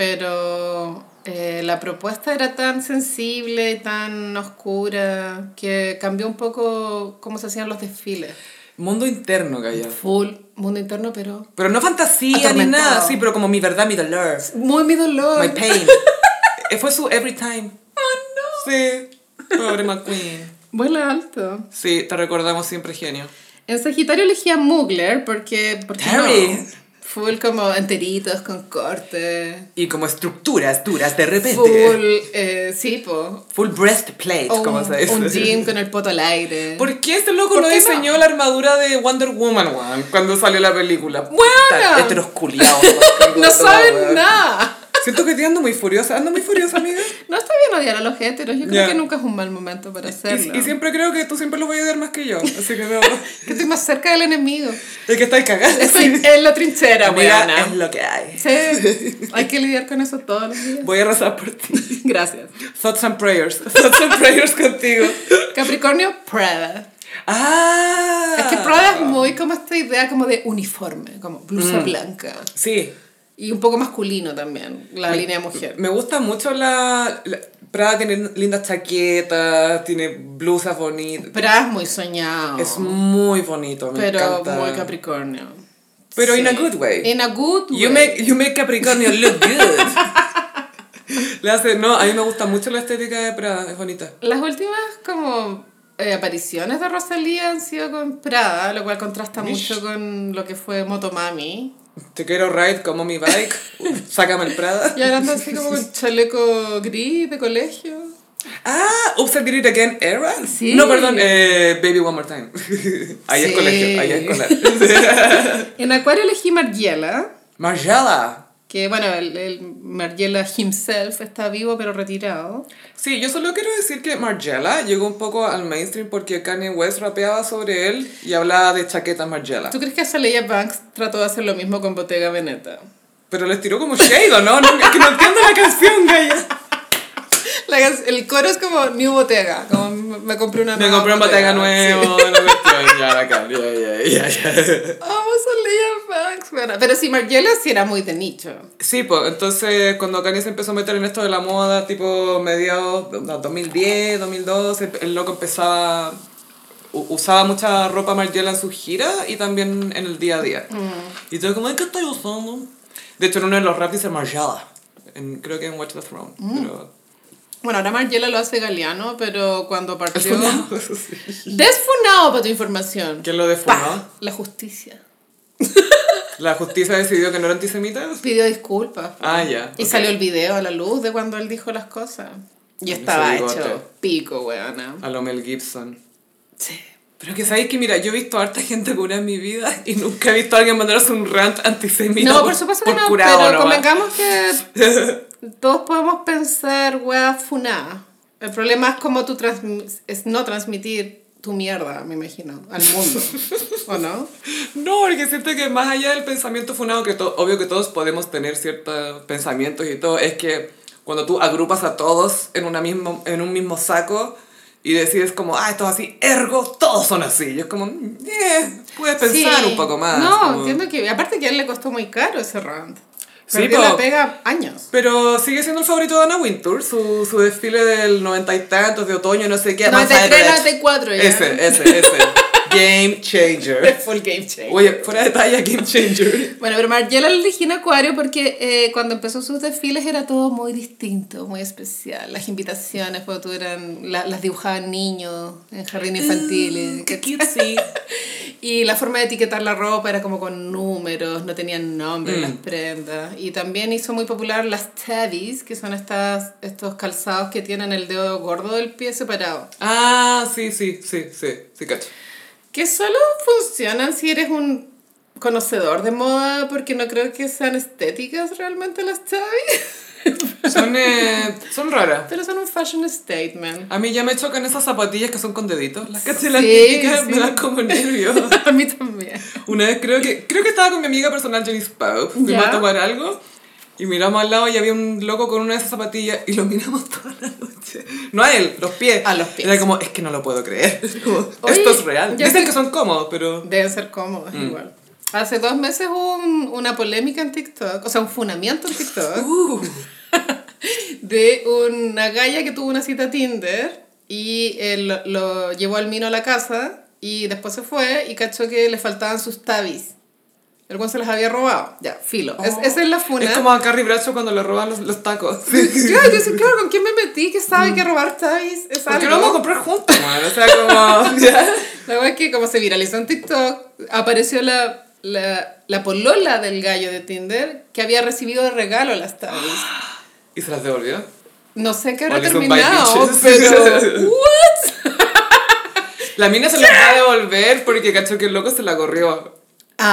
B: pero eh, la propuesta era tan sensible, tan oscura, que cambió un poco cómo se hacían los desfiles.
A: Mundo interno, Gaia.
B: Full, mundo interno, pero...
A: Pero no fantasía ni
B: Atormentado.
A: nada, sí, pero como mi verdad, mi dolor.
B: Muy mi dolor.
A: My pain. Eh, Fue su every time. Oh, no. Sí. Pobre McQueen.
B: Vuela alto.
A: Sí, te recordamos siempre genio.
B: En Sagitario elegía Mugler porque... porque
A: Terry.
B: no. Full como enteritos, con corte.
A: Y como estructuras duras de repente. Full,
B: Full, eh, sí, po.
A: breastplate,
B: O
A: como
B: un,
A: se dice.
B: un jean con el poto al aire.
A: ¿Por qué este loco
B: ¿Por
A: no
B: qué no?
A: diseñó la armadura de Wonder Woman, weón? Cuando salió la película.
B: Bueno.
A: Heteros culiados,
B: No saben nada.
A: Siento que te ando muy furiosa. Ando muy furiosa, amiga.
B: No está bien odiar a los heteros. Yo creo
A: Ya.
B: que nunca es un mal momento para hacerlo.
A: Y, y siempre creo que tú siempre los voy a odiar más que yo. Así que no.
B: Que estoy más cerca del enemigo.
A: Es que estáis cagando.
B: Estoy en la trinchera,
A: Amiga,
B: weona.
A: es lo que hay.
B: Sí, hay que lidiar con eso todos los días.
A: Voy a rezar por ti.
B: Gracias.
A: Thoughts and prayers. Thoughts and prayers contigo.
B: Capricornio, Prada.
A: Ah.
B: Es que Prada es muy como esta idea como de uniforme, como blusa
A: Mm.
B: blanca.
A: Sí.
B: Y un poco masculino también, la línea mujer.
A: Me gusta mucho la, la- Prada tiene lindas chaquetas, tiene blusas bonitas.
B: Prada es muy soñado.
A: Es muy bonito, me
B: Oh. pero
A: encanta.
B: muy Capricornio.
A: Pero in a good way.
B: In a good way.
A: You make, you make Capricornio look good. Le hace, no, a mí me gusta mucho la estética de Prada, es bonita.
B: Las últimas como eh, apariciones de Rosalía han sido con Prada, lo cual contrasta mucho con lo que fue Motomami.
A: Te quiero ride como mi bike, sácame el Prada.
B: Y ahora anda así como con chaleco gris de colegio.
A: Ah, Oops, I Did It Again era.
B: Sí.
A: No, perdón, eh, Baby One More Time. Ahí es
B: Sí.
A: colegio, ahí es escolar.
B: En Acuario elegí Margiela,
A: Margiela.
B: que bueno, el, el Margiela himself está vivo pero retirado.
A: Sí, yo solo quiero decir que Margiela llegó un poco al mainstream porque Kanye West rapeaba sobre él y hablaba de chaquetas Margiela.
B: ¿Tú crees que Azalea Banks trató de hacer lo mismo con Bottega Veneta?
A: Pero les tiró como shade, ¿o ¿no? no es que no entiendo la canción, gaya.
B: La can- el coro es como New Bottega, como me me compré una
A: Me
B: nueva
A: compré un Bottega
B: sí.
A: nuevo, la cuestión, ya, acá, ya, ya, ya, ya.
B: Amo Azalea Banks, bueno, pero sí, Margiela sí era muy de nicho.
A: Sí, pues, entonces cuando Kanye se empezó a meter en esto de la moda, tipo mediados no, 2010, 2012, el loco empezaba... u- Usaba mucha ropa Margiela en sus giras y también en el día a día.
B: Mm.
A: Y todo como, "Ay, ¿qué estoy usando? De hecho, en uno de los raps dice Margiela. En- creo que en Watch the Throne.
B: Mm.
A: Pero...
B: Bueno, ahora Margiela lo hace Galeano, pero cuando partió...
A: Eso sí.
B: Desfunado para tu información.
A: ¿Quién lo
B: Pa,
A: defunó?
B: La justicia.
A: La justicia decidió que no era antisemita.
B: Pidió disculpas.
A: Ah, ya.
B: Y salió el video a la luz de cuando él dijo las cosas. Y estaba
A: bigote.
B: hecho pico, weona.
A: A lo Mel Gibson.
B: Sí.
A: Pero que sabéis que, mira, yo he visto harta gente curada en mi vida y nunca he visto a alguien mandarse un rant antisemita.
B: No, por supuesto que no,
A: curado
B: pero
A: nomás.
B: convengamos que todos podemos pensar, weas, funá. El problema es cómo tú transmi- es no transmitir tu mierda, me imagino, al mundo. ¿O no?
A: No, porque siento que más allá del pensamiento funado, que to- obvio que todos podemos tener ciertos pensamientos y todo, es que cuando tú agrupas a todos en, una mismo, en un mismo saco y decides como, ah, esto es así, ergo, todos son así. Y es como, mm, eh, puedes pensar
B: Sí.
A: un poco más.
B: No,
A: como-
B: entiendo que. Aparte que a él le costó muy caro ese rant.
A: Sí,
B: Perdió
A: po.
B: la pega años.
A: Pero sigue siendo el favorito de Anna Wintour, su, su desfile del noventa y tantos, de otoño, no sé qué.
B: 93,
A: Manhattan Beach.
B: 94 ya.
A: Ese, ese, ese. Game changer.
B: Full game changer.
A: Oye, fuera de talla, game changer.
B: Bueno, pero Margiela le elegí en Acuario porque eh, cuando empezó sus desfiles era todo muy distinto, muy especial. Las invitaciones, fotos eran, la- las dibujaban niños en jardines infantiles. ¿cachai? Y la forma de etiquetar la ropa era como con números, no tenían nombre las prendas. Y también hizo muy popular las tabbies, que son estas, estos calzados que tienen el dedo gordo del pie separado.
A: Ah, sí, sí, sí, sí, sí, cacho.
B: Que solo funcionan si eres un conocedor de moda, porque no creo que sean estéticas realmente las chavis.
A: Son, eh, son raras.
B: Pero son un fashion statement.
A: A mí ya me chocan esas zapatillas que son con deditos. Las cachas las
B: Sí,
A: típicas
B: sí.
A: me dan como nervios.
B: A mí también.
A: Una vez creo que creo que estaba con mi amiga personal Jenny Spout, fuimos
B: Ya.
A: a tomar algo y miramos al lado y había un loco con una de esas zapatillas y lo miramos toda la noche. No a él, los pies.
B: A los pies.
A: Era como, es que no lo puedo creer. Como,
B: Oye,
A: Esto es real.
B: ya
A: Dicen
B: que-
A: que son cómodos, pero
B: Deben ser cómodos
A: Mm.
B: igual. Hace dos meses hubo un- una polémica en TikTok, o sea, un funamiento en TikTok,
A: Uh.
B: de una galla que tuvo una cita Tinder y eh, lo, lo llevó al mino a la casa y después se fue y cachó que le faltaban sus tabis. El cual se las había robado. Ya, filo. Es- esa es la funa.
A: Oh. es como a Carrie Bradshaw cuando le roban los, los tacos.
B: Claro, yo decía, claro, ¿con quién me metí? que sabe que robar tabis? Es
A: Mm. Porque
B: algo.
A: lo vamos a comprar juntos, man. O sea, como. ya.
B: La verdad es que como se viralizó en TikTok, apareció la, la, la polola del gallo de Tinder que había recibido de regalo las tablas.
A: Y se las devolvió.
B: No sé qué habrá
A: Only some bad
B: terminado,
A: bitches.
B: pero... ¿What?
A: La mina se las va a devolver porque cacho que el loco se la corrió.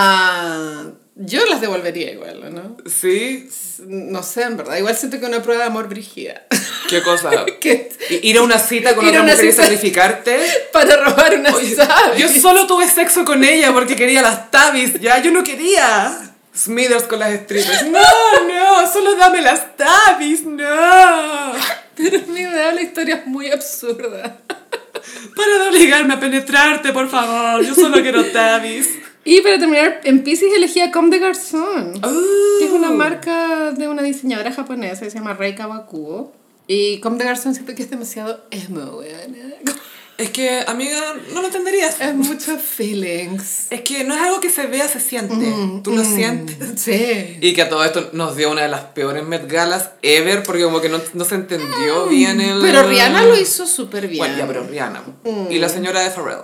B: Ah, yo las devolvería igual, ¿o ¿no?
A: ¿Sí?
B: No sé, en verdad. Igual siento que una prueba de amor brigida.
A: ¿Qué cosa?
B: que
A: I- Ir a una cita con
B: Ir a
A: otra
B: una
A: mujer y
B: cita.
A: sacrificarte.
B: para robar una
A: Yo
B: tablas.
A: solo tuve sexo con ella porque quería las tabis, ya, yo no quería. Smithers con las strippers. No, no, solo dame las tabis, no.
B: Pero mi idea la historia es muy absurda.
A: Para de obligarme a penetrarte, por favor. Yo solo quiero tabis.
B: Y para terminar, en Pisces elegía Comme de Garzón. que es una
A: Uh.
B: marca de una diseñadora japonesa que se llama Rei Kawakubo. Y Comme de Garçon siento que es demasiado emo, weona.
A: Es que, amiga, no lo entenderías.
B: Es mucho feelings.
A: Es que no es algo que se vea, se siente.
B: Mm,
A: Tú lo sientes.
B: Sí.
A: Y que a todo esto nos dio una de las peores Met Galas ever, porque como que no, no se entendió bien el...
B: Mm, Pero Rihanna lo hizo súper bien. Mm.
A: Bueno, ya, pero Rihanna. Y la señora de Pharrell.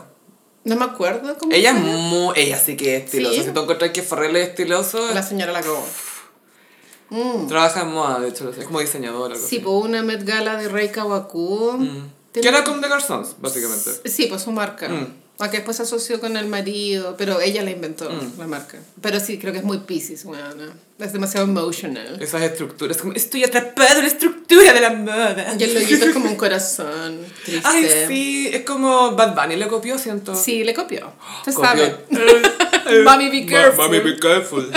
B: No me acuerdo cómo
A: Ella es
B: se llama.
A: muy... Ella sí que es estilosa.
B: Sí.
A: Si tú encuentras que Pharrell es estiloso,
B: La señora la cagó.
A: trabaja en moda, de hecho. Es como diseñadora. algo
B: Sí,
A: así.
B: pues una Met Gala de Rei Kawakubo.
A: Que Mm. era Mm. con The Garzons, básicamente.
B: Sí, pues su marca. Aunque después se asoció con el marido, pero ella la inventó,
A: Mm.
B: la marca. Pero sí, creo que es muy Pisces, weona. Es demasiado emotional.
A: Esas estructuras, como, estoy atrapado en la estructura de la moda.
B: Y el loguito es como un corazón triste.
A: Ay, sí, es como Bad Bunny le copió, siento.
B: Sí, le copió. Se
A: Copió.
B: sabe.
A: Eh,
B: Mami, be
A: ma-
B: careful.
A: Mami, be careful.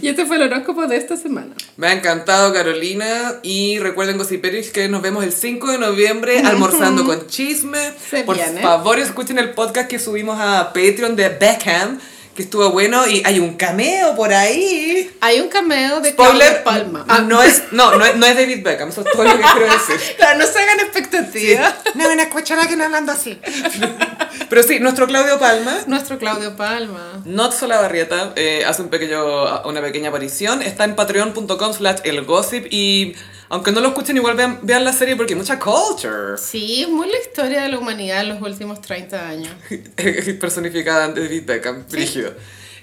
B: Y este fue el horóscopo de esta semana.
A: Me ha encantado Carolina y recuerden Gossiperis que nos vemos el 5 de noviembre almorzando con chisme.
B: Se
A: Por
B: viene.
A: favor escuchen el podcast que subimos a Patreon de Beckham que estuvo bueno y hay un cameo por ahí.
B: Hay un cameo de
A: Spoiler, Ah,
B: Claudia Palma.
A: no es no no es, no es David Beckham, eso es todo lo que quiero decir.
B: Claro, no se hagan expectativas.
C: No van a escuchar a alguien hablando así.
A: Pero sí, nuestro Claudio Palma
B: Nuestro Claudio Palma.
A: Not Solabarrieta eh, hace un pequeño, una pequeña aparición. Está en patreon.com slash el gossip y aunque no lo escuchen igual vean, vean la serie porque hay mucha culture.
B: Sí, es muy la historia de la humanidad en los últimos 30 años.
A: personificada ante David Beckham, brígido.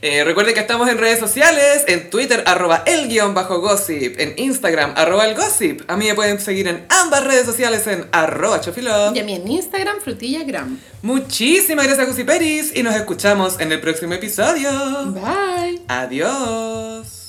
A: Eh, recuerden que estamos en redes sociales, en Twitter, arroba el guión bajo gossip, en Instagram, arroba el gossip. A mí me pueden seguir en ambas redes sociales en arroba chofilo.
B: Y a mí en Instagram, frutillagram.
A: Muchísimas gracias, Gossiperis, y nos escuchamos en el próximo episodio.
B: Bye.
A: Adiós.